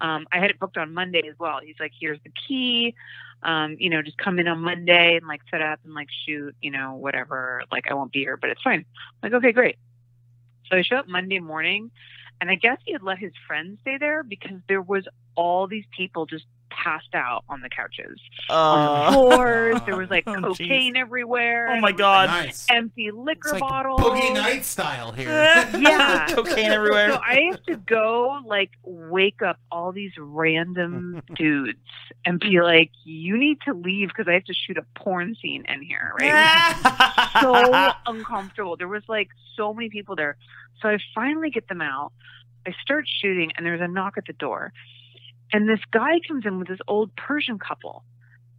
Speaker 30: Um, I had it booked on Monday as well. He's like, Here's the key. Um, you know, just come in on Monday and like set up and like shoot, you know, whatever. Like I won't be here, but it's fine. I'm like, okay, great. So I show up Monday morning and I guess he had let his friends stay there because there was all these people just passed out on the couches on the floors. There was like
Speaker 23: Oh, geez.
Speaker 30: cocaine everywhere.
Speaker 23: Oh, my
Speaker 30: It was,
Speaker 23: God.
Speaker 30: like,
Speaker 23: Nice.
Speaker 30: Empty liquor
Speaker 23: like
Speaker 30: bottles. Uh,
Speaker 13: Boogie Nights style here.
Speaker 30: yeah.
Speaker 23: Cocaine everywhere.
Speaker 30: So I have to go like wake up all these random dudes and be like, you need to leave because I have to shoot a porn scene in here, right? It was so uncomfortable. There was like so many people there. So I finally get them out. I start shooting and there's a knock at the door. And this guy comes in with this old Persian couple.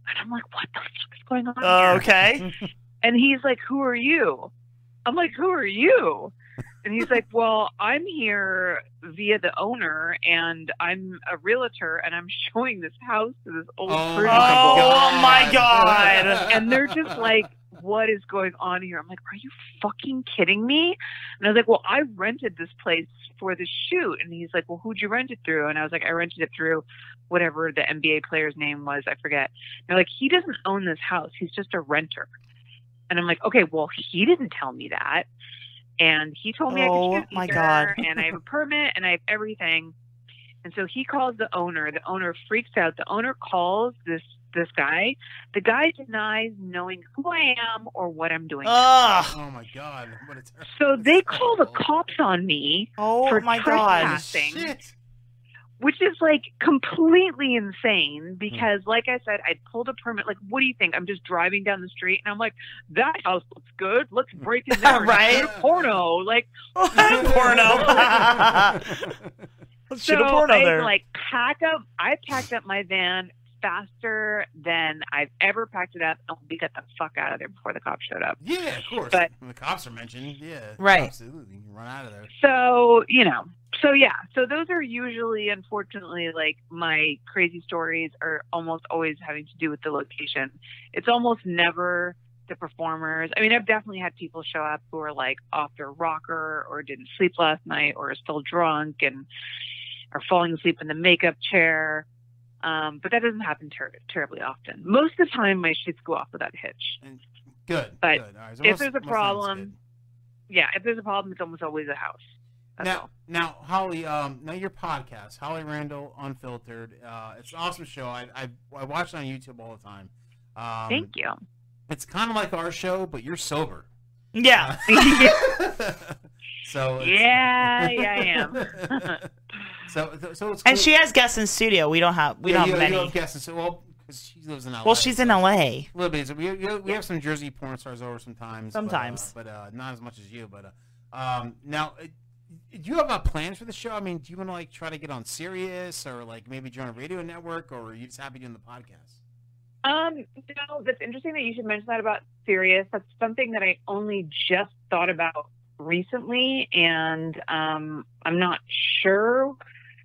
Speaker 30: And I'm like, what the fuck is going on?
Speaker 23: Oh,
Speaker 30: here?
Speaker 23: okay.
Speaker 30: And he's like, Who are you? I'm like, Who are you? And he's like, Well, I'm here via the owner and I'm a realtor and I'm showing this house to this old
Speaker 23: Oh
Speaker 30: Persian
Speaker 23: my
Speaker 30: couple."
Speaker 23: God. Oh my God.
Speaker 30: And they're just like, What is going on here? I'm like, Are you fucking kidding me? And I was like, Well, I rented this place for the shoot. And he's like, Well, who'd you rent it through? And I was like, I rented it through whatever the NBA player's name was, I forget. And they're like, He doesn't own this house, he's just a renter. And I'm like, okay, well, he didn't tell me that. And he told me
Speaker 23: Oh,
Speaker 30: I could shoot
Speaker 23: my
Speaker 30: here,
Speaker 23: God.
Speaker 30: and I have a permit and I have everything. And so he calls the owner. The owner freaks out. The owner calls this this guy. The guy denies knowing who I am or what I'm doing.
Speaker 13: Oh my god. What a ter-
Speaker 30: So they call the cops on me
Speaker 23: Oh
Speaker 30: for
Speaker 13: my God.
Speaker 30: trespassing, which is like completely insane. Because, like I said, I pulled a permit. Like, what do you think? I'm just driving down the street, and I'm like, that house looks good. Let's break in there, and
Speaker 23: Right?
Speaker 30: shoot a Porno, like
Speaker 23: porno. Let's shoot a porno
Speaker 30: I,
Speaker 23: there.
Speaker 30: Like pack up. I packed up my van faster than I've ever packed it up, and we got the fuck out of there before the cops showed up.
Speaker 13: Yeah, of course.
Speaker 30: But
Speaker 13: when the cops are mentioned, yeah.
Speaker 30: Right.
Speaker 13: Absolutely. You can run out of there.
Speaker 30: so you know, so yeah, so those are usually, unfortunately, like my crazy stories are almost always having to do with the location. It's almost never the performers. I mean, I've definitely had people show up who are like off their rocker or didn't sleep last night or are still drunk and are falling asleep in the makeup chair. Um, but that doesn't happen ter- terribly often. Most of the time, my shoots go off without a hitch.
Speaker 13: Good.
Speaker 30: But
Speaker 13: good. All right, so
Speaker 30: if
Speaker 13: most-
Speaker 30: there's a
Speaker 13: most times
Speaker 30: problem, yeah, if there's a problem, it's almost always a house. That's
Speaker 13: now,
Speaker 30: all.
Speaker 13: now, Holly, um, now your podcast, Holly Randall Unfiltered. Uh, it's an awesome show. I, I, I watch it on YouTube all the time. Um,
Speaker 30: Thank you.
Speaker 13: It's kind of like our show, but you're sober. Uh,
Speaker 23: Yeah.
Speaker 13: So it's-
Speaker 30: yeah, yeah, I am.
Speaker 13: so, so it's cool.
Speaker 23: And she has guests in studio. We don't have we
Speaker 13: Yeah,
Speaker 23: don't
Speaker 13: you,
Speaker 23: have
Speaker 13: you
Speaker 23: many.
Speaker 13: have guests, and so, well, 'cause she lives in LA.
Speaker 23: well, she's in LA.
Speaker 13: little bit. So we, we, we have some Jersey porn stars over sometimes. but, uh,
Speaker 23: Sometimes.
Speaker 13: but, uh, not as much as you. But uh, um, now, uh, do you have uh, plans for the show? I mean, do you want to like try to get on Sirius or like maybe join a radio network, or are you just happy doing the podcast?
Speaker 30: Um, no, that's interesting that you should mention that about Sirius. That's something that I only just thought about recently, and um, I'm not sure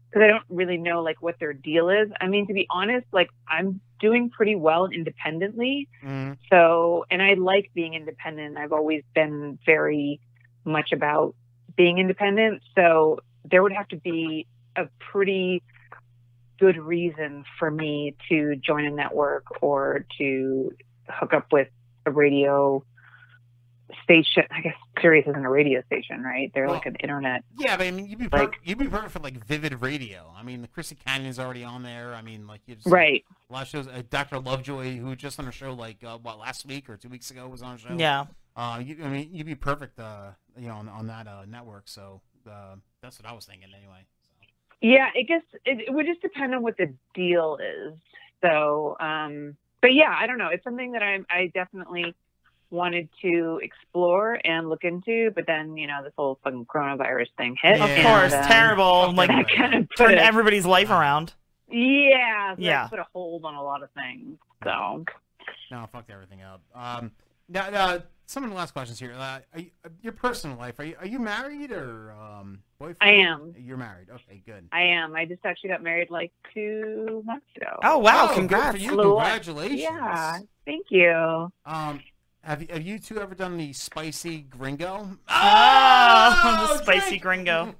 Speaker 30: because I don't really know like what their deal is. I mean, to be honest, like I'm doing pretty well independently.
Speaker 23: Mm-hmm.
Speaker 30: So, and I like being independent. I've always been very much about being independent. So, there would have to be a pretty good reason for me to join a network or to hook up with a radio station. I guess Sirius isn't a radio station, right? They're like an internet.
Speaker 13: Yeah, but I mean, you'd be per- you'd be perfect for like Vivid Radio. I mean, the Chrissy Canyon's already on there. I mean, like you just
Speaker 30: Right.
Speaker 13: A lot of shows. Uh, Doctor Lovejoy, who was just on a show like uh, what last week or two weeks ago, was on a show.
Speaker 23: Yeah.
Speaker 13: Uh, you, I mean, you'd be perfect. Uh, you know, on, on that uh, network. So uh, that's what I was thinking anyway.
Speaker 30: Yeah, I guess it, it would just depend on what the deal is. So, um, but yeah, I don't know. It's something that I'm, I definitely wanted to explore and look into, but then, you know, this whole fucking coronavirus thing hit.
Speaker 23: Of
Speaker 30: and,
Speaker 23: course,
Speaker 30: um,
Speaker 23: terrible. Like
Speaker 30: that kind of put
Speaker 23: turned
Speaker 30: a-
Speaker 23: everybody's life
Speaker 13: Ah!
Speaker 23: around.
Speaker 30: Yeah, so
Speaker 13: Yeah.
Speaker 30: yeah. put a hold on a lot of things. So,
Speaker 13: No, I fucked everything up. Um, now, uh, some of the last questions here. Uh, are you, uh, your personal life? Are you, are you married or um, boyfriend?
Speaker 30: I am.
Speaker 13: You're married. Okay, good.
Speaker 30: I am. I just actually got married like two
Speaker 23: Oh,
Speaker 30: months ago.
Speaker 13: Oh, good for you.
Speaker 30: Lord.
Speaker 13: Congratulations.
Speaker 30: Yeah. Thank you.
Speaker 13: Um, Have, have you two ever done the spicy gringo? Ah,
Speaker 23: Oh, the spicy gringo.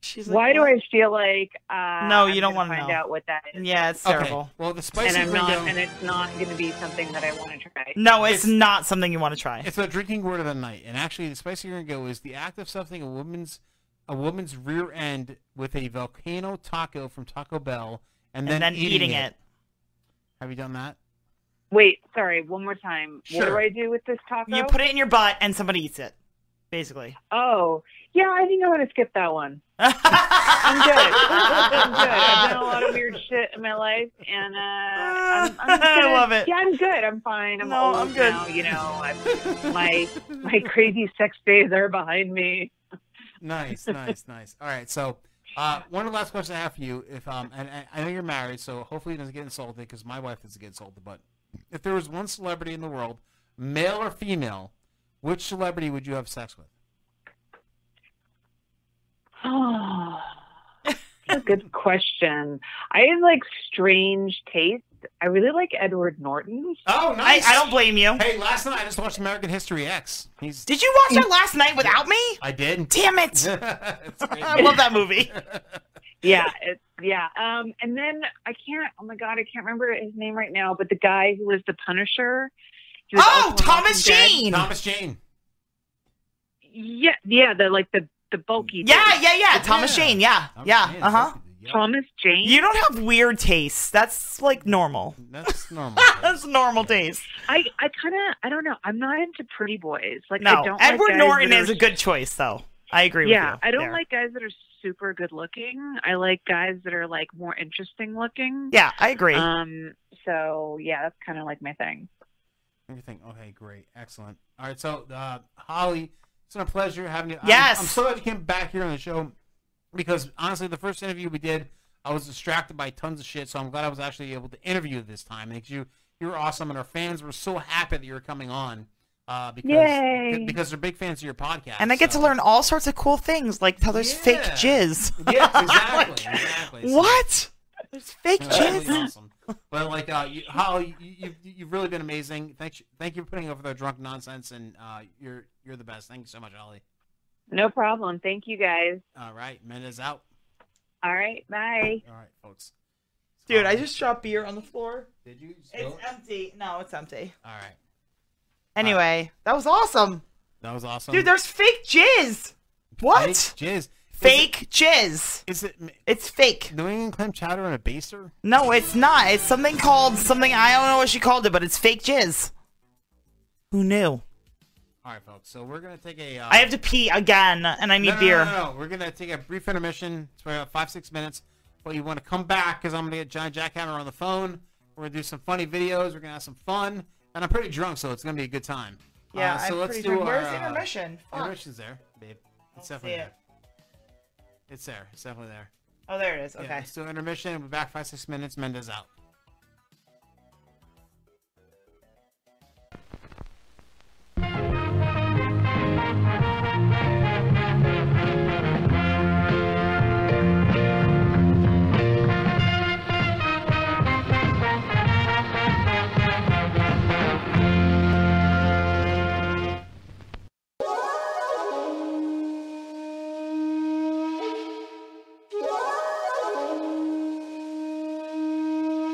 Speaker 23: She's like,
Speaker 30: Why do
Speaker 23: "What?"
Speaker 30: I feel like uh,
Speaker 23: No,
Speaker 30: I'm
Speaker 23: you don't
Speaker 30: gonna
Speaker 23: want to
Speaker 30: find
Speaker 23: know.
Speaker 30: out what that is?
Speaker 23: Yeah, it's
Speaker 30: Okay.
Speaker 23: terrible.
Speaker 13: Well, the
Speaker 30: and I'm not, and it's not going to be something that I want to try.
Speaker 23: No, it's, not something you want to try.
Speaker 13: It's a drinking word of the night, and actually, the spicy gringo is the act of something a woman's a woman's rear end with a volcano taco from Taco Bell, and,
Speaker 30: And then eating it.
Speaker 13: Have you done that?
Speaker 30: Wait, sorry, one more time. What do
Speaker 13: Sure.
Speaker 30: I do with this taco?
Speaker 23: You put it in your butt and somebody eats it, basically.
Speaker 30: Oh, yeah, I think I'm going to skip that one.
Speaker 13: Oh,
Speaker 30: I'm good. I'm good. I've done a lot of weird shit in my life, and uh, I'm, I'm just
Speaker 23: I
Speaker 30: gonna-
Speaker 23: love it.
Speaker 30: Yeah, I'm good. I'm fine. I'm
Speaker 23: No,
Speaker 30: old
Speaker 23: I'm good.
Speaker 30: now. You know, I'm, my my crazy sex days are behind me.
Speaker 13: Nice, nice, nice. All right, so uh, one last question I have for you, if um, and, and I know you're married, so hopefully it doesn't get insulted because my wife doesn't get insulted. But if there was one celebrity in the world, male or female, which celebrity would you have sex with?
Speaker 30: Oh, that's a good question. I have like strange taste. I really like Edward Norton.
Speaker 13: Oh, nice.
Speaker 23: I, I don't blame you.
Speaker 13: Hey, last night I just watched American History X. He's
Speaker 23: Did you watch that last night without me?
Speaker 13: I did.
Speaker 23: Damn it! I love that movie.
Speaker 30: yeah, it, yeah. Um, and then I can't. Oh my god, I can't remember his name right now. But the guy who was the Punisher. he was also
Speaker 23: Oh,
Speaker 30: in
Speaker 23: Thomas
Speaker 30: Walking Dead.
Speaker 23: Jane.
Speaker 13: Thomas Jane.
Speaker 30: Yeah, yeah. The like the the bulky.
Speaker 23: Yeah,
Speaker 30: dude.
Speaker 23: yeah, yeah. Thomas Jane. Yeah, yeah. Uh huh.
Speaker 30: Thomas Jane.
Speaker 23: You don't have weird tastes. That's like normal.
Speaker 13: That's normal.
Speaker 23: That's normal taste.
Speaker 30: I I kind of I don't know. I'm not into pretty boys. Like
Speaker 23: No,
Speaker 30: I don't. like
Speaker 23: Edward
Speaker 30: guys
Speaker 23: Norton
Speaker 30: that
Speaker 23: is
Speaker 30: are
Speaker 23: a good choice, though. I agree
Speaker 30: yeah,
Speaker 23: with you.
Speaker 30: I don't
Speaker 23: there.
Speaker 30: like guys that are super good looking. I like guys that are like more interesting looking.
Speaker 23: Yeah, I agree.
Speaker 30: Um. So yeah, that's kind of like my thing.
Speaker 13: Everything. Okay, great, excellent. All right, so uh, Holly, it's been a pleasure having you. I'm-
Speaker 23: Yes.
Speaker 13: I'm, so glad you came back here on the show because honestly, the first interview we did, I was distracted by tons of shit. So I'm glad I was actually able to interview you this time. Because you, you were awesome, and our fans were so happy that you were coming on. Uh, because
Speaker 23: Yay.
Speaker 13: because they're big fans of your podcast.
Speaker 23: and I get
Speaker 13: so-
Speaker 23: to learn all sorts of cool things, like how there's fake
Speaker 13: Yeah.
Speaker 23: jizz.
Speaker 13: Yes, exactly, exactly. So-
Speaker 23: what? There's fake
Speaker 13: Yeah, that's
Speaker 23: jizz.
Speaker 13: really awesome. But like, uh, you, Holly, you, you've you've really been amazing. Thanks, thank you for putting over the drunk nonsense, and uh, you're you're the best. Thank you so much, Holly.
Speaker 30: No problem. Thank you guys.
Speaker 13: All right, Mendez out.
Speaker 30: All right. Bye.
Speaker 13: All right, folks.
Speaker 23: Dude, I just dropped beer on the floor.
Speaker 13: Did you?
Speaker 23: It's empty. No, it's empty.
Speaker 13: All right,
Speaker 23: Anyway, that was awesome.
Speaker 13: that was awesome.
Speaker 23: Dude, there's fake jizz. What?
Speaker 13: jizz.
Speaker 23: Fake jizz.
Speaker 13: Is it?
Speaker 23: It's fake.
Speaker 13: New England clam chowder and a baser.
Speaker 23: No, it's not. It's something called something. I don't know what she called it, but it's fake jizz. Who knew?
Speaker 13: All right, folks. So we're gonna take a. Uh,
Speaker 23: I have to pee again, and I need
Speaker 13: no, no, No,
Speaker 23: beer.
Speaker 13: no, no. We're gonna take a brief intermission. It's about five, six minutes. But you want to come back because I'm gonna get John Jackhammer on the phone. We're gonna do some funny videos. We're gonna have some fun, and I'm pretty drunk, so it's gonna be a good time.
Speaker 23: Yeah,
Speaker 13: Uh, so
Speaker 23: I'm
Speaker 13: let's
Speaker 23: pretty
Speaker 13: do
Speaker 23: drunk.
Speaker 13: Our,
Speaker 23: Where's
Speaker 13: uh,
Speaker 23: intermission? Fuck.
Speaker 13: Intermission's there, babe. It's definitely
Speaker 23: see
Speaker 13: there.
Speaker 23: it.
Speaker 13: It's there. It's definitely there.
Speaker 23: Oh, there it is.
Speaker 13: Yeah,
Speaker 23: Okay.
Speaker 13: let's do intermission. We're back five, six minutes. Mendez out.
Speaker 9: Thank you.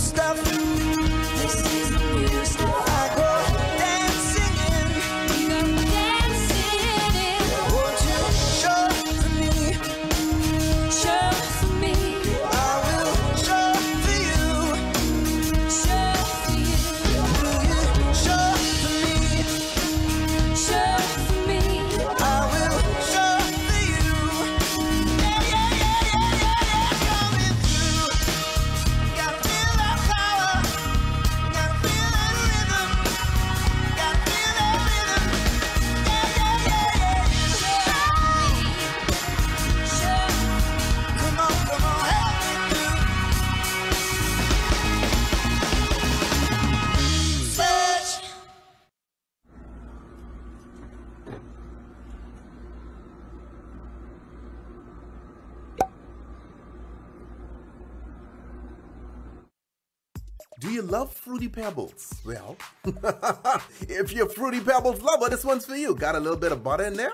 Speaker 9: Ah!
Speaker 19: Do you love Fruity Pebbles? Well, if you're a Fruity Pebbles lover, this one's for you. Got a little bit of butter in there?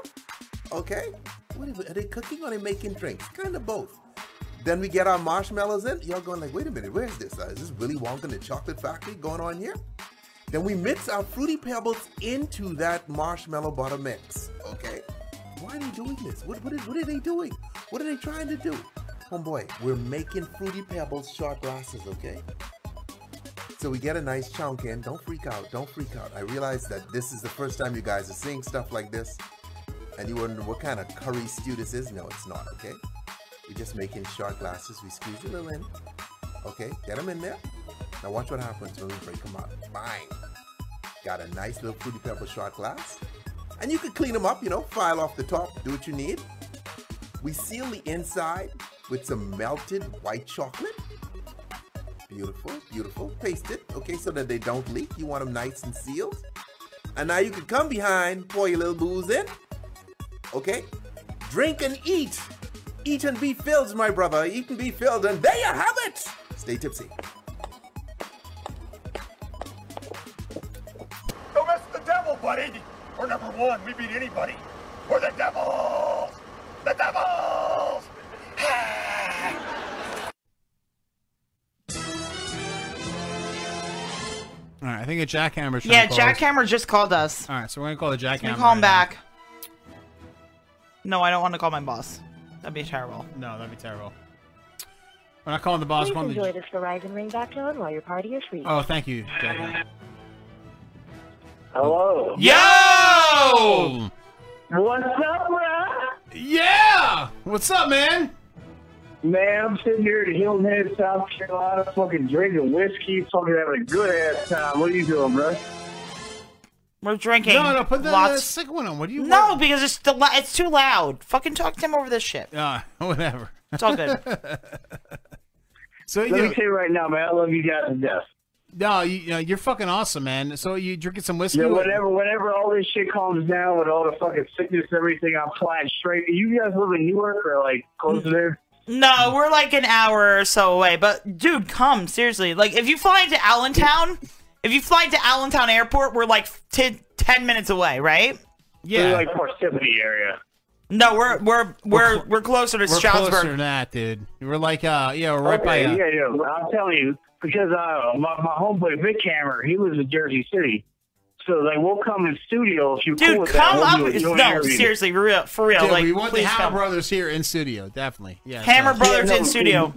Speaker 19: Okay. What is it? Are they cooking or are they making drinks? Kind of both. Then we get our marshmallows in. Y'all going like, wait a minute, where is this? Uh, is this Willy Wonka and the Chocolate Factory going on here? Then we mix our Fruity Pebbles into that marshmallow butter mix. Okay. Why are they doing this? What, what, is, what are they doing? What are they trying to do? Homeboy, we're making Fruity Pebbles shot glasses, okay? So we get a nice chunk in. Don't freak out. Don't freak out. I realize that this is the first time you guys are seeing stuff like this. And you wonder what kind of curry stew this is. No, it's not, okay? We're just making shot glasses. We squeeze a little in. Okay, get them in there. Now watch what happens when we break them out. Bang! Got a nice little Fruity Pebble shot glass. And you can clean them up, you know, file off the top, do what you need. We seal the inside with some melted white chocolate. Beautiful, beautiful. Paste it, okay, so that they don't leak. You want them nice and sealed. And now you can come behind, pour your little booze in, okay? Drink and eat. Eat and be filled, my brother. Eat and be filled, and there you have it. Stay tipsy.
Speaker 9: Don't mess with the devil, buddy. We're number one. We beat anybody. We're the devils. The devils.
Speaker 13: All right, I think a jackhammer. should
Speaker 23: Yeah,
Speaker 13: call us.
Speaker 23: Jackhammer just called us.
Speaker 13: All right, so we're gonna call the jackhammer.
Speaker 23: Can we call him
Speaker 13: right
Speaker 23: back? No, I don't want to call my boss. That'd be terrible.
Speaker 13: No, that'd be terrible. now. We're not calling the boss. We're calling the...
Speaker 16: this Verizon ringback tone while your party is free.
Speaker 13: Oh, thank you. Jackhammer.
Speaker 16: Hello.
Speaker 13: Yo!
Speaker 16: What's up, bro?
Speaker 13: Yeah! What's up, man?
Speaker 16: Man, I'm sitting here in Hilton Head, South Carolina, fucking drinking whiskey, fucking having a good ass time. What are you doing, bro?
Speaker 23: We're drinking.
Speaker 13: No, no, put that-
Speaker 23: lots.
Speaker 13: that second one on. What do you?
Speaker 23: No, because it's the la- it's too loud. Fucking talk to him over this shit.
Speaker 13: Uh, whatever.
Speaker 23: It's all good.
Speaker 13: So
Speaker 16: Let
Speaker 13: you-
Speaker 16: me tell you right now, man, I love you guys to death.
Speaker 13: No, you, uh, you're fucking awesome, man. So you drinking some whiskey?
Speaker 16: Yeah, whenever, whenever all this shit calms down with all the fucking sickness and everything, I'm flying straight. You guys live in Newark or like close to there?
Speaker 23: No, we're like an hour or so away. But dude, come seriously. Like, if you fly into Allentown, if you fly into Allentown Airport, we're like t- ten minutes away, right?
Speaker 16: We're, like Parsippany area.
Speaker 23: No, we're we're we're we're closer to
Speaker 13: We're
Speaker 23: Stroudsburg.
Speaker 13: closer than that, dude. We're like, uh, yeah, we're right by.
Speaker 16: okay,
Speaker 13: Uh,
Speaker 16: yeah, yeah. I'm telling you because uh, my my homeboy Vic Hammer, he lives in Jersey City, so like we'll come in studio if you
Speaker 23: Dude,
Speaker 16: cool with
Speaker 23: come
Speaker 16: that.
Speaker 23: up-
Speaker 16: We'll do a joint
Speaker 23: no,
Speaker 16: interview.
Speaker 23: seriously, real for real.
Speaker 13: dude,
Speaker 23: like,
Speaker 13: we want the
Speaker 23: please
Speaker 13: Hammer
Speaker 23: come.
Speaker 13: Brothers here in studio, definitely. Yeah,
Speaker 23: Hammer
Speaker 13: so-
Speaker 23: Brothers in studio.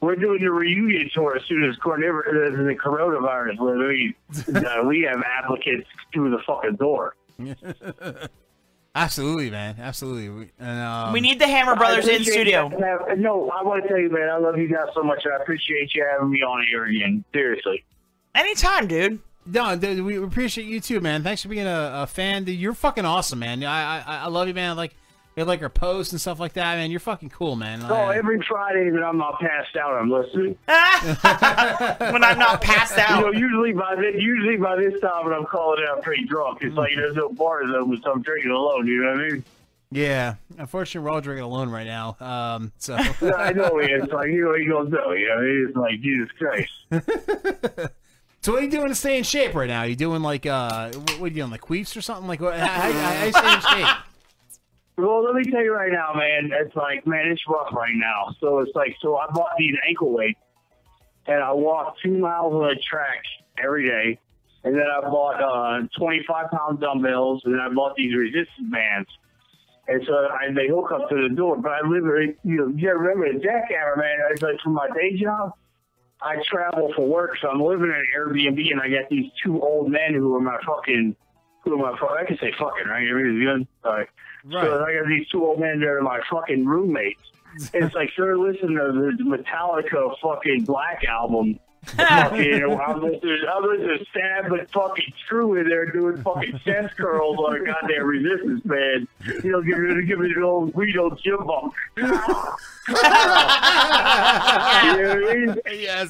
Speaker 16: We're doing a reunion tour as soon as coronavirus, the coronavirus. where We uh, we have applicants through the fucking door.
Speaker 13: Absolutely, man. Absolutely. We, and, um,
Speaker 23: We need the Hammer Brothers
Speaker 16: I
Speaker 23: in
Speaker 16: appreciate
Speaker 23: studio.
Speaker 16: you guys having- No, I want to tell you, man, I love you guys so much. and I appreciate you having me on here again. Seriously.
Speaker 23: Anytime, dude.
Speaker 13: No, dude, we appreciate you too, man. Thanks for being a, a fan. Dude, you're fucking awesome, man. I, I I love you, man. Like we like our posts and stuff like that, man. You're fucking cool, man.
Speaker 16: Oh, every Friday that I'm not passed out, I'm listening.
Speaker 23: when I'm not passed out.
Speaker 16: You know, usually by this, usually by this time, when I'm calling out pretty drunk, it's like there's no bars open, so I'm drinking alone. You know what I mean?
Speaker 13: yeah. Unfortunately, we're all drinking alone right now. Um, so
Speaker 16: No, I know it's like you know you gonna do. You know, it's like Jesus Christ.
Speaker 13: So what are you doing to stay in shape right now? Are you doing like uh, what, what are you doing, like queefs or something? Like what? How, how, how you stay in shape?
Speaker 16: Well, let me tell you right now, man. It's like, man, it's rough right now. So it's like, so I bought these ankle weights, and I walk two miles on the track every day, and then I bought uh, 25 pound dumbbells, and I bought these resistance bands, and so I, they hook up to the door. But I live, in- you know, you remember the jackhammer, man? It's like for my day job. I travel for work, so I'm living in an Airbnb, and I got these two old men who are my fucking, who are my, fu- I can say fucking, right? Everything's good. All right. So I got these two old men that are my fucking roommates. And it's like they're listening to the Metallica fucking Black album. fucking, I'm listening, I'm listening to sad but fucking true, and they're doing fucking chest curls on a goddamn resistance band. You know, give it, give it an old Guido Jim bump.
Speaker 13: yeah, I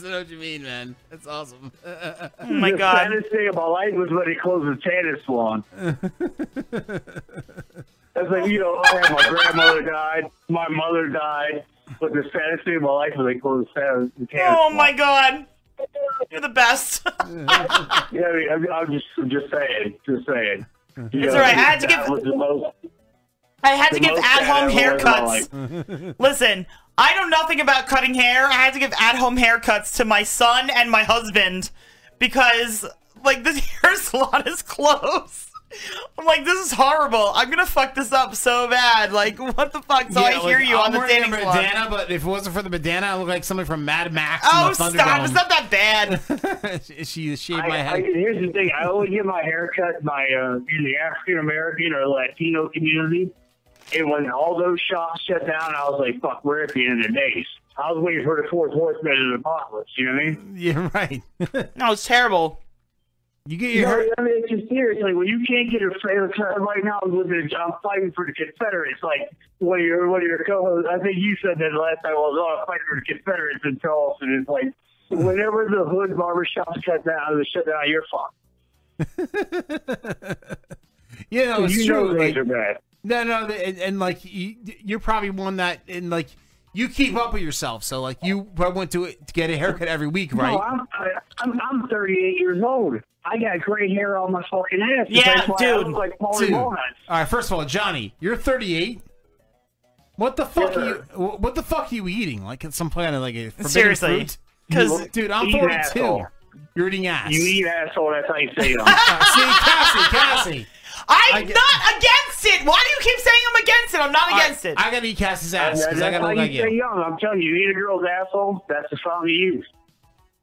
Speaker 13: know what you mean, man. That's awesome. oh
Speaker 16: the saddest thing about life was when he closed the tanning salon. That's like you know, oh, my grandmother died, my mother died, but the saddest thing about life was they closed the tan- the tanning
Speaker 23: Oh
Speaker 16: salon.
Speaker 23: my god. You're the best.
Speaker 16: Yeah, I mean, I'm- I'm just, I'm just saying, just saying.
Speaker 23: It's all right. I had to give- I had to
Speaker 16: The
Speaker 23: give
Speaker 16: most
Speaker 23: at home
Speaker 16: bad ever was
Speaker 23: haircuts. Listen, I know nothing about cutting hair. I had to give at home haircuts to my son and my husband because, like, this hair salon is closed. I'm like, this is horrible. I'm gonna fuck this up so bad. Like, what the fuck? So I
Speaker 13: Yeah,
Speaker 23: hear
Speaker 13: like,
Speaker 23: you
Speaker 13: I'm
Speaker 23: on the
Speaker 13: wearing
Speaker 23: dating
Speaker 13: a
Speaker 23: salon.
Speaker 13: bandana, but if it wasn't for the bandana, I look like somebody from Mad Max.
Speaker 23: Oh,
Speaker 13: from
Speaker 23: stop!
Speaker 13: the Thunderdome.
Speaker 23: It's not that bad.
Speaker 13: she, she shaved
Speaker 16: I,
Speaker 13: my
Speaker 16: I,
Speaker 13: head.
Speaker 16: here's the thing: I only get my haircut by uh, in the African American or Latino community. And when all those shops shut down, I was like, "Fuck, we're at the end of the days." I was waiting for the fourth horseman of the apocalypse. You know what I mean?
Speaker 13: Yeah, right.
Speaker 23: no, it's terrible.
Speaker 13: You get
Speaker 16: your I mean, it's just serious. Like, when you can't get a fair cut right now, I'm, looking at, I'm fighting for the Confederates. Like, one of your, one of your co-hosts, I think you said that last time I was on, I'm fighting for the Confederates in Charleston. It's like, whenever the hood barbershops shut down, they shut down, you're fucked.
Speaker 13: Yeah, no, it's
Speaker 16: you
Speaker 13: true.
Speaker 16: know
Speaker 13: like-
Speaker 16: things are bad.
Speaker 13: No, no, th- and, and like you, you're probably one that, and like you keep up with yourself. So like you probably went to to get a haircut every week, right?
Speaker 16: No, I'm, I, I'm, I'm 38 years old. I got gray hair on my fucking ass. That's why I look like Paulie
Speaker 13: Dude.
Speaker 16: Walnut.
Speaker 13: All right, first of all, Johnny, you're 38. What the fuck are you? wh- What the fuck are you eating? Like at some planet, like a forbidden
Speaker 23: Seriously.
Speaker 13: fruit?
Speaker 23: 'Cause-
Speaker 13: You- dude, I'm
Speaker 16: Eat
Speaker 13: 42.
Speaker 16: asshole.
Speaker 13: You're eating ass.
Speaker 16: You eat asshole, that's how you say it.
Speaker 13: See, Cassie, Cassie.
Speaker 23: I'm not against it. Why do you keep saying I'm against it? I'm not against it.
Speaker 13: I gotta eat Cassie's
Speaker 23: ass, 'cause I
Speaker 16: that's
Speaker 23: gotta
Speaker 16: how
Speaker 23: look
Speaker 16: you
Speaker 23: like you.
Speaker 16: stay young. I'm telling you, you eat a girl's asshole, that's the song you use.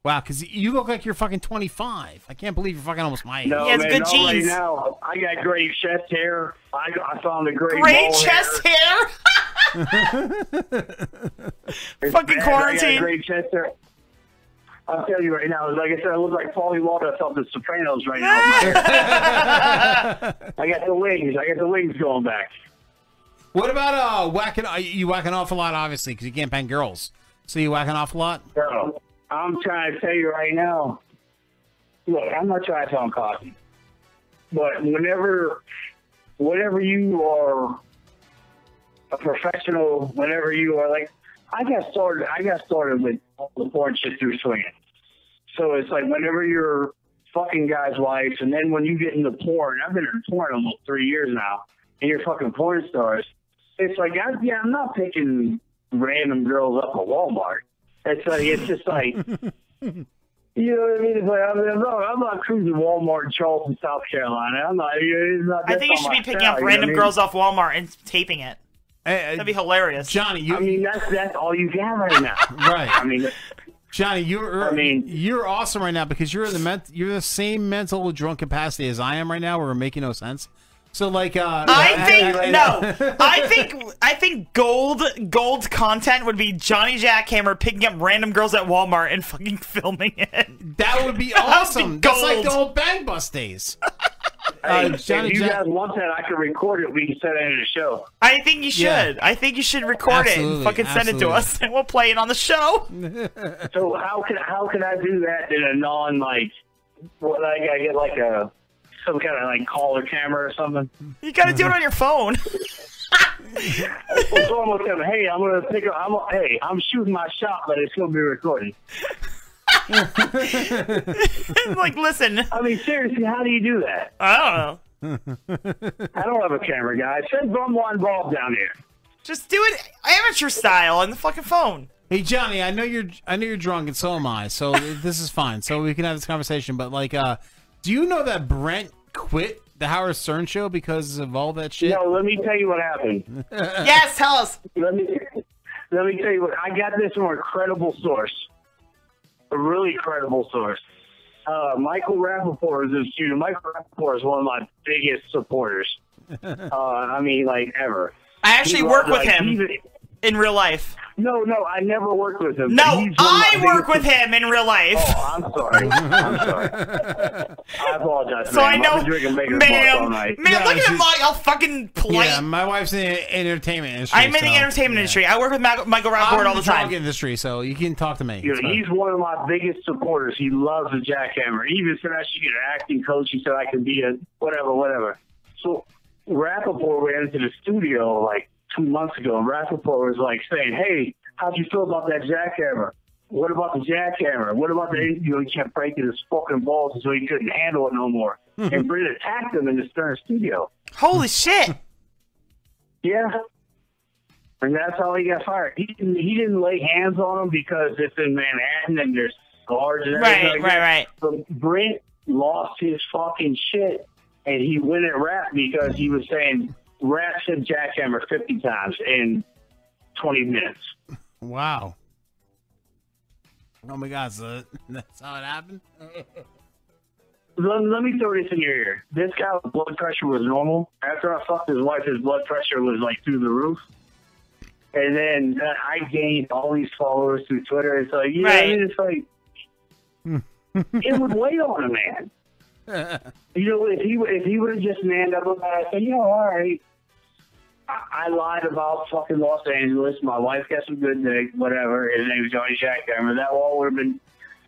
Speaker 13: Wow, because you look like you're fucking 25. I can't believe you're fucking almost my age.
Speaker 16: No, man, not right now. I got great chest hair. I, got- I found the great
Speaker 23: Great
Speaker 16: mole
Speaker 23: chest hair.
Speaker 16: It's
Speaker 23: Fucking
Speaker 16: bad. I
Speaker 23: quarantine.
Speaker 16: got great chest hair. I'll tell you right now, like I said, I look like Paulie Walnut off The Sopranos right now. I got the wings. I got the wings going back.
Speaker 13: What about uh whacking? uh, You whacking off a lot, obviously, because you can't bang girls. So you whacking off a lot.
Speaker 16: Bro, I'm trying to tell you right now. Look, I'm not trying to sound cocky, but whenever, whenever you are a professional, whenever you are like, I got started. I got started with all the porn shit through swinging. So it's like whenever you're fucking guys' wives, and then when you get into porn, I've been in porn almost three years now, and you're fucking porn stars. It's like, I, yeah, I'm not picking random girls up at Walmart. It's like it's just like you know what I mean. It's like I mean, I'm not, I'm not cruising Walmart in Charleston, South Carolina. I'm not. It's not
Speaker 23: I think you should be picking up random girls off Walmart and taping it. That'd be hilarious.
Speaker 13: Johnny, you,
Speaker 23: I
Speaker 16: mean, that's that's all you got right now.
Speaker 13: right. I
Speaker 16: mean,
Speaker 13: Johnny, you're I mean, you're awesome right now because you're in the ment- you're the same mental drunk capacity as I am right now. Where we're making no sense. So like, uh,
Speaker 23: I think no. I think I think gold gold content would be Johnny Jackhammer picking up random girls at Walmart and fucking filming it.
Speaker 13: That would be awesome. That's like the old Bang Bus days.
Speaker 16: Hey,
Speaker 13: Uh, Johnny
Speaker 16: if you
Speaker 13: Jack-
Speaker 16: guys want that, I can record it. We can set it in a show.
Speaker 23: I think you should.
Speaker 16: Yeah.
Speaker 23: I think you should record it and
Speaker 16: Absolutely,
Speaker 23: fucking send it to
Speaker 16: absolutely.
Speaker 23: us, and we'll play it on the show.
Speaker 16: So how can how can I do that in a non like? What I gotta get like a some kind of like caller camera or something.
Speaker 23: You gotta do it on your phone.
Speaker 16: Well, someone will tell me, hey, I'm gonna pick up. I'm hey, I'm shooting my shot, but it's gonna be recorded.
Speaker 23: like, listen.
Speaker 16: I mean, seriously, how do you do that?
Speaker 23: I
Speaker 16: don't know. I don't have a camera, guy. Send someone involved down here.
Speaker 23: Just do it amateur style on the fucking phone.
Speaker 13: Hey Johnny, I know you're I know you're drunk and so am I. So this is fine. So we can have this conversation. But like, uh, do you know that Brent quit the Howard Stern show because of all that shit?
Speaker 16: No, let me tell you what happened.
Speaker 23: yes, tell us.
Speaker 16: Let me let me tell you what I got this from a credible source, a really credible source. Uh, Michael Rappaport is a student. Michael Rappaport is one of my biggest supporters. Uh, I mean, like ever.
Speaker 23: I actually
Speaker 16: He
Speaker 23: work
Speaker 16: loves,
Speaker 23: with
Speaker 16: like,
Speaker 23: him
Speaker 16: he's
Speaker 23: in real life.
Speaker 16: No, no, I never worked with him.
Speaker 23: No,
Speaker 16: He's one of my
Speaker 23: I work with him in real life.
Speaker 16: Oh, I'm sorry. I'm sorry. I apologize.
Speaker 23: So I
Speaker 16: ma'am. I've
Speaker 23: know,
Speaker 16: been drinking Baker's Malt all
Speaker 23: ma'am,
Speaker 16: night.
Speaker 23: ma'am, look at him like all fucking polite.
Speaker 13: Yeah, my wife's in the entertainment industry.
Speaker 23: I'm in the
Speaker 13: so-
Speaker 23: entertainment industry. I work with Ma- Michael Rapport
Speaker 13: I'm
Speaker 23: all the time.
Speaker 13: drug industry, so you can talk to me.
Speaker 16: You know, he's one of my biggest supporters. He loves the jackhammer. He even said I should get an acting coach. He said I could be a whatever, whatever. So Rappaport ran into the studio like two months ago, and Rappaport was like saying, "Hey, how'd you feel about that jackhammer?" What about the jackhammer? What about the you know he kept breaking his fucking balls until he couldn't handle it no more? and Britt attacked him in the Stern studio.
Speaker 23: Holy shit!
Speaker 16: Yeah. And that's how he got fired. He didn't, he didn't lay hands on him because it's in Manhattan and there's guards and
Speaker 23: Right,
Speaker 16: everything. like that.
Speaker 23: right,
Speaker 16: But Brent lost his fucking shit and he went at rap because he was saying rap said jackhammer 50 times in 20 minutes.
Speaker 13: Wow. Oh my God, so that's how it happened.
Speaker 16: Let, let me throw this in your ear. This guy's blood pressure was normal. After I fucked his wife, his blood pressure was like through the roof. And then uh, I gained all these followers through Twitter. It's like, you
Speaker 23: Right.
Speaker 16: know, what I mean? it's like it would weigh on a man. You know, if he if he would have just manned up about it, said, "Yeah, all right." I, I lied about fucking Los Angeles. My wife got some good dick, whatever. His name was Johnny Jackhammer. That all would have been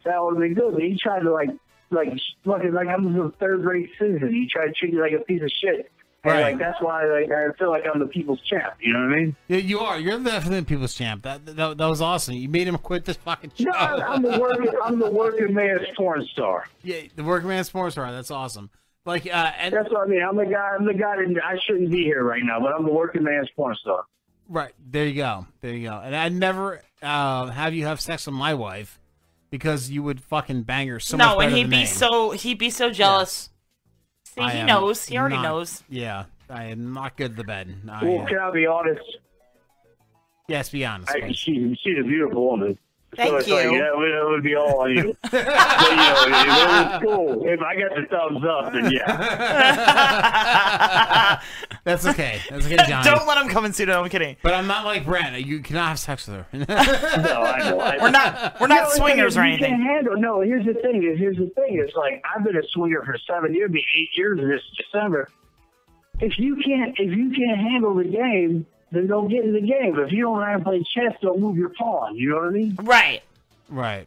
Speaker 16: that would have been good. But he tried to like like fucking like I'm a third rate citizen. He tried to treat me like a piece of shit. And
Speaker 13: Right.
Speaker 16: like that's why like I feel like I'm the people's champ. You know what I mean?
Speaker 13: Yeah, you are. You're definitely people's champ. That, that that was awesome. You made him quit this fucking show.
Speaker 16: No, I'm the working I'm the working man's porn star.
Speaker 13: Yeah, the workman sports star. That's awesome. Like, uh, and
Speaker 16: that's what I mean. I'm the guy. I'm the guy that I shouldn't be here right now, but I'm the working man's porn star.
Speaker 13: Right there, you go. There you go. And I'd never uh, have you have sex with my wife because you would fucking bang her so much.
Speaker 23: no, and
Speaker 13: better
Speaker 23: he'd
Speaker 13: than
Speaker 23: be
Speaker 13: me.
Speaker 23: so he'd be so jealous. See,
Speaker 13: I
Speaker 23: he
Speaker 13: am
Speaker 23: knows. He already
Speaker 13: not-
Speaker 23: knows.
Speaker 13: Yeah, I am not good at the bed. I,
Speaker 16: well, can I be honest?
Speaker 13: yes, be honest.
Speaker 16: I, she, she's a beautiful woman.
Speaker 13: Thank
Speaker 16: so it's Like,
Speaker 13: you.
Speaker 16: that, would, that would be all on you. but, you know, if it was cool. If I got the thumbs up, then yeah.
Speaker 13: That's okay. That's okay, Johnny.
Speaker 23: Don't let him come and see No, I'm kidding.
Speaker 13: But I'm not like Brad. You cannot have sex with her.
Speaker 16: No, I know. I-
Speaker 23: We're not- we're not
Speaker 16: it's
Speaker 23: swingers or
Speaker 16: you
Speaker 23: anything.
Speaker 16: Can't handle, no, here's the thing. Is here's the thing. It's like I've been a swinger for seven years, be eight years this December. If you can't, if you can't handle the game, then don't get in the game. If you don't know how to play chess, don't move your pawn. You know what I mean?
Speaker 23: Right.
Speaker 13: right.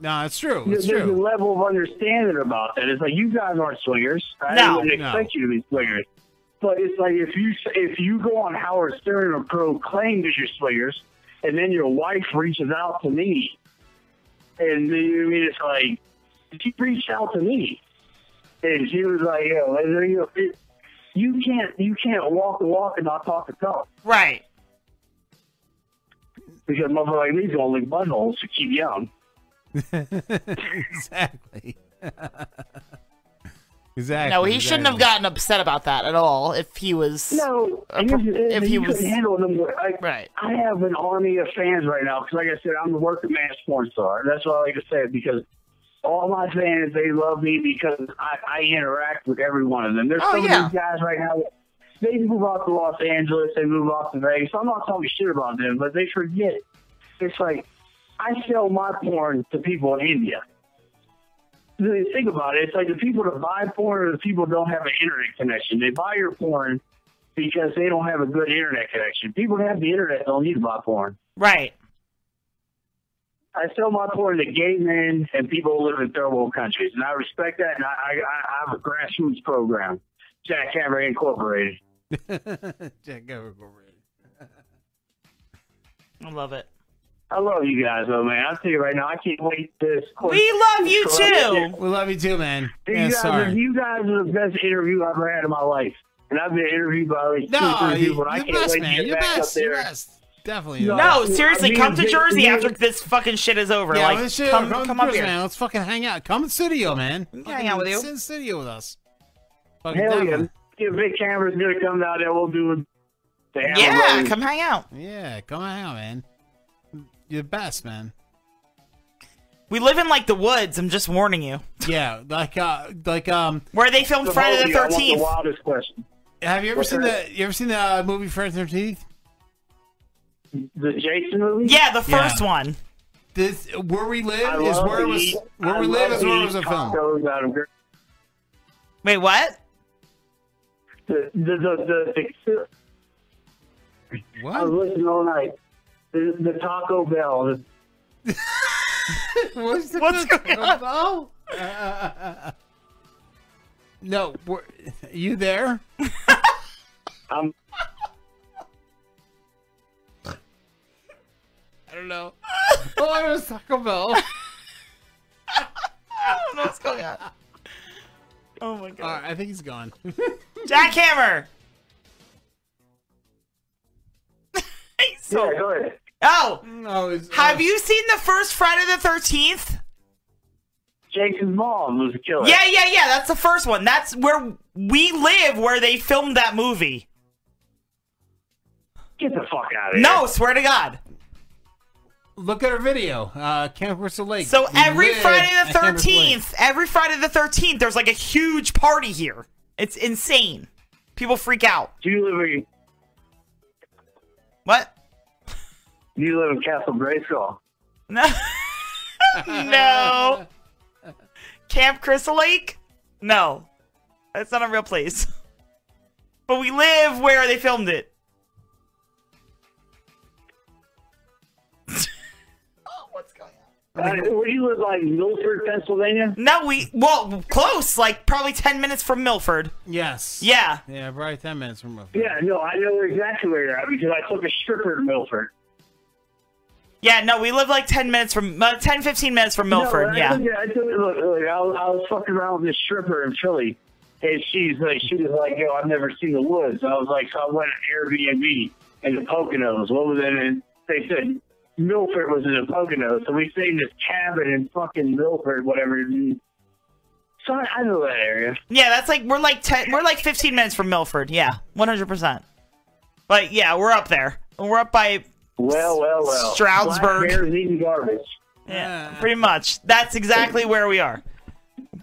Speaker 13: No, it's true.
Speaker 16: There-
Speaker 13: It's
Speaker 16: there's
Speaker 13: true.
Speaker 16: a level of understanding about that. It's like you guys aren't swingers. I
Speaker 13: No.
Speaker 16: wouldn't expect you to be swingers. But it's like if you if you go on Howard Stern and proclaim that you're swingers, and then your wife reaches out to me, and then, you know what I mean it's like she reached out to me, and she was like, "Yo, like, you know, it- you can't you can't walk the walk and not talk the talk."
Speaker 23: Right.
Speaker 16: Because motherfucker like me's gonna lick buttholes to keep young.
Speaker 13: exactly. exactly.
Speaker 23: No, he shouldn't have gotten upset about that at all. If he was
Speaker 16: No,
Speaker 23: a
Speaker 16: and
Speaker 23: pro-
Speaker 16: here's the-
Speaker 23: if
Speaker 16: and
Speaker 23: he
Speaker 16: you
Speaker 23: was
Speaker 16: couldn't handle them. Like,
Speaker 23: right.
Speaker 16: I have an army of fans right now because, like I said, I'm the working man's porn star. That's what I like to say because all my fans they love me because I, I interact with every one of them. There's
Speaker 23: Oh,
Speaker 16: some
Speaker 23: yeah.
Speaker 16: of these guys right now. that- They move out to Los Angeles, they move out to Vegas. I'm not talking shit about them, but they forget. It's like I sell my porn to people in India. Really Think about it. It's like the people that buy porn are the people that don't have an internet connection. They buy your porn because they don't have a good internet connection. People that have the internet don't need to buy porn.
Speaker 23: right.
Speaker 16: I sell my porn to gay men and people who live in third world countries, and I respect that. And I, I, I I have a grassroots program, Jack Hammer Incorporated.
Speaker 13: Jack Overboard.
Speaker 23: I love it.
Speaker 16: I love you guys, though, man. I'll tell you right now, I can't wait this.
Speaker 23: We love you too.
Speaker 13: We love you too, man.
Speaker 16: You,
Speaker 13: Yeah,
Speaker 16: guys,
Speaker 13: sorry.
Speaker 16: you guys are the best interview I've ever had in my life, and I've been interviewed by like two,
Speaker 13: No,
Speaker 16: three people. and I
Speaker 13: you're
Speaker 16: can't
Speaker 13: best,
Speaker 16: wait
Speaker 13: man.
Speaker 16: to get
Speaker 13: You're
Speaker 16: back
Speaker 13: best,
Speaker 16: up there.
Speaker 13: you're best. Definitely.
Speaker 16: No,
Speaker 23: No,
Speaker 16: I
Speaker 23: seriously,
Speaker 16: mean,
Speaker 23: come to
Speaker 16: they-
Speaker 23: Jersey
Speaker 16: they-
Speaker 23: after this fucking shit is over.
Speaker 13: Yeah,
Speaker 23: like,
Speaker 13: let's chill.
Speaker 23: come,
Speaker 13: come,
Speaker 23: come up
Speaker 13: to
Speaker 23: here.
Speaker 13: Man. Let's fucking hang out. Come in studio, man. We
Speaker 23: hang out with you.
Speaker 13: Sit in studio with us. Fucking
Speaker 16: Hell yeah!
Speaker 13: definitely.
Speaker 16: Yeah, big cameras gonna come down there. We'll do it. Damn,
Speaker 23: Yeah,
Speaker 16: like-
Speaker 23: come hang out.
Speaker 13: Yeah, come hang out, man. You're the best, man.
Speaker 23: We live in like the woods. I'm just warning you.
Speaker 13: Yeah, like uh, like um,
Speaker 23: where they filmed Friday the
Speaker 16: Hold on, I want
Speaker 23: 13th.
Speaker 16: wildest question.
Speaker 13: Have you ever
Speaker 16: What's
Speaker 13: seen
Speaker 16: that?
Speaker 13: the You ever seen the uh, movie Friday the Thirteenth?
Speaker 16: The Jason movie?
Speaker 23: Yeah, the first one.
Speaker 13: This where we
Speaker 16: I
Speaker 13: live is
Speaker 16: love
Speaker 13: where it
Speaker 16: to
Speaker 13: was.
Speaker 16: eat-
Speaker 13: Where
Speaker 16: I
Speaker 13: we live
Speaker 16: love
Speaker 13: is
Speaker 16: to
Speaker 13: where it
Speaker 16: eat
Speaker 13: was a film.
Speaker 16: tacos out of gr-
Speaker 23: Wait, what?
Speaker 16: The the the, the, the
Speaker 13: What?
Speaker 16: I was listening all night. The, the Taco Bell. The,
Speaker 13: What's,
Speaker 23: going on?
Speaker 13: No, we're, you there?
Speaker 16: um,
Speaker 13: I don't know.
Speaker 15: Oh, I was Taco Bell.
Speaker 23: I don't know what's going on. Oh my
Speaker 15: god. I think he's gone.
Speaker 23: Jackhammer. so
Speaker 15: Yeah, go ahead.
Speaker 23: Oh.
Speaker 15: No,
Speaker 13: uh,
Speaker 23: Have you seen the first Friday the Thirteenth?
Speaker 16: Jason's mom was killed.
Speaker 23: Yeah, yeah, yeah. That's the first one. That's where we live, where they filmed that movie.
Speaker 16: Get the fuck out
Speaker 23: No, swear to God.
Speaker 15: Look at our video. Uh, Camp Crystal Lake.
Speaker 23: So
Speaker 15: We
Speaker 23: every
Speaker 15: live
Speaker 23: Friday
Speaker 15: at
Speaker 23: the
Speaker 15: Camp Crystal Lake.
Speaker 23: Thirteenth, every Friday the Thirteenth, there's like a huge party here. It's insane. People freak out.
Speaker 16: Do you live in?
Speaker 23: What?
Speaker 16: You live in Castle Grayskull.
Speaker 23: No. no. Camp Crystal Lake? No. That's not a real place. But we live where they filmed it.
Speaker 16: Uh, where do you live, like Milford, Pennsylvania?
Speaker 23: No, we well close, like probably ten minutes from Milford.
Speaker 15: Yes.
Speaker 23: Yeah.
Speaker 15: Yeah, probably 10 minutes from my
Speaker 16: Yeah, no, I know exactly where you're at because I took a stripper to Milford.
Speaker 23: Yeah, no, we live like ten minutes from uh, 10, 15 minutes from Milford.
Speaker 16: No, I
Speaker 23: yeah.
Speaker 16: took- I took, look, look, I, was, I was fucking around with this stripper in Philly, and she's like, she was like, yo, I've never seen the woods. I was like, so I went to Airbnb in the Poconos. What was it? And they said Milford was in the Poconos, so we stayed in this cabin in fucking Milford, whatever. And So I, I know that area.
Speaker 23: Yeah, that's like we're like ten, we're like fifteen minutes from Milford. Yeah, one hundred percent. But yeah, we're up there. We're up by
Speaker 16: Well, well, well.
Speaker 23: Stroudsburg.
Speaker 16: Black bears eating garbage.
Speaker 23: yeah, pretty much. That's exactly where we are.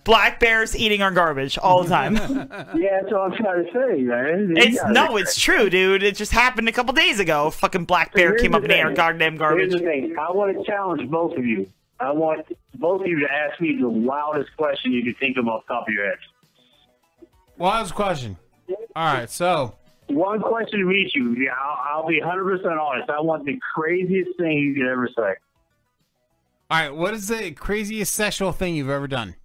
Speaker 23: Black bears eating our garbage all the time.
Speaker 16: yeah, that's all I'm trying to say, man. You
Speaker 23: It's
Speaker 16: gotta-
Speaker 23: no, it's true, dude. It just happened a couple days ago. Fucking black bear
Speaker 16: Here's
Speaker 23: came
Speaker 16: the
Speaker 23: up in our
Speaker 16: thing.
Speaker 23: goddamn garbage.
Speaker 16: Here's the thing. I want to challenge both of you. I want both of you to ask me the wildest question you can think of off the top of your head.
Speaker 15: Well, that was a question. All right, so.
Speaker 16: One question to meet you. Yeah, I'll, I'll be 100% honest. I want the craziest thing you could ever say.
Speaker 15: All right, what is the craziest sexual thing you've ever done?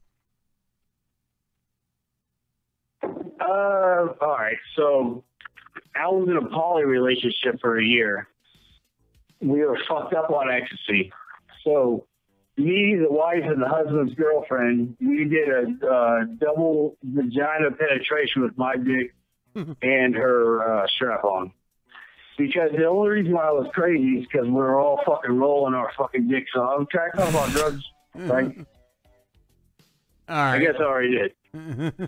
Speaker 16: Uh, all right. So I was in a poly relationship for a year. We were fucked up on ecstasy. So me, the wife, and the husband's girlfriend, we did a uh, double vagina penetration with my dick and her uh, strap on. Because the only reason why I was crazy is because we were all fucking rolling our fucking dicks. So I'm cracked up on drugs, right? I guess I already did.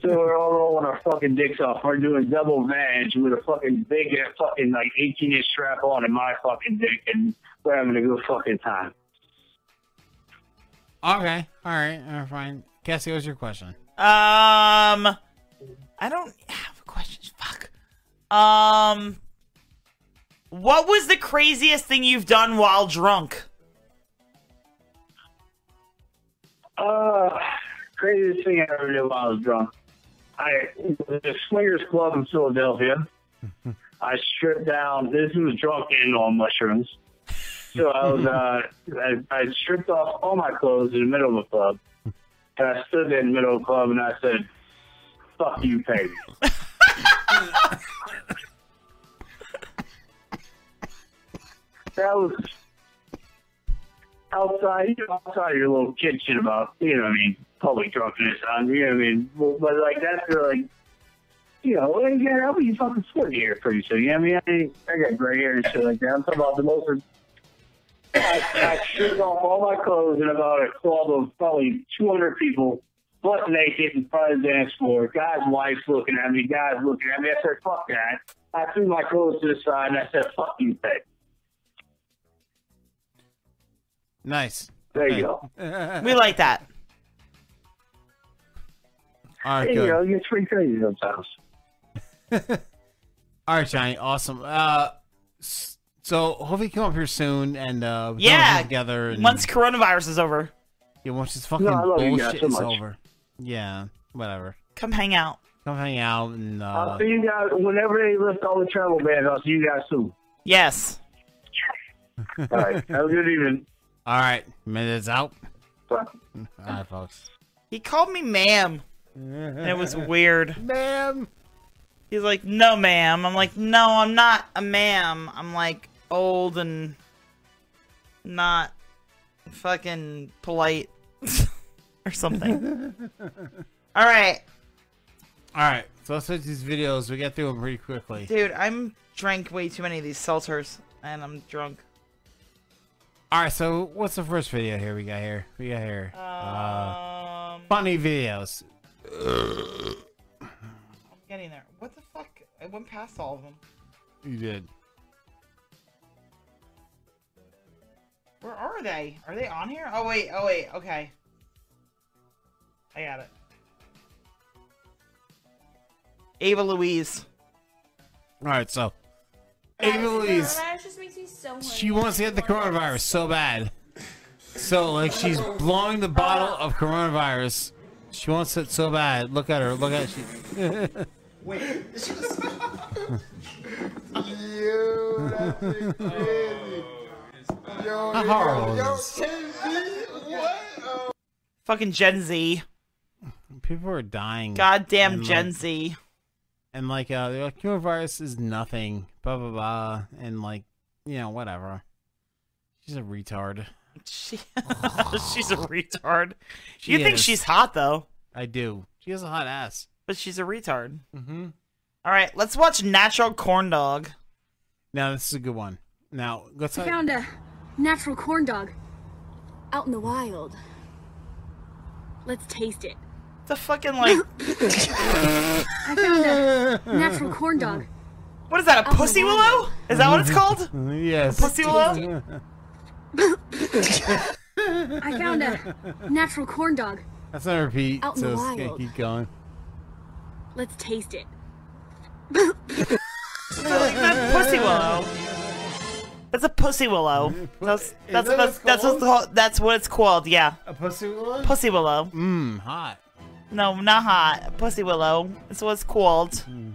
Speaker 16: so we're all rolling our fucking dicks off. We're doing double vag with a fucking big uh, fucking like 18 inch strap on and my fucking dick, and we're having a good fucking time.
Speaker 15: Okay, all right, all right fine. Cassie, what's your question?
Speaker 23: Um, I don't have questions. Fuck. Um, what was the craziest thing you've done while drunk?
Speaker 16: Uh, craziest thing I ever did while I was drunk. I the swingers club in Philadelphia. I stripped down. This was drunk and on mushrooms. So I was uh, I, I stripped off all my clothes in the middle of a club, and I stood there in the middle of the club and I said, "Fuck you, Peggy." that was outside, you know, outside your little kid shit about, you know, what I mean, public drunkenness. Um, you know, what I mean, Well, but like that's uh, like, you know, hey, man, I'll be fucking split here pretty soon. You know, what I mean, I, I got gray hair and shit like that. I'm talking about the most. I, I stripped off all my clothes in about a club of probably 200 people, butt naked in front of the dance floor. Guys' wives looking at me, guys looking at me. I said, fuck that. I threw my clothes to the side and I said, fuck you, Peg.
Speaker 15: Nice.
Speaker 16: There you go.
Speaker 23: We like that.
Speaker 15: All right,
Speaker 16: you know,
Speaker 15: good.
Speaker 16: you're pretty crazy sometimes.
Speaker 15: All right, Johnny, awesome. Uh, s- so hopefully you come up here soon and uh, we can all
Speaker 23: Yeah,
Speaker 15: get together. And,
Speaker 23: Once coronavirus is over,
Speaker 15: yeah, once this fucking
Speaker 23: No, I love you guys
Speaker 15: bullshit
Speaker 23: so
Speaker 15: is
Speaker 23: much.
Speaker 15: over. Yeah, whatever.
Speaker 23: come hang out.
Speaker 15: Come hang out and uh,
Speaker 16: I'll see you guys whenever they lift all the travel bans. I'll see you guys soon.
Speaker 23: Yes.
Speaker 16: all right. Have a good evening.
Speaker 15: All right, minutes out. All right, folks.
Speaker 23: He called me ma'am. And it was weird.
Speaker 15: Ma'am.
Speaker 23: He's like, no, ma'am. I'm like, no, I'm not a ma'am. I'm like old and not fucking polite or something. All right,
Speaker 13: All right, so let's finish these videos. We get through them pretty quickly.
Speaker 23: dude, I'm drank way too many of these seltzers and I'm drunk.
Speaker 13: All right, so what's the first video here? We got here. We got here.
Speaker 23: Um,
Speaker 13: Uh, funny videos.
Speaker 23: I'm getting there. What the fuck? I went past all of them.
Speaker 13: You did.
Speaker 23: Where are they? Are they on here? Oh wait, oh wait, okay. I got it. Ava Louise.
Speaker 13: All right, so Ava Louise,
Speaker 4: just makes me so hungry.
Speaker 13: she wants to get the coronavirus so bad. So like she's blowing the bottle of coronavirus. She wants it so bad. Look at her. Look at she.
Speaker 9: Wait. Yo, that thing crazy. Yo,
Speaker 23: How
Speaker 9: yo,
Speaker 23: horrible
Speaker 9: yo,
Speaker 23: is
Speaker 9: Gen Z, what? Oh.
Speaker 23: Fucking Gen Z.
Speaker 13: People are dying.
Speaker 23: Goddamn
Speaker 13: And,
Speaker 23: Gen
Speaker 13: like-
Speaker 23: Z.
Speaker 13: And like, uh, they're like, coronavirus is nothing. Blah blah blah. And like, you know, whatever. She's a retard.
Speaker 23: She. she's a retard.
Speaker 13: She
Speaker 23: you think
Speaker 13: is.
Speaker 23: she's hot though?
Speaker 13: I do. She has a hot ass.
Speaker 23: But she's a retard.
Speaker 13: Mm-hmm.
Speaker 23: All right, let's watch Natural Corn Dog.
Speaker 13: Now this is a good one. Now let's.
Speaker 4: I found a natural corn dog out in the wild. Let's taste it.
Speaker 23: The fucking like.
Speaker 4: I found a natural corn dog.
Speaker 23: What is that? A pussy willow? Is that what it's called?
Speaker 13: yes.
Speaker 23: Pussy willow?
Speaker 4: I found a natural corn dog.
Speaker 13: That's not a repeat.
Speaker 4: Out in
Speaker 13: so
Speaker 4: the
Speaker 13: it's gonna
Speaker 4: wild.
Speaker 13: keep going.
Speaker 4: Let's taste it.
Speaker 23: That pussy willow. That's a pussy willow. That's that's
Speaker 13: that what
Speaker 23: that's
Speaker 13: it's
Speaker 23: that's, what's called? that's what it's called. Yeah.
Speaker 13: A pussy willow.
Speaker 23: Pussy willow.
Speaker 13: Mmm, hot.
Speaker 23: No, not hot. Pussy willow. That's what it's called.
Speaker 13: Mm.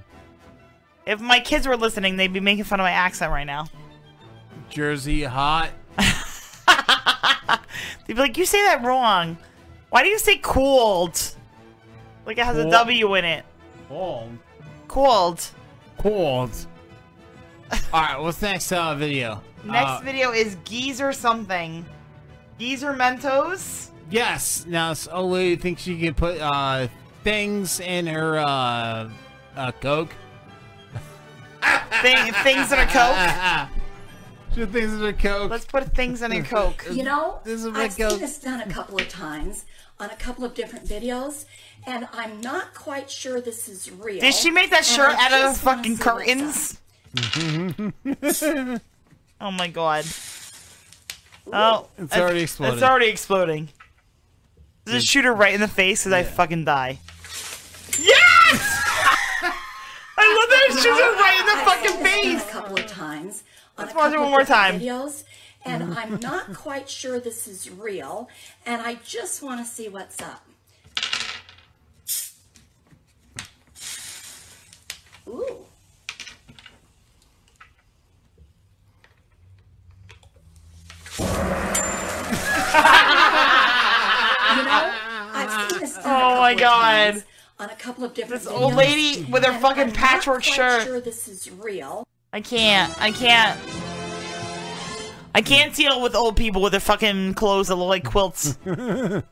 Speaker 23: If my kids were listening, they'd be making fun of my accent right now.
Speaker 13: Jersey hot.
Speaker 23: They'd be like, "You say that wrong. Why do you say cooled? Like it has a
Speaker 13: Cool.
Speaker 23: W in it.
Speaker 13: Cold.
Speaker 23: Cooled."
Speaker 13: Cold. All right. What's next uh, video?
Speaker 23: Next
Speaker 13: Uh,
Speaker 23: video is geezer something. Geezer Mentos.
Speaker 13: Yes. Now, this old lady thinks she can put uh, things in her uh, uh, Coke.
Speaker 23: Thing, things in a coke.
Speaker 13: She thinks in a coke.
Speaker 23: Let's put things in a coke.
Speaker 22: You know,
Speaker 13: what
Speaker 22: I've
Speaker 13: goes-
Speaker 22: seen this done a couple of times on a couple of different videos, and I'm not quite sure this is real.
Speaker 23: Did she make that
Speaker 22: and
Speaker 23: shirt
Speaker 22: I
Speaker 23: out of
Speaker 22: just wanna
Speaker 23: fucking
Speaker 22: see what's
Speaker 23: curtains? oh my god.
Speaker 13: Ooh.
Speaker 23: Oh,
Speaker 13: It's already exploding.
Speaker 23: It's already exploding. Just shoot her right in the face because I fucking die. Yes! I love that it shoots her right in the
Speaker 22: I've
Speaker 23: fucking
Speaker 22: seen this done
Speaker 23: face.
Speaker 22: A couple of times. on
Speaker 23: Let's
Speaker 22: a
Speaker 23: watch
Speaker 22: couple
Speaker 23: it one
Speaker 22: of
Speaker 23: more
Speaker 22: different
Speaker 23: time.
Speaker 22: Videos, and I'm not quite sure this is real, and I just want to see what's up. Ooh. you know, I've seen this done a
Speaker 23: Oh
Speaker 22: couple
Speaker 23: my
Speaker 22: of
Speaker 23: God.
Speaker 22: times On a couple of different
Speaker 23: This old
Speaker 22: videos,
Speaker 23: lady with her
Speaker 22: and
Speaker 23: fucking
Speaker 22: I'm not
Speaker 23: patchwork
Speaker 22: quite
Speaker 23: shirt.
Speaker 22: Sure, this is real.
Speaker 23: I can't. I can't. I can't deal with old people with their fucking clothes that look like quilts. it's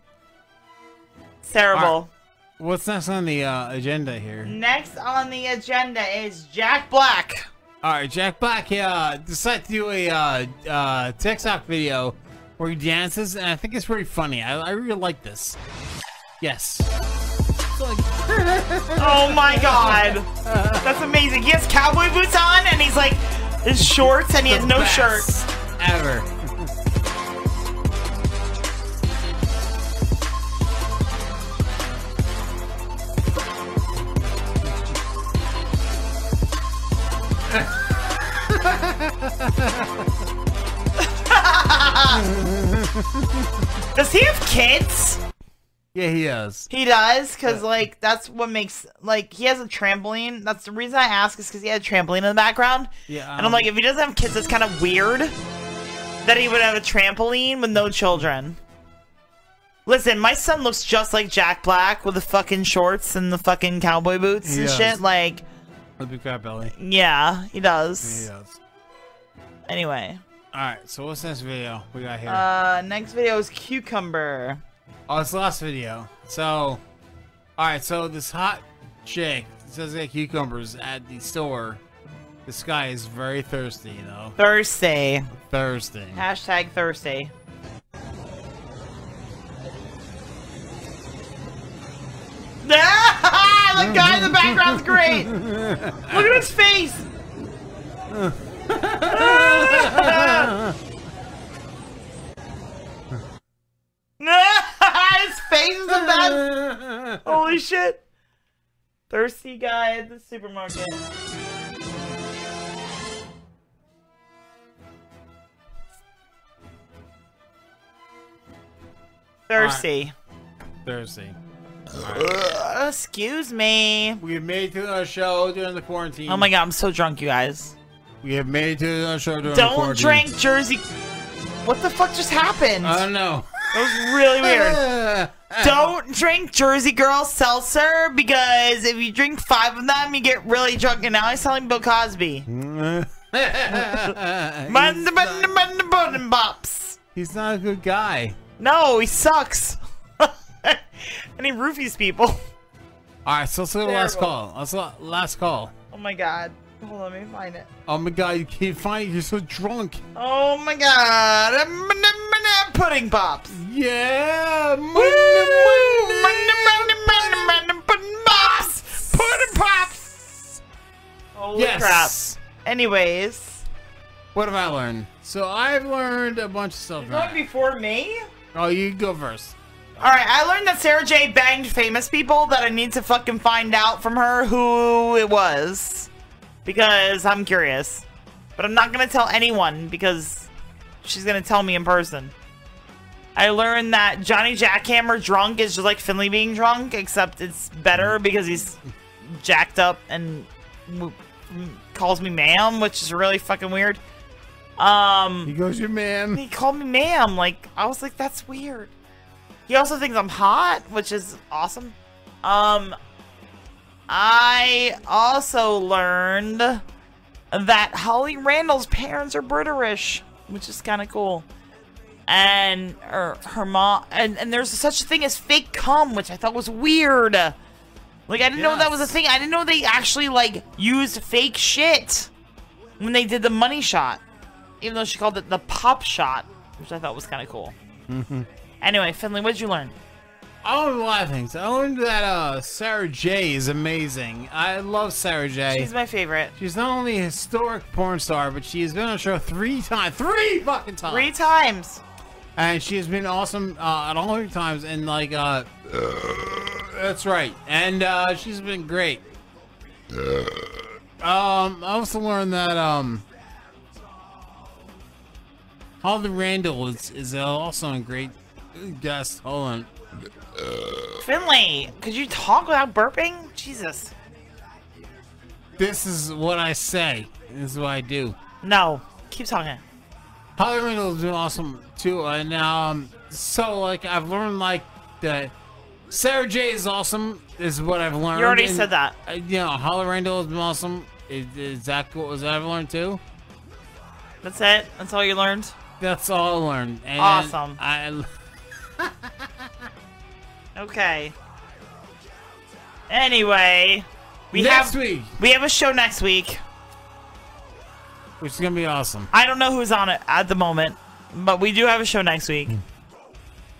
Speaker 23: terrible.
Speaker 13: What's next on the uh, agenda here?
Speaker 23: Next on the agenda is Jack Black.
Speaker 13: All right, Jack Black uh, decided to do a uh, uh, TikTok video where he dances, and I think it's pretty funny. I, I really like this. Yes.
Speaker 23: oh my god. That's amazing. He has cowboy boots on and he's like his shorts and he has no shirt.
Speaker 13: Ever.
Speaker 23: Does he have kids?
Speaker 13: Yeah, he is.
Speaker 23: He does, cause like that's what makes like he has a trampoline. That's the reason I ask is because he had a trampoline in the background.
Speaker 13: Yeah,
Speaker 23: and I'm
Speaker 13: um,
Speaker 23: like, if he doesn't have kids, that's kind of weird that he would have a trampoline with no children. Listen, my son looks just like Jack Black with the fucking shorts and the fucking cowboy boots
Speaker 13: He
Speaker 23: and
Speaker 13: does.
Speaker 23: shit. Like,
Speaker 13: With a big fat belly.
Speaker 23: yeah, he
Speaker 13: He
Speaker 23: does.
Speaker 13: is.
Speaker 23: Anyway,
Speaker 13: All right. So what's next video we got here?
Speaker 23: Uh, next video is cucumber.
Speaker 13: Oh, it's the last video. So, all right. So this hot chick says they got cucumbers at the store. This guy is very thirsty, you know.
Speaker 23: Thursday.
Speaker 9: Oh.
Speaker 13: Thursday.
Speaker 23: Hashtag Thursday. Ah, the guy in the background's great. Look at his face. his face is the best. Holy shit. Thirsty guy at the supermarket. Thirsty.
Speaker 13: Thursday.
Speaker 23: Uh, excuse me.
Speaker 13: We have made it to our show during the quarantine.
Speaker 23: Oh my god, I'm so drunk, you guys.
Speaker 13: We have made it to our show during the
Speaker 23: Don't
Speaker 13: quarantine.
Speaker 23: drink Jersey. What the fuck just happened? I
Speaker 13: don't know.
Speaker 23: That was really weird. Don't drink Jersey Girl seltzer because if you drink five of them, you get really drunk. And now I sound like Bill Cosby. Bun- bun- bun- bun- bops.
Speaker 13: He's not a good guy.
Speaker 23: No, he sucks. and he roofies people.
Speaker 13: All right. So let's go to the last
Speaker 23: Terrible.
Speaker 13: call. Let's la- last call.
Speaker 23: Oh my god. Hold on, let me find it.
Speaker 13: Oh my god, you can't find it. You're so drunk.
Speaker 23: Oh my god. Pudding pops.
Speaker 13: Yeah.
Speaker 23: Pudding pops. Pudding pops. Holy
Speaker 13: Yes.
Speaker 23: crap. Anyways.
Speaker 13: What have I learned? So I've learned a bunch of stuff.
Speaker 23: Going before me?
Speaker 13: Oh, you go first.
Speaker 23: Alright, I learned that Sarah J banged famous people that I need to fucking find out from her who it was. Because I'm curious. But I'm not gonna tell anyone because she's gonna tell me in person. I learned that Johnny Jackhammer drunk is just like Finley being drunk, except it's better
Speaker 13: Mm.
Speaker 23: because he's jacked up and w- m- calls me ma'am, which is really fucking weird. Um,
Speaker 13: he goes, "Your ma'am."
Speaker 23: He called me ma'am. Like I was like, that's weird. He also thinks I'm hot, which is awesome. Um, I also learned that Holly Randall's parents are British, which is kind of cool. And her, her mom, and, and there's such a thing as fake cum, which I thought was weird. Like I didn't know that was a thing. I didn't know they actually like used fake shit when they did the money shot, even though she called it the pop shot, which I thought was kind of cool. Anyway, Finley, what'd you learn?
Speaker 13: I learned a lot of things. I learned that uh, Sarah J is amazing. I love Sarah J.
Speaker 23: She's my favorite.
Speaker 13: She's not only a historic porn star, but she has been on the show three times. Three fucking times.
Speaker 23: Three times.
Speaker 13: And she has been awesome uh, at all her times. And like, uh, that's right. And uh, she's been great. Um, I also learned that um, Holly Randall is is also a great guest. Hold on.
Speaker 23: Finley, Eh, could you talk without burping? Jesus.
Speaker 13: This is what I say. This is what I do.
Speaker 23: No, Oh, keep talking.
Speaker 13: Holly Randall is doing awesome too, and um, so like I've learned like that. Sarah J is awesome. Is what I've learned.
Speaker 23: already
Speaker 13: and,
Speaker 23: said that.
Speaker 13: Uh, you know, Holly Randall has been awesome. Is, is that what was that I've learned too?
Speaker 23: That's it. That's all you learned.
Speaker 13: That's all I learned. And
Speaker 23: Awesome.
Speaker 13: I
Speaker 23: Okay. Anyway, we
Speaker 13: Next
Speaker 23: have
Speaker 13: week.
Speaker 23: we have a show next week.
Speaker 13: which is gonna be awesome.
Speaker 23: I don't know who's on it at the moment, but we do have a show next
Speaker 13: Hmm.
Speaker 23: week.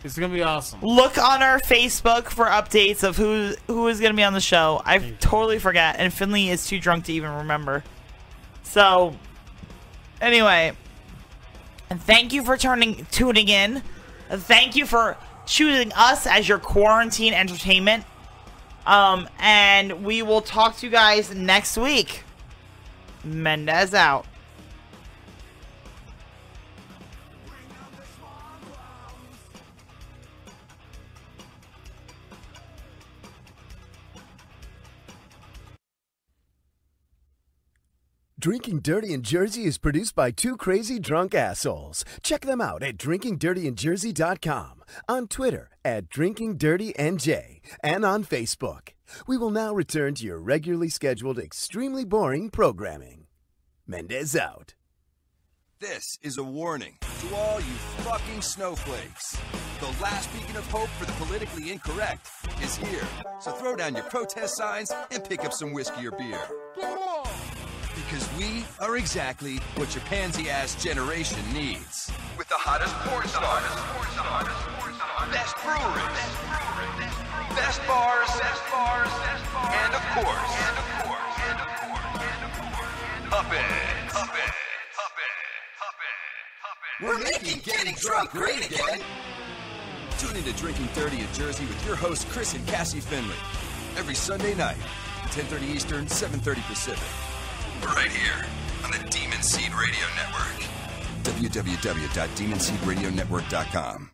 Speaker 13: It's gonna be awesome.
Speaker 23: Look on our Facebook for updates of who who is going to be on the show. I totally forgot, and Finley is too drunk to even remember. So, anyway, and thank you for turning tuning in. And Thank you for choosing us as your quarantine entertainment. Um, and we will talk to you guys next week. Mendez out.
Speaker 8: Drinking Dirty in Jersey is produced by two crazy drunk assholes. Check them out at drinkingdirtyinjersey.com, on Twitter at drinkingdirtynj, and on Facebook. We will now return to your regularly scheduled, extremely boring programming. Mendez out.
Speaker 10: This is a warning to all you fucking snowflakes. The last beacon of hope for the politically incorrect is here. So throw down your protest signs and pick up some whiskey or beer. Because we are exactly what your pansy ass generation needs. With the hottest porn stars, best breweries, best bars, and of course, up it, up it. We're making getting drunk great again. Tune into Drinking 30 in Jersey with your hosts Chris and Cassie Finley every Sunday night, 10:30 Eastern, 7:30 Pacific, right here on the Demon Seed Radio Network. www.demonseedradionetwork.com.